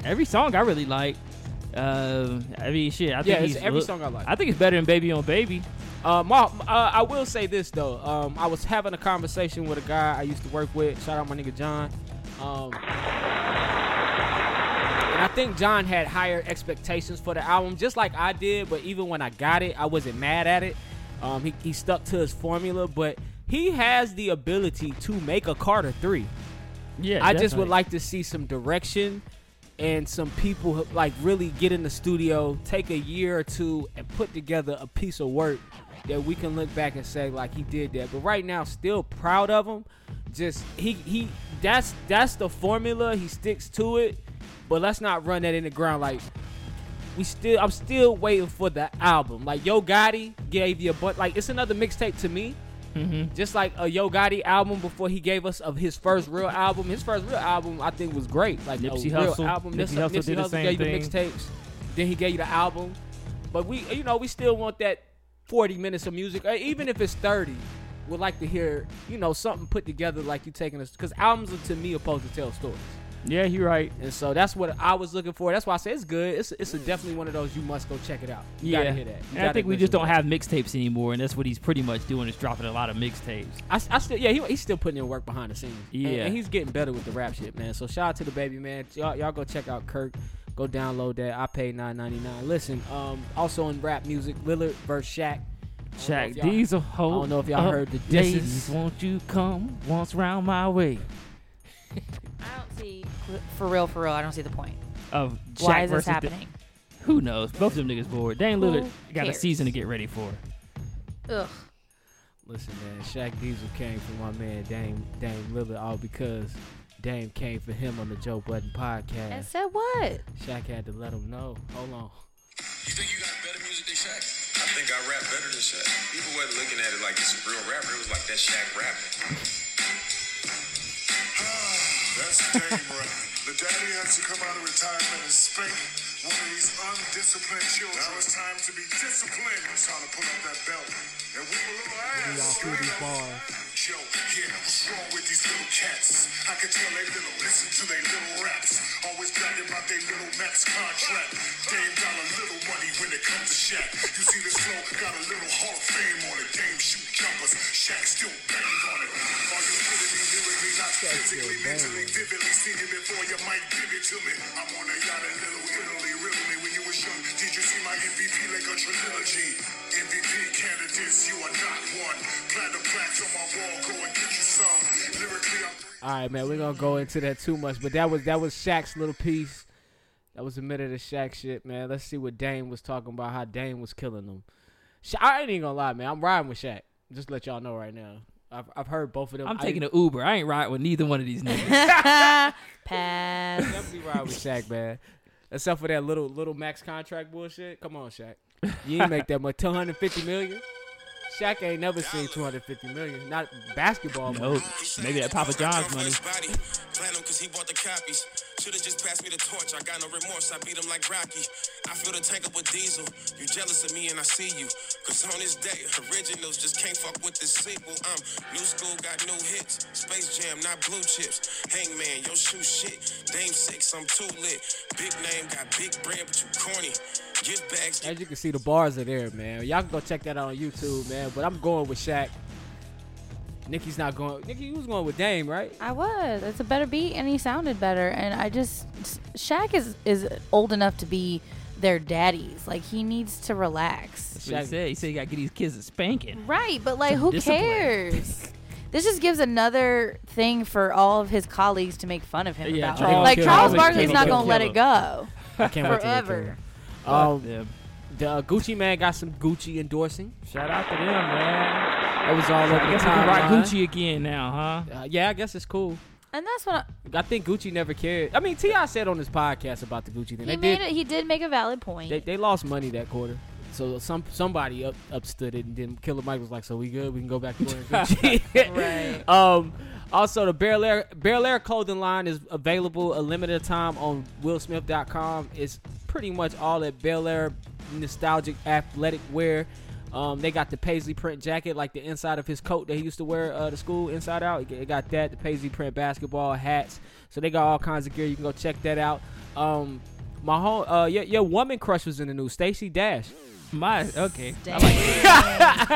Speaker 2: every song I really like. Uh, I mean, shit. I
Speaker 3: Yeah,
Speaker 2: think
Speaker 3: it's
Speaker 2: he's
Speaker 3: every
Speaker 2: look-
Speaker 3: song I like.
Speaker 2: I think it's better than Baby on Baby.
Speaker 3: Uh, Ma- uh, I will say this though. Um, I was having a conversation with a guy I used to work with. Shout out my nigga John. Um, and I think John had higher expectations for the album, just like I did. But even when I got it, I wasn't mad at it. Um, he, he stuck to his formula, but he has the ability to make a Carter three.
Speaker 2: Yeah,
Speaker 3: I just would like to see some direction and some people who, like really get in the studio, take a year or two, and put together a piece of work that we can look back and say like he did that. But right now, still proud of him. Just he he that's that's the formula. He sticks to it. But let's not run that in the ground like we still I'm still waiting for the album. Like Yo Gotti gave you a but like it's another mixtape to me.
Speaker 2: Mm-hmm.
Speaker 3: Just like a Yo Gotti album before he gave us of his first real album. His first real album I think was great. Like
Speaker 2: Nipsey
Speaker 3: a real
Speaker 2: Hussle.
Speaker 3: album.
Speaker 2: Nipsey Hussle did the same
Speaker 3: gave you
Speaker 2: thing.
Speaker 3: the mixtapes. Then he gave you the album. But we you know we still want that 40 minutes of music or even if it's 30 would like to hear you know something put together like you taking us because albums are to me opposed to tell stories.
Speaker 2: Yeah, you're right.
Speaker 3: And so that's what I was looking for. That's why I said it's good. It's it's a definitely one of those you must go check it out. You
Speaker 2: Mm. yeah,
Speaker 3: gotta hear that. You
Speaker 2: And I
Speaker 3: gotta
Speaker 2: think we
Speaker 3: listen
Speaker 2: just don't
Speaker 3: to it.
Speaker 2: have mixtapes anymore, and that's what he's pretty much doing is dropping a lot of mixtapes.
Speaker 3: I, I still yeah he, he's still putting in work behind the scenes. And- and,
Speaker 2: Yeah.
Speaker 3: he's getting better with the rap shit, man. So shout out to the baby man. Y'all, y'all go check out Kirk. Go download that. I paid nine ninety nine. Listen, um, also in rap music, Lillard versus Shaq. I don't
Speaker 2: Shaq
Speaker 3: know if y'all-
Speaker 2: Diesel,
Speaker 3: I
Speaker 2: hold
Speaker 3: don't know if y'all
Speaker 2: up,
Speaker 3: heard the
Speaker 2: Ladies,
Speaker 3: disses.
Speaker 2: won't you come once round my way?
Speaker 4: I don't see for real, for real. I don't see the point.
Speaker 2: Of Shaq
Speaker 4: Why is this
Speaker 2: versus the-
Speaker 4: happening?
Speaker 2: who knows? Both of them niggas bored. Dane
Speaker 4: Who
Speaker 2: Lillard got a
Speaker 4: cares?
Speaker 2: season to get ready for.
Speaker 4: Ugh.
Speaker 3: Listen, man, Shaq Diesel came for my man Dame Dame Lillard all because Dame came for him on the Joe Budden
Speaker 4: And
Speaker 3: podcast.
Speaker 4: said what?
Speaker 3: Shaq had to let him know. Hold on.
Speaker 7: You think you got better music than Shaq? I think I rap better than Shaq. People wasn't looking at it like it's a real rapper. It was like that Shaq rapping.
Speaker 8: That's Damon. The daddy has to come out of retirement and spank one of these undisciplined children. Now it's time to be disciplined. It's time to pull up that belt and whip a little ass.
Speaker 3: Y'all feel these bars.
Speaker 8: Yo, yeah, what's wrong with these little cats? I can tell they little, listen to they little raps. Always bragging about they little max contract. Dame got a little money when it comes to Shaq. You see this flow, got a little Hall of Fame on it. Dame shoot jumpers, Shaq still bang on it. Are you kidding me? Lyrically, not physically, mentally, vividly seen it before. You might give it to me. I'm on a yacht in Little Italy, really. When you was young, did you see my MVP like a trilogy? MVP candidates, you are not one. Platinum plaques on my wall, go and get you some. Lyrically, I'm.
Speaker 3: All right, man, we're gonna go into that too much, but that was that was Shaq's little piece. That was a minute of Shaq shit, man. Let's see what Dame was talking about. How Dame was killing them. Sha- I ain't even gonna lie, man. I'm riding with Shaq. Just let y'all know right now. I've, I've heard both of them.
Speaker 2: I'm taking
Speaker 3: I
Speaker 2: an Uber. I ain't ride with neither one of these niggas.
Speaker 4: Pass.
Speaker 3: definitely ride with Shaq, man. Except for that little little max contract bullshit. Come on, Shaq. You ain't make that much. 250 million. Shaq ain't never seen 250 million. Not basketball. money.
Speaker 2: oh, maybe that Papa John's money.
Speaker 7: Body. Platinum 'cause he bought the copies. Should've just passed me the torch. I got no remorse. I beat him like Rocky. I fill the tank up with diesel. You jealous of me and I see you. Cause on this day, originals just can't fuck with this sequel. I'm new school, got new hits. Space Jam, not blue chips. Hangman, yo shoe shit. Dame six, I'm too lit. Big name, got big bread, but you corny. Give bags,
Speaker 3: As you can see, the bars are there, man. Y'all can go check that out on YouTube, man. But I'm going with Shaq. Nikki's not going. Nikki, you was going with Dame, right?
Speaker 4: I was. It's a better beat, and he sounded better. And I just, Shaq is is old enough to be their daddies. Like he needs to relax.
Speaker 2: That's what he said. He said you got to get these kids a spanking.
Speaker 4: Right, but like, who
Speaker 2: discipline.
Speaker 4: cares? This just gives another thing for all of his colleagues to make fun of him
Speaker 2: Yeah,
Speaker 4: about.
Speaker 2: Charles
Speaker 4: like
Speaker 3: Kidd.
Speaker 4: Charles
Speaker 3: Charles
Speaker 4: Barkley's
Speaker 3: Kidd.
Speaker 4: not
Speaker 3: Kill
Speaker 4: gonna let it go
Speaker 3: I can't wait to hear
Speaker 4: forever.
Speaker 3: him. Um,
Speaker 2: Yeah.
Speaker 3: the uh, Gucci man got some Gucci endorsing.
Speaker 2: Shout out to them, man.
Speaker 3: That was all over
Speaker 2: I
Speaker 3: the
Speaker 2: guess we can rock
Speaker 3: timeline.
Speaker 2: Gucci again now, huh?
Speaker 3: Uh, yeah, I guess it's cool.
Speaker 4: And that's what I,
Speaker 3: I think Gucci never cared. I mean, Ti said on his podcast about the Gucci thing.
Speaker 4: he
Speaker 3: they
Speaker 4: made.
Speaker 3: did.
Speaker 4: it, he did make a valid point.
Speaker 3: They, they lost money that quarter. So some somebody up upstood it, and then Killer Mike was like, "So we good? We can go back to wearing Gucci."
Speaker 4: Right.
Speaker 3: Um, also, the Bear Air, Bear Air clothing line is available a limited time on willsmith.com. It's pretty much all at Bear Air nostalgic athletic wear. Um, they got the paisley print jacket, like the inside of his coat that he used to wear uh, to school, inside out. They got that, the paisley print basketball hats. So they got all kinds of gear. You can go check that out. Um, my whole uh, your, your woman crush was in the news. Stacey Dash.
Speaker 2: My okay.
Speaker 4: Dang.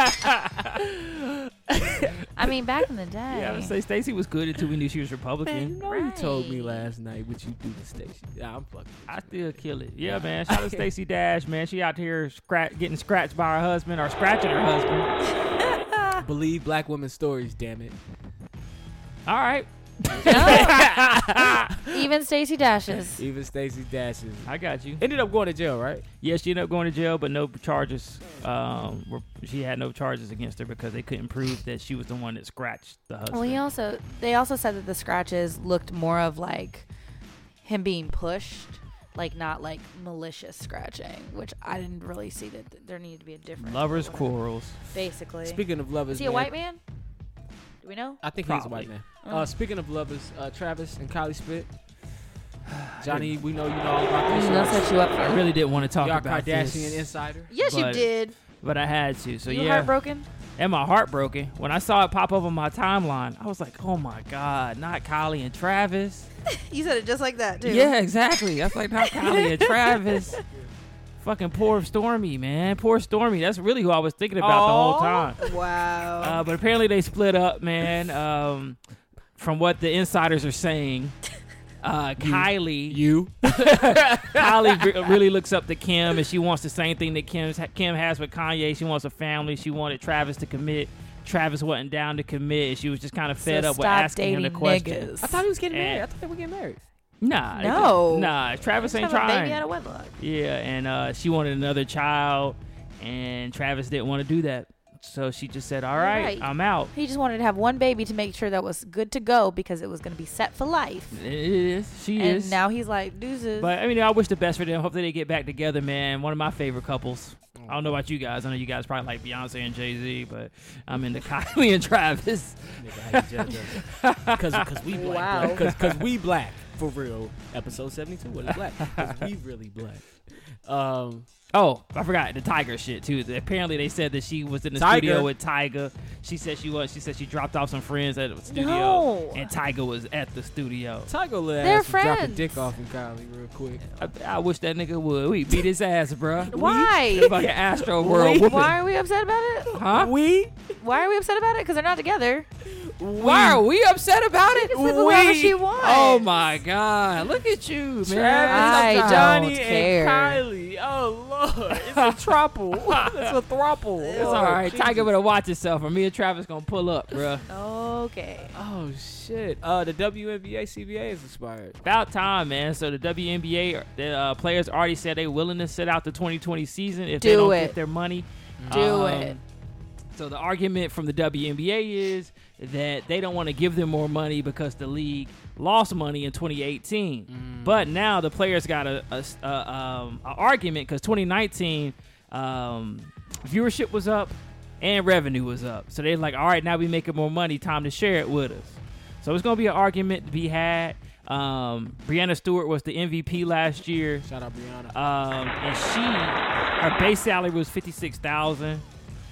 Speaker 4: I mean, back in the day.
Speaker 2: Yeah, I would say Stacy was good until we knew she was
Speaker 3: Man, you
Speaker 2: Republican.
Speaker 3: know you told me
Speaker 4: Right.
Speaker 3: last night what you do to Stacey. Yeah, I'm fucking.
Speaker 2: I still kill it. Yeah, man. Shout out to Stacy Dash, man. She out here scratch, getting scratched by her husband or scratching her husband.
Speaker 3: Believe black women's stories, damn it.
Speaker 2: All right,
Speaker 4: Even Stacy Dashes.
Speaker 3: Even Stacey Dashes.
Speaker 2: I got you.
Speaker 3: Ended up going to jail, right?
Speaker 2: Yeah, she ended up going to jail, but no charges. Um, were, she had no charges against her because they couldn't prove that she was the one that scratched the husband.
Speaker 4: Well, he also they also said that the scratches looked more of like him being pushed, like not like malicious scratching, which I didn't really see that th- there needed to be a difference.
Speaker 2: Lovers'
Speaker 4: cool.
Speaker 2: quarrels.
Speaker 4: Basically,
Speaker 3: Speaking of lovers,
Speaker 4: is he a white man? Do we know?
Speaker 3: I think he's a white
Speaker 2: Probably.
Speaker 3: man. Uh, speaking of lovers, uh, Travis and Kylie Spit. Johnny, we know you know all about this.
Speaker 4: That's set you up
Speaker 2: I
Speaker 4: for.
Speaker 2: really didn't want to talk
Speaker 3: Y'all
Speaker 2: about
Speaker 3: Kardashian
Speaker 2: this,
Speaker 3: insider.
Speaker 4: yes, you
Speaker 2: but-
Speaker 4: did.
Speaker 2: but I had to. So
Speaker 4: you
Speaker 2: yeah,
Speaker 4: heartbroken?
Speaker 2: and my heart broken when I saw it pop up on my timeline. I was like, oh my god, not Kylie and Travis.
Speaker 4: You said it just like that too.
Speaker 2: Yeah, exactly. That's like not Kylie and Travis. Fucking poor Stormy, man. Poor Stormy. That's really who I was thinking about the whole time.
Speaker 4: Wow.
Speaker 2: Uh, but apparently they split up, man. Um, from what the insiders are saying, uh, Kylie,
Speaker 3: You.
Speaker 2: Kylie re- really looks up to Kim, and she wants the same thing that Kim's, Kim has with Kanye. She wants a family. She wanted Travis to commit. Travis wasn't down to commit. She was just kind of fed
Speaker 4: so
Speaker 2: up
Speaker 4: stop
Speaker 2: with asking him
Speaker 4: dating
Speaker 2: the question.
Speaker 4: niggas.
Speaker 3: I thought he was getting
Speaker 2: Eh.
Speaker 3: married. I thought they were getting married.
Speaker 2: Nah, they-
Speaker 4: No.
Speaker 2: nah. Travis ain't
Speaker 4: Have a
Speaker 2: trying.
Speaker 4: baby out of wedlock.
Speaker 2: Yeah, and uh, she wanted another child, and Travis didn't want to do that. So she just said, All right,
Speaker 4: Right.
Speaker 2: I'm out.
Speaker 4: He just wanted to have one baby to make sure that was good to go because it was going to be set for life.
Speaker 2: It is. She
Speaker 4: and
Speaker 2: is.
Speaker 4: now he's like, deuces.
Speaker 2: but I mean, I wish the best for them. Hopefully, they get back together, man. One of my favorite couples. I don't know about you guys. I know you guys probably like Beyonce and Jay Z, but I'm into Kylie and Travis.
Speaker 3: Because we
Speaker 4: Wow.
Speaker 3: black. Because we black. For real. Episode 72. What is black? 'Cause we really black. Um,
Speaker 2: Oh, I forgot the Tiger shit too. Apparently, they said that she was in the
Speaker 3: Tiger?
Speaker 2: studio with Tiger. She said she was. She said she dropped off some friends at the studio,
Speaker 4: No.
Speaker 2: and Tiger was at the studio.
Speaker 3: Tiger little
Speaker 4: They're
Speaker 3: ass would drop a
Speaker 4: friends.
Speaker 3: dick off in Kylie real quick.
Speaker 2: I, I wish that nigga would. We beat his ass, bruh.
Speaker 4: Why?
Speaker 2: The fucking Astro World whooping.
Speaker 4: Why are we upset about it?
Speaker 2: Huh?
Speaker 3: We
Speaker 4: Why are we upset about it? Because they're not together.
Speaker 2: Why are we upset about it?
Speaker 4: can sleep with whoever she wants.
Speaker 2: Oh my god! Look at you, man.
Speaker 4: I
Speaker 3: Travis,
Speaker 4: don't
Speaker 3: Johnny,
Speaker 4: care.
Speaker 3: and Kylie. Oh lord, it's a triple. it's a throuple. Oh,
Speaker 2: It's all right. Tiger better watch himself, or me and Travis gonna pull up, bruh.
Speaker 4: Okay.
Speaker 3: Oh shit. Uh, the WNBA CBA is expired.
Speaker 2: About time, man. So the WNBA the uh, players already said they willing to sit out the 2020 season if they
Speaker 4: Do
Speaker 2: don't
Speaker 4: it.
Speaker 2: get their money.
Speaker 4: Do
Speaker 2: Um,
Speaker 4: it.
Speaker 2: So the argument from the WNBA is that they don't want to give them more money because the league lost money in 2018. But now the players got a, a s- a, um, a argument because 2019 um, viewership was up and revenue was up. So they're like, all right, now we making more money. Time to share it with us. So it's gonna be an argument to be had. Um, Brianna Stewart was the MVP last year
Speaker 3: Shout out Brianna.
Speaker 2: um, and she her base salary was fifty six thousand.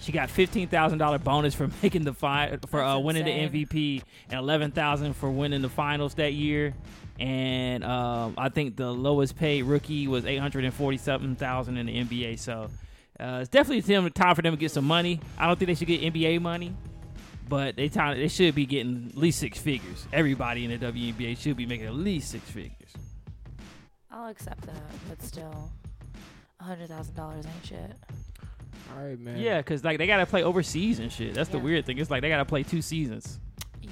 Speaker 2: She got fifteen thousand dollar bonus for making the fi- for uh,
Speaker 4: That's
Speaker 2: winning
Speaker 4: insane.
Speaker 2: the MVP and eleven thousand for winning the finals that year. And um, I think the lowest paid rookie was eight hundred and forty something thousand in the NBA. So uh, it's definitely time time for them to get some money. I don't think they should get NBA money. But they time they should be getting at least six figures. Everybody in the WNBA should be making at least six figures.
Speaker 4: I'll accept that, but still. $100,000 ain't shit.
Speaker 3: all right, man.
Speaker 2: Yeah, because like they gotta play overseas and shit. That's the
Speaker 4: Yeah.
Speaker 2: weird thing. It's like they gotta play two seasons.
Speaker 4: Yep.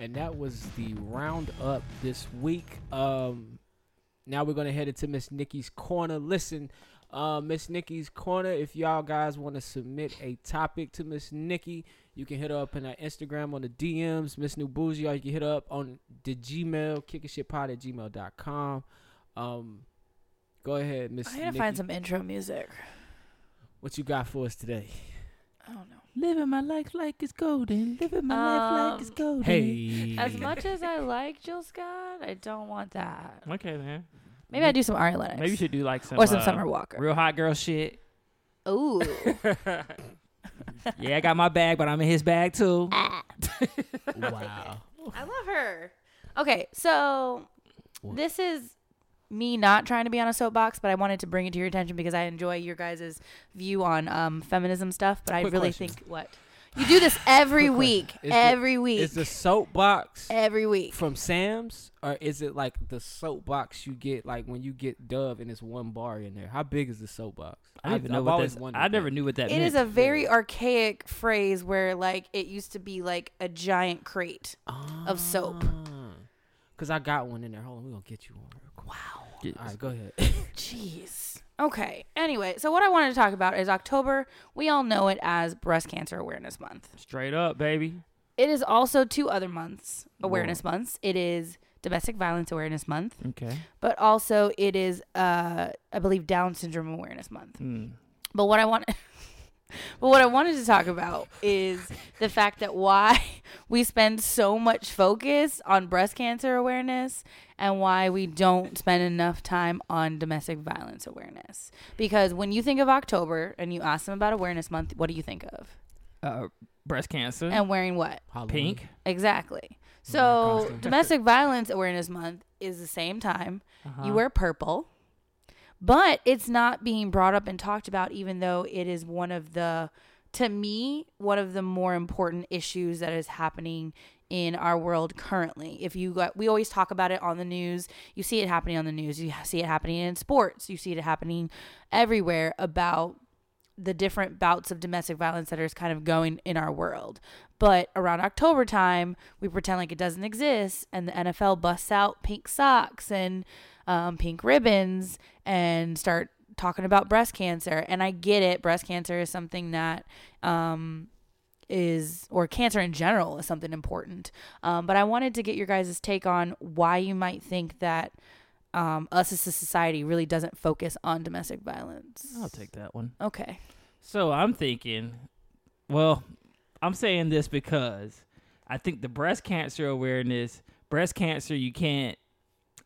Speaker 3: And that was the roundup this week. Um, now we're gonna head into Miss Nikki's corner. Listen, uh, Miss Nikki's corner. If y'all guys want to submit a topic to Miss Nikki, you can hit her up in our Instagram on the DMs, Miss New Bougie, or you can hit her up on the Gmail, kickingshitpod at gmail.com. Um, go ahead, Miss.
Speaker 4: I gotta
Speaker 3: Nikki.
Speaker 4: find some intro music.
Speaker 3: What you got for us today?
Speaker 4: I don't know.
Speaker 2: Living my life like it's golden. Living my life like it's
Speaker 4: Um,
Speaker 2: golden.
Speaker 3: Hey,
Speaker 4: As much as I like Jill Scott, I don't want that.
Speaker 2: Okay, man.
Speaker 4: Maybe I do some Ari Lennox.
Speaker 2: Maybe you should do like some
Speaker 4: Or some
Speaker 2: uh,
Speaker 4: Summer Walker.
Speaker 2: real hot girl shit.
Speaker 4: Ooh.
Speaker 2: Yeah, I got my bag, but I'm in his bag too.
Speaker 4: Ah.
Speaker 3: Wow.
Speaker 4: I love her. Okay, so this is me not trying to be on a soapbox, but I wanted to bring it to your attention because I enjoy your guys' view on um, feminism stuff. But I
Speaker 3: Quick
Speaker 4: really
Speaker 3: question.
Speaker 4: think what you do this every week,
Speaker 3: Is the-
Speaker 4: every week, E-,
Speaker 3: Is the soapbox
Speaker 4: every week.
Speaker 3: from Sam's or is it like the soapbox you get like when you get Dove and it's one bar in there? How big is the soapbox?
Speaker 2: I don't
Speaker 3: I've-
Speaker 2: even know
Speaker 3: I've
Speaker 2: what
Speaker 3: always
Speaker 2: this.
Speaker 3: wondered
Speaker 2: I never
Speaker 3: that.
Speaker 2: knew what that
Speaker 4: It
Speaker 2: meant.
Speaker 4: is a very archaic phrase where like it used to be like a giant crate of soap.
Speaker 3: Ah. Cause I got one in there. Hold on, we gonna get you one. real quick. All right, go ahead.
Speaker 4: Jeez. Okay. Anyway, so what I wanted to talk about is October. We all know it as Breast Cancer Awareness Month.
Speaker 2: Straight up, baby.
Speaker 4: It is also two other months, awareness months. It is Domestic Violence Awareness Month,
Speaker 2: Okay.
Speaker 4: but also it is, uh, I believe, Down Syndrome Awareness Month.
Speaker 2: Mm.
Speaker 4: But what I want, but what I wanted to talk about is the fact that why we spend so much focus on breast cancer awareness and why we don't spend enough time on domestic violence awareness. Because when you think of October and you ask them about Awareness Month, what do you think of?
Speaker 2: Uh, breast cancer.
Speaker 4: And wearing what?
Speaker 3: Halloween.
Speaker 2: pink.
Speaker 4: Exactly. So domestic violence awareness month is the same time. You wear purple. But it's not being brought up and talked about even though it is one of the to me one of the more important issues that is happening in our world currently. If you got, we always talk about it on the news. You see it happening on the news. You see it happening in sports. You see it happening everywhere about the different bouts of domestic violence that is kind of going in our world. But around October time, we pretend like it doesn't exist, and the NFL busts out pink socks and um, pink ribbons and start talking about breast cancer. And I get it, breast cancer is something that um, is, or cancer in general, is something important. Um, but I wanted to get your guys' take on why you might think that um, us as a society really doesn't focus on domestic violence.
Speaker 2: I'll take that one.
Speaker 4: Okay.
Speaker 2: So I'm thinking, well, I'm saying this because I think the breast cancer awareness, breast cancer, you can't,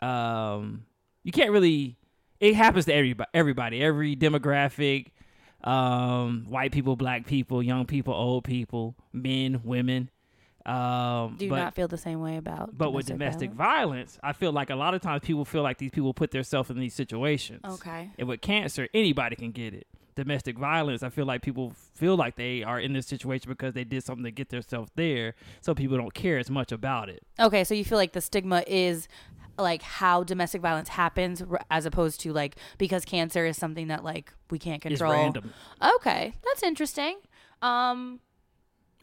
Speaker 2: um, you can't really. It happens to everybody, everybody, every demographic, um, white people, black people, young people, old people, men, women. Um,
Speaker 4: do you
Speaker 2: but,
Speaker 4: not feel the same way about
Speaker 2: but with domestic violence, I feel like a lot of times people feel like these people put themselves in these situations.
Speaker 4: Okay.
Speaker 2: And with cancer, anybody can get it. Domestic violence, I feel like people feel like they are in this situation because they did something to get themselves there, so people don't care as much about it.
Speaker 4: okay so you feel like the stigma is like how domestic violence happens r- as opposed to like because cancer is something that like we can't
Speaker 2: It's
Speaker 4: control
Speaker 2: random
Speaker 4: okay that's interesting um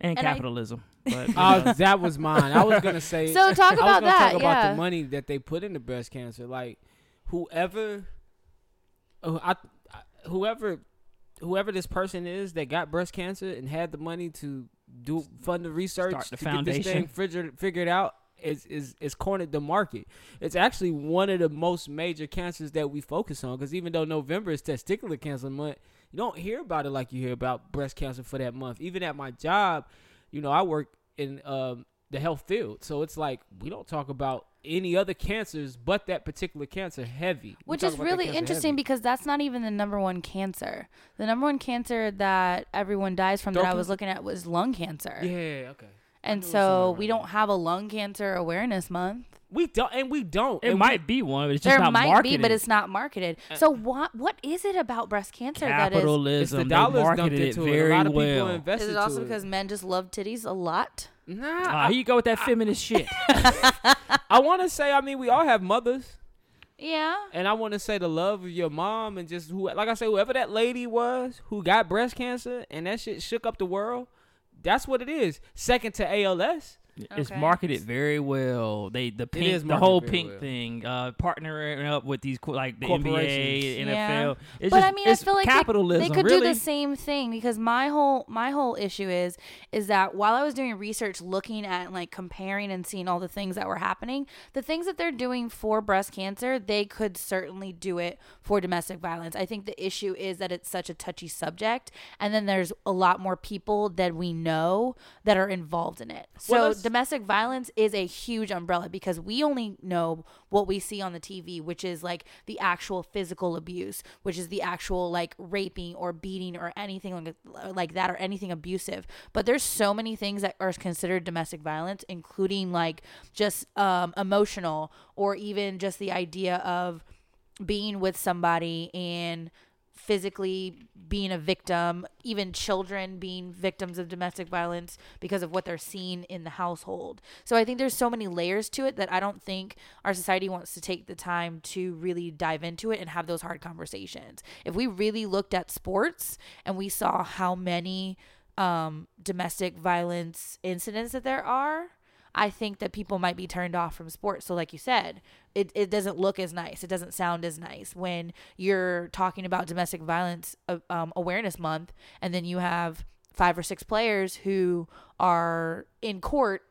Speaker 2: and,
Speaker 4: And I-
Speaker 2: capitalism. but you
Speaker 3: I
Speaker 2: know,
Speaker 3: was- that was mine. I was gonna say.
Speaker 4: So
Speaker 3: I
Speaker 4: talk
Speaker 3: was
Speaker 4: about
Speaker 3: gonna
Speaker 4: that,
Speaker 3: Talk about
Speaker 4: yeah.
Speaker 3: the money that they put into breast cancer. Like whoever, oh, I, I- whoever, whoever this person is that got breast cancer and had the money to do fund the research
Speaker 2: Start
Speaker 3: to
Speaker 2: the
Speaker 3: get this
Speaker 2: foundation.
Speaker 3: thing figured, figured out. Is, is is cornered the market. It's actually one of the most major cancers that we focus on because even though November is testicular cancer month, you don't hear about it like you hear about breast cancer for that month. Even at my job, you know, I work in um, the health field, so it's like we don't talk about any other cancers but that particular cancer heavy. We
Speaker 4: which
Speaker 3: talk
Speaker 4: is
Speaker 3: about that
Speaker 4: really
Speaker 3: cancer
Speaker 4: interesting
Speaker 3: heavy.
Speaker 4: because that's not even the number one cancer the number one cancer that everyone dies from that
Speaker 3: Throat
Speaker 4: i was
Speaker 3: cancer?
Speaker 4: looking at was lung cancer
Speaker 3: yeah, okay,
Speaker 4: and
Speaker 3: somewhere
Speaker 4: so
Speaker 3: around
Speaker 4: we don't have a lung cancer awareness month
Speaker 3: we don't, and we don't.
Speaker 2: it
Speaker 3: and
Speaker 2: might be one, but it's just
Speaker 4: there
Speaker 2: not
Speaker 4: might
Speaker 2: marketed. Uh,
Speaker 4: be but it's not marketed so what what is it about breast cancer that is
Speaker 3: we, it's
Speaker 2: capitalism.
Speaker 3: the
Speaker 2: they
Speaker 3: dollars dumped
Speaker 2: marketed it
Speaker 3: into it. A
Speaker 2: very
Speaker 3: lot of
Speaker 2: well.
Speaker 3: people invested
Speaker 4: Is it also
Speaker 3: to
Speaker 4: because men just love titties a lot?
Speaker 3: Nah,
Speaker 2: Ah, here you go with that feminist shit.
Speaker 3: I want to say. I mean, we all have mothers.
Speaker 4: Yeah.
Speaker 3: And I want to say the love of your mom and just who, like I say, whoever that lady was who got breast cancer and that shit shook up the world. That's what it is. Second to ALS.
Speaker 2: It's
Speaker 4: Okay.
Speaker 2: marketed very well. They the pink,
Speaker 3: is
Speaker 2: the
Speaker 3: marketed
Speaker 2: whole
Speaker 3: very
Speaker 2: pink
Speaker 3: well.
Speaker 2: thing, uh, partnering up with these co- like the
Speaker 3: Corporations.
Speaker 2: NBA, NFL.
Speaker 4: Yeah.
Speaker 2: It's
Speaker 4: but
Speaker 2: just,
Speaker 4: I mean, I
Speaker 2: it's
Speaker 4: feel like they-
Speaker 2: capitalism.
Speaker 4: they, could
Speaker 2: really.
Speaker 4: do the same thing because my whole my whole issue is is that while I was doing research, looking at and like comparing and seeing all the things that were happening, the things that they're doing for breast cancer, they could certainly do it for domestic violence. I think the issue is that it's such a touchy subject, and then there's a lot more people that we know that are involved in it. So
Speaker 3: Well, let's
Speaker 4: domestic violence is a huge umbrella because we only know what we see on the TV, which is like the actual physical abuse, which is the actual like raping or beating or anything like, like that or anything abusive. But there's so many things that are considered domestic violence, including like just um, emotional or even just the idea of being with somebody and physically being a victim, even children being victims of domestic violence because of what they're seeing in the household. So I think there's so many layers to it that I don't think our society wants to take the time to really dive into it and have those hard conversations. If we really looked at sports and we saw how many um, domestic violence incidents that there are, I think that people might be turned off from sports. So, like you said, it, it doesn't look as nice. It doesn't sound as nice when you're talking about domestic violence uh, um, awareness month, and then you have five or six players who are in court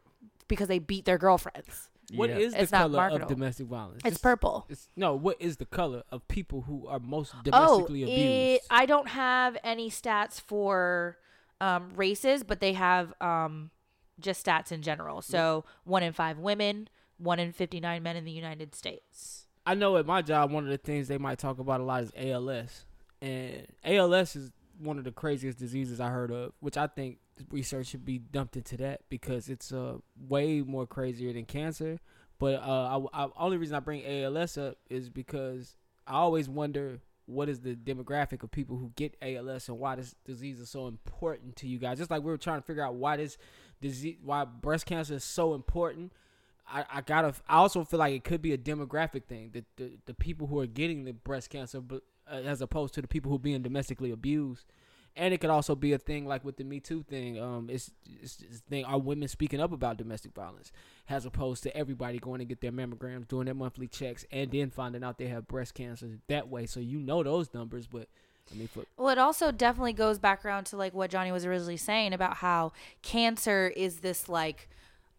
Speaker 4: because they beat their girlfriends.
Speaker 3: What is the
Speaker 4: It's
Speaker 3: color
Speaker 4: not
Speaker 3: of
Speaker 4: marketable.
Speaker 3: domestic violence?
Speaker 4: It's
Speaker 3: Just-
Speaker 4: purple.
Speaker 3: It's, no, what is the color of people who are most
Speaker 4: Oh,
Speaker 3: domestically
Speaker 4: it,
Speaker 3: abused?
Speaker 4: I don't have any stats for um, races, but they have um, just stats in general. So, one in five women, one in 59 men in the United States.
Speaker 3: I know at my job, one of the things they might talk about a lot is ALS, and ALS is one of the craziest diseases I heard of, which I think research should be dumped into that because it's uh, way more crazier than cancer. But uh, I, I, only reason I bring ALS up is because I always wonder what is the demographic of people who get ALS and why this disease is so important to you guys. Just like we were trying to figure out why this disease, why breast cancer is so important. I, I gotta. I also feel like it could be a demographic thing that the, the people who are getting the breast cancer, but uh, as opposed to the people who being domestically abused, and it could also be a thing like with the Me Too thing. Um, it's, it's this thing are women speaking up about domestic violence, as opposed to everybody going to get their mammograms, doing their monthly checks, and then finding out they have breast cancer that way. So you know those numbers, but I mean, for,
Speaker 4: Well, it also definitely goes back around to like what Johnny was originally saying about how cancer is this like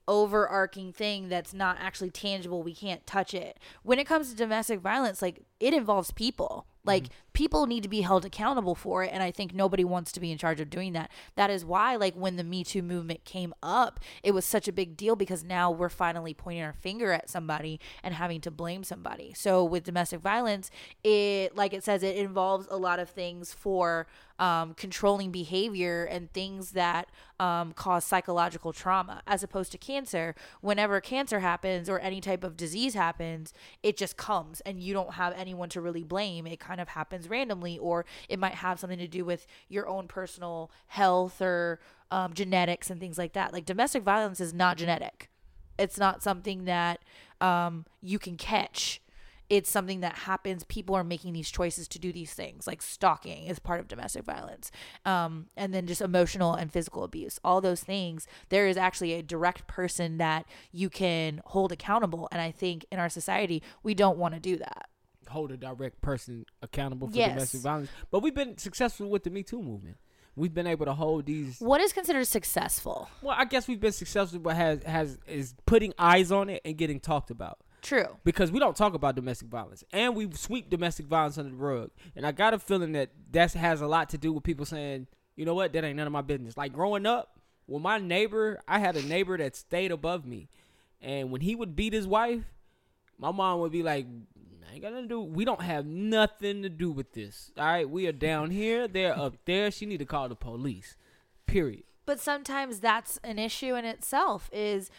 Speaker 4: overarching thing that's not actually tangible. We can't touch it. When it comes to domestic violence, like it involves people. Like people need to be held accountable for it and I think nobody wants to be in charge of doing that. That is why like when the Me Too movement came up, it was such a big deal because now we're finally pointing our finger at somebody and having to blame somebody. So with domestic violence, it like it says it involves a lot of things for um, controlling behavior and things that um, cause psychological trauma, as opposed to cancer. Whenever cancer happens or any type of disease happens, it just comes and you don't have anyone to really blame. It kind of happens randomly, or it might have something to do with your own personal health or um, genetics and things like that. Like domestic violence is not genetic, it's not something that um, you can catch it's something that happens. People are making these choices to do these things, like stalking is part of domestic violence, um, and then just emotional and physical abuse. All those things, there is actually a direct person that you can hold accountable. And I think in our society, we don't want to do that.
Speaker 3: hold a direct person accountable for
Speaker 4: Yes.
Speaker 3: domestic violence. But we've been successful with the Me Too movement. We've been able to hold these.
Speaker 4: What is considered successful?
Speaker 3: Well, I guess we've been successful, but has has is putting eyes on it and getting talked about
Speaker 4: True.
Speaker 3: because we don't talk about domestic violence and we sweep domestic violence under the rug. And I got a feeling that that has a lot to do with people saying, you know what, that ain't none of my business. Like growing up, when my neighbor, I had a neighbor that stayed above me, and when he would beat his wife, my mom would be like, I ain't got nothing to do. We don't have nothing to do with this. All right, we are down here. They're up there. She need to call the police. Period.
Speaker 4: but sometimes that's an issue in itself is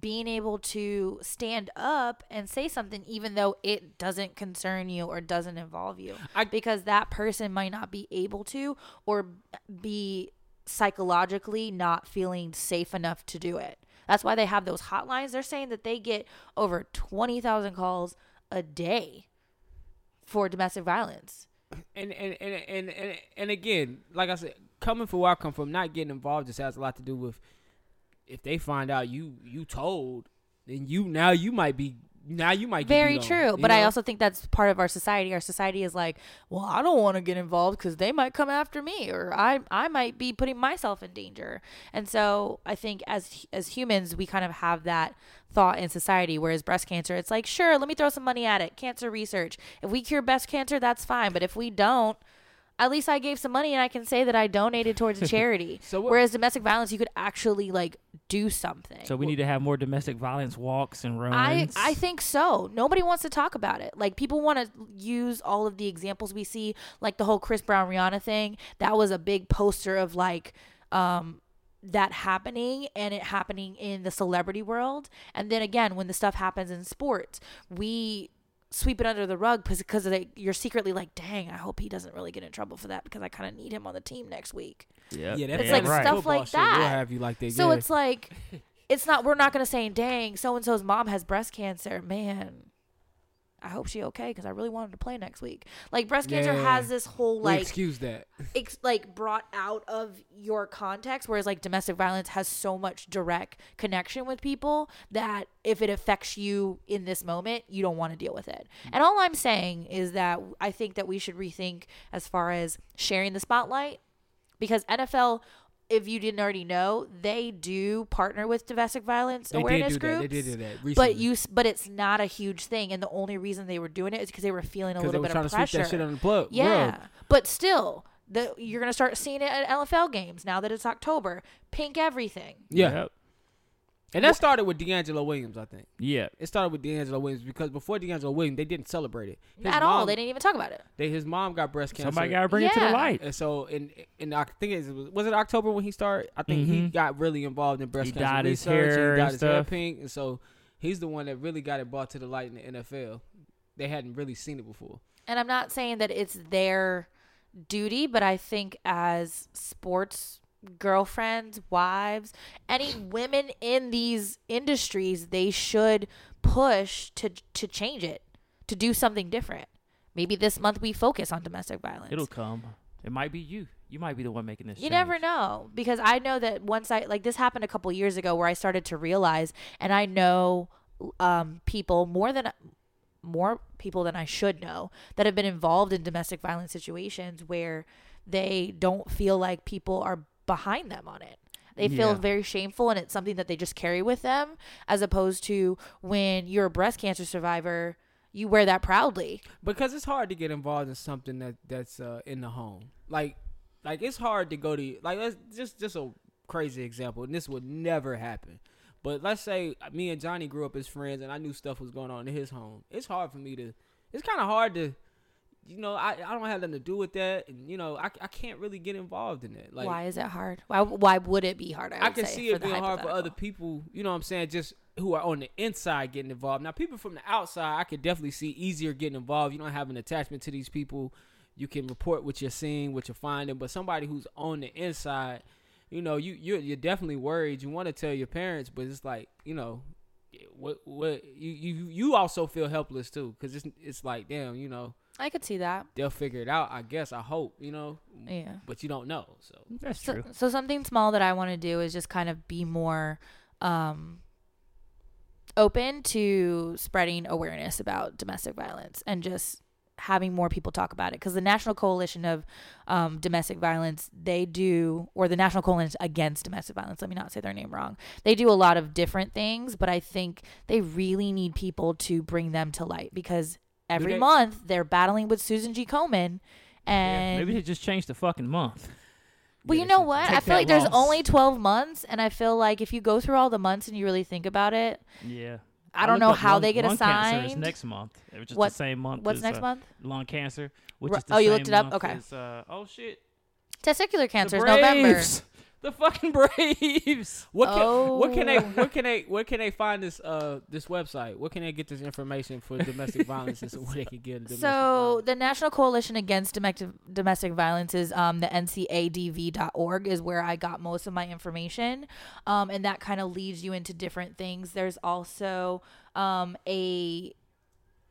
Speaker 4: being able to stand up and say something even though it doesn't concern you or doesn't involve you
Speaker 3: I-
Speaker 4: because that person might not be able to or be psychologically not feeling safe enough to do it that's why they have those hotlines they're saying that they get over 20,000 calls a day for domestic violence
Speaker 3: and and and and and, and again, like I said, coming from where I come from, not getting involved just has a lot to do with if they find out you you told, then you now you might be now you might get
Speaker 4: Very
Speaker 3: beat on,
Speaker 4: true.
Speaker 3: you
Speaker 4: But I
Speaker 3: know?
Speaker 4: also think that's part of our society. Our society is like, well, I don't want to get involved because they might come after me, or I I might be putting myself in danger. And so I think as as humans, we kind of have that thought in society. Whereas breast cancer, it's like, sure, let me throw some money at it. Cancer research. If we cure breast cancer, that's fine. But if we don't, at least I gave some money and I can say that I donated towards a charity.
Speaker 3: So what-
Speaker 4: Whereas domestic violence, you could actually like do something.
Speaker 2: So we need to have more domestic violence walks and runs.
Speaker 4: I, I think so. Nobody wants to talk about it. Like people want to use all of the examples we see, like the whole Chris Brown Rihanna thing. That was a big poster of like um that happening and it happening in the celebrity world. And then again, when the stuff happens in sports, we sweep it under the rug because of the, you're secretly like, dang, I hope he doesn't really get in trouble for that because I kind of need him on the team next week.
Speaker 3: Yeah,
Speaker 2: that's
Speaker 3: that's
Speaker 4: It's like
Speaker 2: right.
Speaker 4: stuff like that.
Speaker 3: We'll have you like that.
Speaker 4: So
Speaker 3: yeah.
Speaker 4: it's like, it's not. We're not gonna say, "Dang, so and so's mom has breast cancer." Man, I hope she okay because I really wanted to play next week. Like breast cancer
Speaker 3: Yeah.
Speaker 4: has this whole
Speaker 3: We
Speaker 4: like
Speaker 3: excuse that.
Speaker 4: ex- like brought out of your context, whereas like domestic violence has so much direct connection with people that if it affects you in this moment, you don't want to deal with it.
Speaker 3: Mm.
Speaker 4: And all I'm saying is that I think that we should rethink as far as sharing the spotlight because NFL. If you didn't already know, they do partner with domestic violence
Speaker 3: They did
Speaker 4: awareness
Speaker 3: do that.
Speaker 4: groups.
Speaker 3: They did do that
Speaker 4: But
Speaker 3: recently.
Speaker 4: you, s- but it's not a huge thing, and the only reason they were doing it is because they were feeling a
Speaker 3: Because they
Speaker 4: little
Speaker 3: were
Speaker 4: bit
Speaker 3: trying
Speaker 4: of
Speaker 3: to
Speaker 4: pressure.
Speaker 3: sweep that shit under the plug.
Speaker 4: Yeah,
Speaker 3: rug.
Speaker 4: but still, the you're gonna start seeing it at LFL games now that it's October. Pink everything.
Speaker 3: Yeah.
Speaker 2: Yep.
Speaker 3: And that started with D'Angelo Williams, I think.
Speaker 2: Yeah.
Speaker 3: It started with D'Angelo Williams because before D'Angelo Williams, they didn't celebrate it His
Speaker 4: At all,
Speaker 3: mom-
Speaker 4: they didn't even talk about it.
Speaker 3: They, his mom got breast cancer.
Speaker 2: Somebody gotta bring it to the
Speaker 4: Yeah.
Speaker 2: light.
Speaker 3: And so in in I think it was, was it October when he started. I think he got really involved in breast
Speaker 2: Mm-hmm. He
Speaker 3: cancer
Speaker 2: dyed his
Speaker 3: research.
Speaker 2: hair
Speaker 3: he dyed
Speaker 2: and
Speaker 3: his hair
Speaker 2: stuff.
Speaker 3: pink, and so he's the one that really got it brought to the light in the NFL. They hadn't really seen it before.
Speaker 4: And I'm not saying that it's their duty, but I think as sports girlfriends, wives, any women in these industries, they should push to to change it, to do something different. Maybe this month we focus on domestic violence.
Speaker 2: It'll come. It might be you. You might be the one making this.
Speaker 4: You never know because I know that once I like this happened a couple years ago where I started to realize and I know um people more than more people than I should know that have been involved in domestic violence situations where they don't feel like people are behind them on it. They feel
Speaker 2: Yeah.
Speaker 4: very shameful and it's something that they just carry with them as opposed to when you're a breast cancer survivor, you wear that proudly.
Speaker 3: because it's hard to get involved in something that that's uh, in the home. Like, like it's hard to go to like let's just just a crazy example, and this would never happen. But let's say uh, me and Johnny grew up as friends, and I knew stuff was going on in his home. It's hard for me to. It's kind of hard to. You know, I, I don't have nothing to do with that, and you know, I, I can't really get involved in it. Like,
Speaker 4: why is it hard? Why why would it be hard? I,
Speaker 3: I
Speaker 4: would
Speaker 3: can
Speaker 4: say,
Speaker 3: see
Speaker 4: for
Speaker 3: it
Speaker 4: the
Speaker 3: being hard for other
Speaker 4: hypothetical?
Speaker 3: people, you know what I'm saying, just who are on the inside getting involved. Now, people from the outside, I could definitely see easier getting involved. You don't have an attachment to these people. You can report what you're seeing, what you're finding, but somebody who's on the inside, you know, you you're, you're definitely worried. You want to tell your parents, but it's like, you know, what what you you you also feel helpless too cuz it's it's like, damn, you know,
Speaker 4: I could see that.
Speaker 3: they'll figure it out, I guess. I hope, you know.
Speaker 4: Yeah.
Speaker 3: But you don't know. So
Speaker 2: That's
Speaker 4: So,
Speaker 2: true.
Speaker 4: so something small that I want to do is just kind of be more um, open to spreading awareness about domestic violence and just having more people talk about it because the National Coalition of um, Domestic Violence they do or the National Coalition Against Domestic Violence let me not say their name wrong they do a lot of different things but I think they really need people to bring them to light because every
Speaker 3: they-
Speaker 4: month they're battling with Susan G Komen and
Speaker 2: Maybe they just changed the fucking month.
Speaker 4: well,
Speaker 3: Yeah,
Speaker 4: you
Speaker 3: they
Speaker 4: know
Speaker 3: should
Speaker 4: what?
Speaker 2: take
Speaker 4: I
Speaker 2: that
Speaker 4: feel like there's
Speaker 2: loss.
Speaker 4: only 12 months, and I feel like if you go through all the months and you really think about it,
Speaker 2: Yeah.
Speaker 4: I don't
Speaker 2: looked
Speaker 4: know
Speaker 2: up
Speaker 4: how
Speaker 2: lung-
Speaker 4: they get
Speaker 2: lung Cancer is
Speaker 4: assigned.
Speaker 2: next month, which is
Speaker 4: What-
Speaker 2: the same month.
Speaker 4: what's
Speaker 2: as,
Speaker 4: next
Speaker 2: uh,
Speaker 4: month?
Speaker 2: Lung cancer, which
Speaker 4: Ru-
Speaker 2: is the
Speaker 4: oh, you
Speaker 2: same
Speaker 4: looked it up?
Speaker 2: month
Speaker 4: Okay.
Speaker 2: as, uh, oh shit.
Speaker 4: testicular cancer is
Speaker 2: the
Speaker 4: November.
Speaker 2: Braves. The fucking Braves.
Speaker 3: What can what can they
Speaker 4: Oh.
Speaker 3: what can they where can they find this uh this website? Where can they get this information for domestic violence and so where they can get domestic
Speaker 4: So
Speaker 3: violence?
Speaker 4: the National Coalition Against Domestic Domestic Violence is um, the ncadv.org is where I got most of my information, um, and that kind of leads you into different things. There's also um, a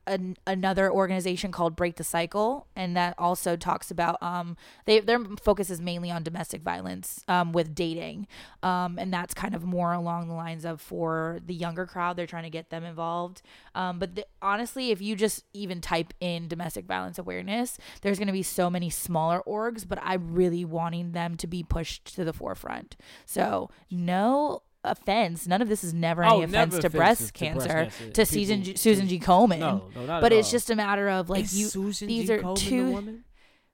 Speaker 4: an, another organization called Break the Cycle, and that also talks about um, they their focus is mainly on domestic violence um, with dating, um, and that's kind of more along the lines of for the younger crowd. They're trying to get them involved, um, but the, honestly, if you just even type in domestic violence awareness, there's going to be so many smaller orgs. But I'm really wanting them to be pushed to the forefront. So no offense none of this is never any
Speaker 3: Oh,
Speaker 4: offense
Speaker 3: never
Speaker 4: to
Speaker 3: offense
Speaker 4: breast
Speaker 3: to- to
Speaker 4: cancer
Speaker 3: breast
Speaker 4: to,
Speaker 3: cancer.
Speaker 4: Susan
Speaker 3: People-
Speaker 4: G, Susan G Komen
Speaker 3: No, no, not at
Speaker 4: but it's
Speaker 3: all.
Speaker 4: just a matter of like you these are two
Speaker 3: woman?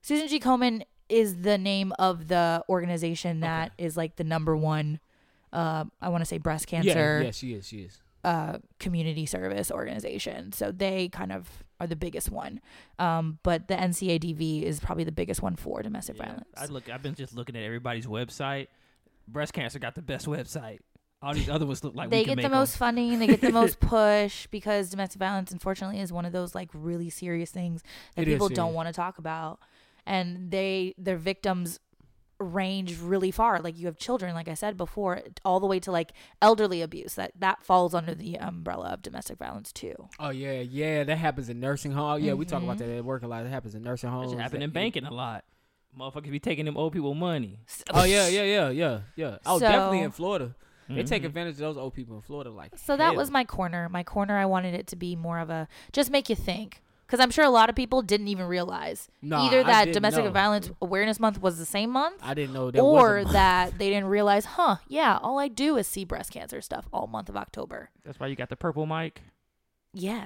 Speaker 4: Susan G. Komen is the name of the organization that is like the number one. Uh, I want to say breast cancer
Speaker 3: Yeah, yeah, she is. She is.
Speaker 4: uh, community service organization. So they kind of are the biggest one. Um, but the NCADV is probably the biggest one for domestic violence.
Speaker 2: I look. I've been just looking at everybody's website. Breast cancer got the best website. All these other ones look like we
Speaker 4: they get
Speaker 2: can
Speaker 4: the
Speaker 2: make 'em.
Speaker 4: most funding, they get the most push because domestic violence, unfortunately, is one of those like really serious things that
Speaker 3: It is
Speaker 4: people don't
Speaker 3: serious.
Speaker 4: want to talk about, and they their victims range really far. Like you have children, like I said before, all the way to like elderly abuse. That that falls under the umbrella of domestic violence too.
Speaker 3: Oh yeah, yeah. That happens in nursing home. Oh, Yeah, we talk about
Speaker 4: Mm-hmm.
Speaker 3: that at work a lot. It happens in nursing homes.
Speaker 2: That shit happened in
Speaker 3: That-
Speaker 2: banking a lot. Motherfuckers be taking them old people money.
Speaker 3: Oh yeah, yeah, yeah, yeah, yeah. Oh, definitely
Speaker 4: So- Mm-hmm.
Speaker 3: in Florida. They take advantage of those old people in Florida. Like
Speaker 4: So that
Speaker 3: hell.
Speaker 4: was my corner. My corner, I wanted it to be more of a just make you think. Because I'm sure a lot of people didn't even realize
Speaker 3: Nah, I
Speaker 4: either that
Speaker 3: didn't
Speaker 4: Domestic
Speaker 3: know.
Speaker 4: Violence Awareness Month was the same month,
Speaker 3: I didn't know that.
Speaker 4: or
Speaker 3: was a-
Speaker 4: that they didn't realize, huh, yeah, all I do is see breast cancer stuff all month of October.
Speaker 2: That's why you got the purple mic.
Speaker 4: Yes.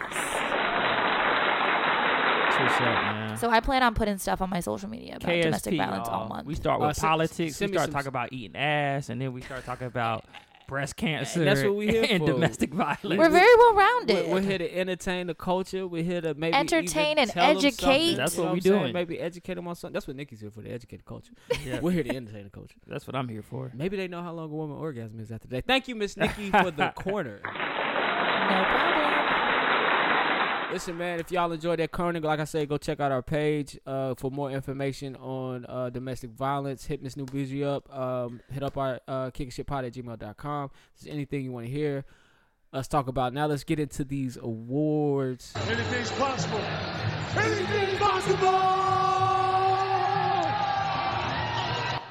Speaker 2: That's what's up, man.
Speaker 4: So I plan on putting stuff on my social media about domestic
Speaker 2: KSP,
Speaker 4: violence all
Speaker 2: y'all.
Speaker 4: month.
Speaker 2: We start with
Speaker 3: Uh, s-
Speaker 2: politics.
Speaker 3: send
Speaker 2: we
Speaker 3: me
Speaker 2: start
Speaker 3: some-
Speaker 2: talking about eating ass, and then we start talking about breast cancer.
Speaker 3: that's what we here
Speaker 2: and
Speaker 3: for.
Speaker 2: domestic violence.
Speaker 4: We're very well
Speaker 3: We're,
Speaker 4: rounded.
Speaker 3: we're here to entertain the culture. We're here to maybe
Speaker 4: Entertain
Speaker 3: even
Speaker 4: and
Speaker 3: tell 'em something,
Speaker 4: educate.
Speaker 3: you
Speaker 2: That's
Speaker 3: know
Speaker 2: what we
Speaker 3: I'm saying?
Speaker 2: doing.
Speaker 3: Maybe educate them on something. That's what Nikki's here for. To educate the culture.
Speaker 2: Yeah.
Speaker 3: We're here to entertain the culture.
Speaker 2: that's what I'm here for.
Speaker 3: Maybe they know how long a woman orgasm is after that. Thank you, Miss Nikki, for the corner.
Speaker 4: no problem.
Speaker 3: Listen, man, if y'all enjoyed that corner, like I said, go check out our page uh, for more information on uh, domestic violence. Hit Miss New Bougie up. Um, hit up our uh, kickingshitpod at gmail.com. If there's anything you want to hear us talk about. Now let's get into these awards.
Speaker 8: Anything's possible. Anything's possible.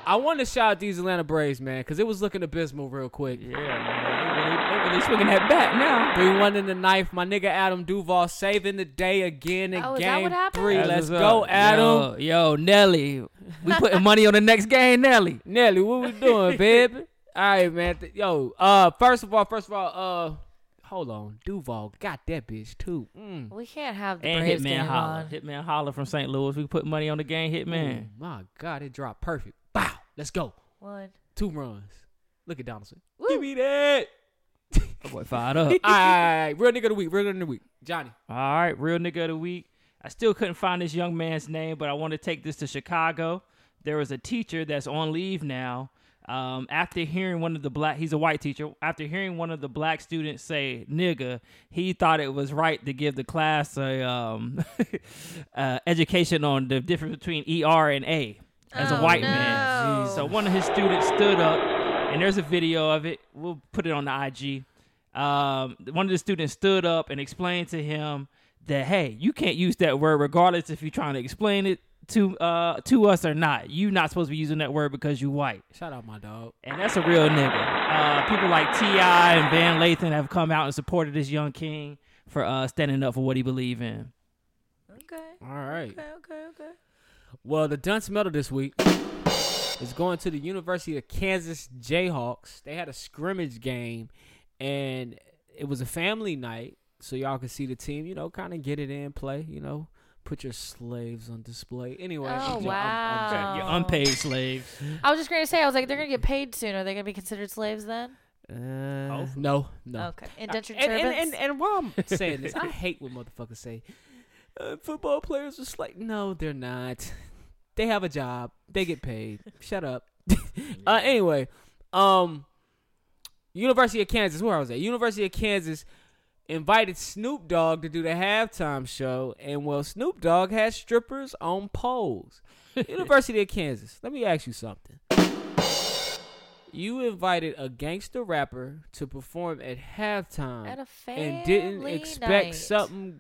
Speaker 3: I want to shout out these Atlanta Braves, man, because it was looking abysmal real quick.
Speaker 2: Yeah, man. They really, they really swinging that bat now.
Speaker 3: 3 1 in the knife. My nigga Adam Duval saving the day again in
Speaker 4: Oh, is that
Speaker 3: game
Speaker 4: what happened?
Speaker 3: three.
Speaker 2: That's
Speaker 3: Let's
Speaker 2: what's
Speaker 3: go,
Speaker 2: up.
Speaker 3: Adam.
Speaker 2: Yo, yo, Nelly. We putting money on the next game, Nelly.
Speaker 3: Nelly, what we doing, baby? All right, man. Th- Yo, uh, first of all, first of all, uh, hold on, Duval got that bitch too. Mm.
Speaker 4: We can't have the
Speaker 2: And
Speaker 4: Braves
Speaker 2: Hitman
Speaker 4: game
Speaker 2: Holler.
Speaker 4: on.
Speaker 2: Hitman Holler from St. Louis. We put money on the game, Hitman.
Speaker 3: My God, it dropped perfect. Bow. Let's go.
Speaker 4: One.
Speaker 3: Two runs. Look at Donaldson.
Speaker 4: Woo.
Speaker 3: Give me that.
Speaker 2: That boy fired up.
Speaker 3: all right, real nigga of the week. Real nigga of the week. Johnny.
Speaker 2: All right, real nigga of the week. I still couldn't find this young man's name, but I want to take this to Chicago. There was a teacher that's on leave now. Um, after hearing one of the black, he's a white teacher. After hearing one of the black students say "nigga," he thought it was right to give the class a um, uh, education on the difference between ER and A as a white man. So one of his students stood up, and there's a video of it. We'll put it on the IG um, one of the students stood up and explained to him that hey, you can't use that word regardless if you're trying to explain it to uh to us or not. You're not supposed to be using that word because you white,
Speaker 3: Shout out my dog.
Speaker 2: and that's a real nigga. Uh, people like Ti and Van Lathan have come out and supported this young king for uh standing up for what he believed in.
Speaker 4: Okay.
Speaker 3: All right.
Speaker 4: Okay, okay, okay.
Speaker 3: Well, the Dunce medal this week is going to the University of Kansas Jayhawks. They had a scrimmage game, and it was a family night, so y'all could see the team. You know, kind of get it in, play. You know, put your slaves on display. Anyway,
Speaker 4: Oh,
Speaker 3: I'm jo- I'm- I'm joking.
Speaker 4: wow.
Speaker 2: Your
Speaker 4: Oh.
Speaker 2: unpaid slaves.
Speaker 4: I was just going to say, I was like, they're going to get paid soon. Are they going to be considered slaves then?
Speaker 3: Uh,
Speaker 2: Oh.
Speaker 3: no, no. Uh,
Speaker 4: Okay. Indentured
Speaker 3: and,
Speaker 4: servants?
Speaker 3: and, and, and while I'm saying this, I hate when motherfuckers say uh, football players are like, no, they're not. They have a job. They get paid. Shut up. uh, anyway, um, University of Kansas. Where I was at? University of Kansas invited Snoop Dogg to do the halftime show, and well, Snoop Dogg has strippers on poles. University of Kansas. Let me ask you something. You invited a gangster rapper to perform at halftime
Speaker 4: At a
Speaker 3: and didn't
Speaker 4: family
Speaker 3: expect
Speaker 4: night.
Speaker 3: something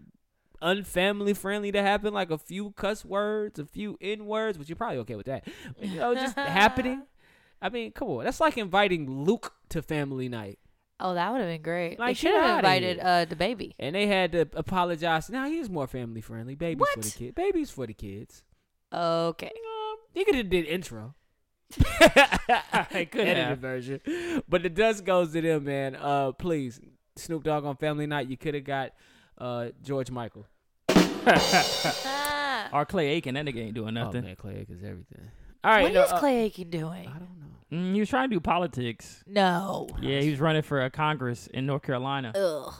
Speaker 3: unfamily friendly to happen, like a few cuss words, a few N words, which you're probably okay with that. But, you know, just happening. I mean, come on. That's like inviting Luke to family night.
Speaker 4: Oh, that would have been great.
Speaker 3: Like,
Speaker 4: they
Speaker 3: get
Speaker 4: should have
Speaker 3: outta
Speaker 4: invited
Speaker 3: here.
Speaker 4: uh, the baby.
Speaker 3: And they had to apologize. Now he's more family friendly. Babies for the
Speaker 4: What?
Speaker 3: kids. Babies for the kids.
Speaker 4: Okay.
Speaker 3: Um, he could have did intro.
Speaker 2: could
Speaker 3: Edited
Speaker 2: have.
Speaker 3: version. But the dust goes to them, man. Uh, please, Snoop Dogg on Family Night. You could have got uh George Michael.
Speaker 2: Or Clay Aiken, that nigga ain't doing
Speaker 3: Oh
Speaker 2: nothing.
Speaker 3: man, Clay Aiken's everything. All right,
Speaker 4: What
Speaker 3: no,
Speaker 4: is
Speaker 3: uh,
Speaker 4: Clay Aiken doing?
Speaker 3: I don't know.
Speaker 2: Mm, he was trying to do politics.
Speaker 4: No.
Speaker 2: Yeah, he was running for a Congress in North Carolina.
Speaker 4: Ugh.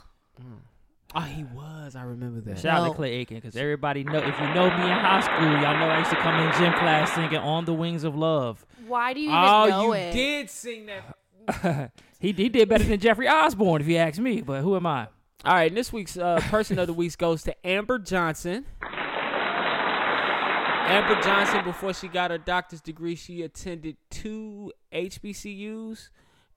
Speaker 3: Oh, he was. I remember that.
Speaker 2: Shout out to
Speaker 4: No.
Speaker 2: Clay Aiken because everybody know. If you know me in high school, y'all know I used to come in gym class singing "On the Wings of Love."
Speaker 4: Why do you even
Speaker 2: Oh,
Speaker 4: know
Speaker 2: you
Speaker 4: it?
Speaker 3: did sing that.
Speaker 2: He he did better than Jeffrey Osborne, if you ask me. But who am I?
Speaker 3: All right, and this week's uh, person of the week goes to Amber Johnson. Amber Johnson, before she got her doctor's degree, she attended two HBCUs.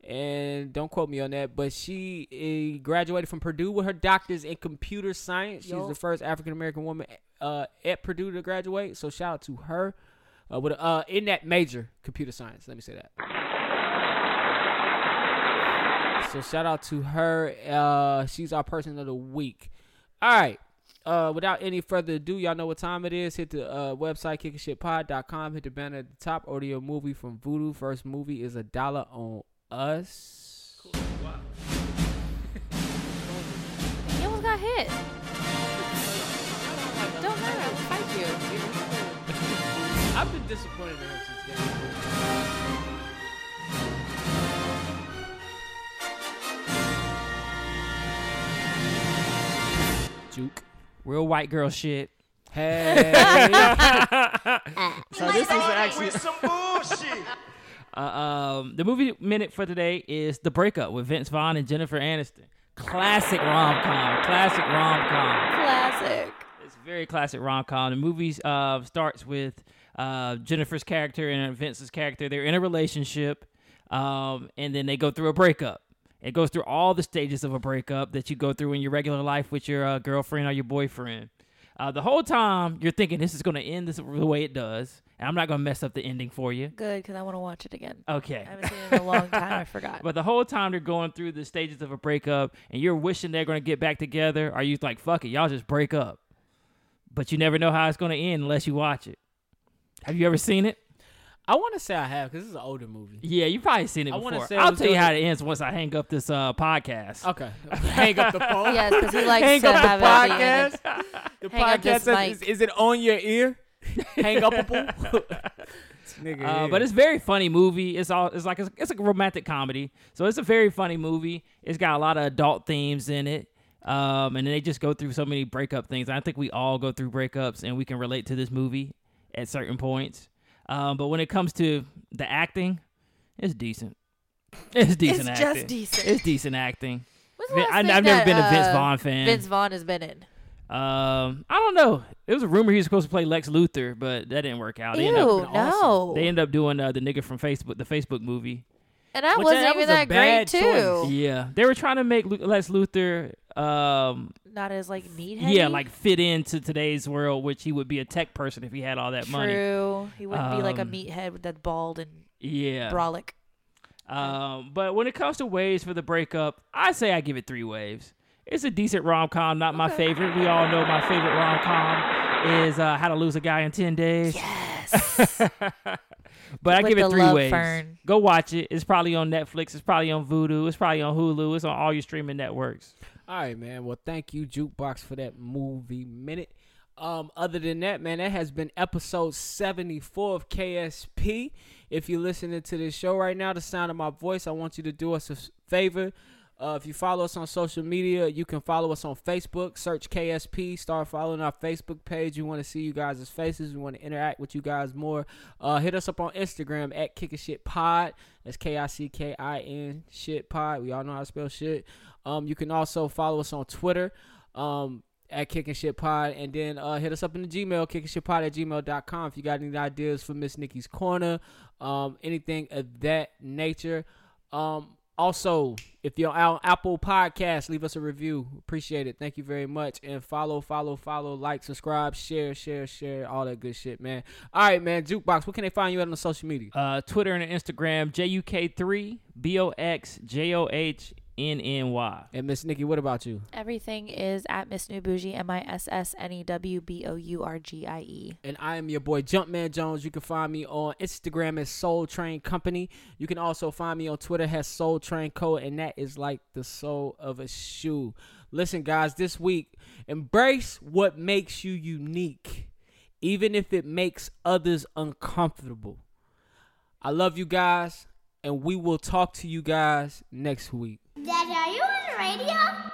Speaker 3: And don't quote me on that, but she uh, graduated from Purdue with her doctor's in computer science. She's
Speaker 4: Yo.
Speaker 3: the first African American woman uh, at Purdue to graduate. So shout out to her uh, with uh, in that major, computer science. Let me say that. So shout out to her. Uh, she's our person of the week. All right. Uh, without any further ado, y'all know what time it is. Hit the uh, website kickingshitpod.com. Hit the banner at the top. Order your movie from Voodoo. First movie is a dollar on us.
Speaker 4: He almost got hit. Don't matter. I'll fight you.
Speaker 3: I've been disappointed in her since then. Juke.
Speaker 2: Real white girl shit.
Speaker 3: Hey. so this is actually
Speaker 2: Uh, um, the movie minute for today is The Breakup with Vince Vaughn and Jennifer Aniston. Classic rom com. Classic rom com.
Speaker 4: Classic.
Speaker 2: It's a very classic rom com. The movie uh, starts with uh, Jennifer's character and Vince's character. They're in a relationship, um, and then they go through a breakup. It goes through all the stages of a breakup that you go through in your regular life with your uh, girlfriend or your boyfriend. Uh, the whole time you're thinking this is going to end this the way it does, and I'm not going to mess up the ending for you.
Speaker 4: Good, because I want to watch it again.
Speaker 2: Okay.
Speaker 4: I haven't seen it in a long time. I forgot.
Speaker 2: But the whole time they're going through the stages of a breakup and you're wishing they're going to get back together, or you like, fuck it, y'all just break up. But you never know how it's going to end unless you watch it. Have you ever seen it?
Speaker 3: I want to say I have because this is an older movie.
Speaker 2: Yeah, you've probably seen it
Speaker 3: I wanna
Speaker 2: before.
Speaker 3: say it
Speaker 2: I'll
Speaker 3: was
Speaker 2: tell you
Speaker 3: good.
Speaker 2: how it ends once I hang up this uh, podcast.
Speaker 3: Okay, hang up the phone.
Speaker 4: yes, because he likes
Speaker 3: hang
Speaker 4: to
Speaker 3: up
Speaker 4: have
Speaker 3: the
Speaker 4: it. at the end.
Speaker 3: podcast. The
Speaker 4: Hang up
Speaker 3: podcast
Speaker 4: this
Speaker 3: says, is,
Speaker 4: mic.
Speaker 3: is it on your ear? hang upable. Nigga,
Speaker 2: Uh,
Speaker 3: yeah.
Speaker 2: but it's very funny movie. It's all it's like it's, it's a romantic comedy, so it's a very funny movie. It's got a lot of adult themes in it, um, and then they just go through so many breakup things. I think we all go through breakups, and we can relate to this movie at certain points. Um, but when it comes to the acting, it's decent. It's decent.
Speaker 4: It's just
Speaker 2: acting.
Speaker 4: decent.
Speaker 2: It's decent acting.
Speaker 4: When's the
Speaker 2: Vin-
Speaker 4: last
Speaker 2: I, I've
Speaker 4: thing
Speaker 2: never
Speaker 4: that,
Speaker 2: been a Vince
Speaker 4: uh,
Speaker 2: Vaughn fan.
Speaker 4: Vince Vaughn has been in.
Speaker 2: Um, I don't know. It was a rumor he was supposed to play Lex Luthor, but that didn't work out. They
Speaker 4: Ew,
Speaker 2: ended up-
Speaker 4: no.
Speaker 2: they end up doing uh, the nigga from Facebook, the Facebook movie.
Speaker 4: and that
Speaker 3: Which uh,
Speaker 4: wasn't
Speaker 3: that
Speaker 4: even
Speaker 3: was a
Speaker 4: that great
Speaker 3: bad
Speaker 4: too.
Speaker 3: choice.
Speaker 2: Yeah, they were trying to make Lu- Lex Luthor, um,
Speaker 4: Not as like meathead.
Speaker 2: yeah, like fit into today's world, which he would be a tech person if he had all that money.
Speaker 4: true. He wouldn't be like a
Speaker 2: Um,
Speaker 4: meathead with that bald and
Speaker 2: Yeah.
Speaker 4: brolic.
Speaker 2: Um, but when it comes to waves for the breakup, I say I give it three waves. It's a decent rom com, not my favorite. We all know my favorite rom com is uh, How to Lose a Guy in Ten Days.
Speaker 4: Yes.
Speaker 2: But I
Speaker 4: With
Speaker 2: give it
Speaker 4: the
Speaker 2: three
Speaker 4: love
Speaker 2: ways.
Speaker 4: fern.
Speaker 2: Go watch it. It's probably on Netflix. It's probably on Vudu. It's probably on Hulu. It's on all your streaming networks.
Speaker 3: All right, man. Well, thank you, Jukebox, for that movie minute. Um, other than that, man, that has been episode 74 of KSP. If you're listening to this show right now, the sound of my voice, I want you to do us a s- favor. Uh, if you follow us on social media, you can follow us on Facebook. Search KSP. Start following our Facebook page. We want to see you guys' faces. We want to interact with you guys more. Uh, hit us up on Instagram at Kick a Shit Pod. That's K I C K I N Shit Pod. We all know how to spell shit. Um, you can also follow us on Twitter um, at Kicking Shit Pod. And then uh, hit us up in the Gmail, kickingshitpod at gmail.com if you got any ideas for Miss Nikki's Corner, um, anything of that nature. Um, also, if you're on Apple Podcasts, leave us a review. Appreciate it. Thank you very much. And follow, follow, follow, like, subscribe, share, share, share, all that good shit, man. All right, man. Jukebox, where can they find you at on the social media?
Speaker 2: Uh, Twitter and Instagram, JUK3BOXJOHNNY.
Speaker 3: And Miss Nikki, what about you?
Speaker 4: Everything is at Miss New Bougie, M I S S N E W B O U R G I E.
Speaker 3: And I am your boy Jumpman Jones. You can find me on Instagram as Soul Train Company. You can also find me on Twitter as Soul Train Co. And that is like the soul of a shoe. Listen, guys, this week, embrace what makes you unique. even if it makes others uncomfortable. I love you guys, and we will talk to you guys next week.
Speaker 6: Daddy, are you on the radio?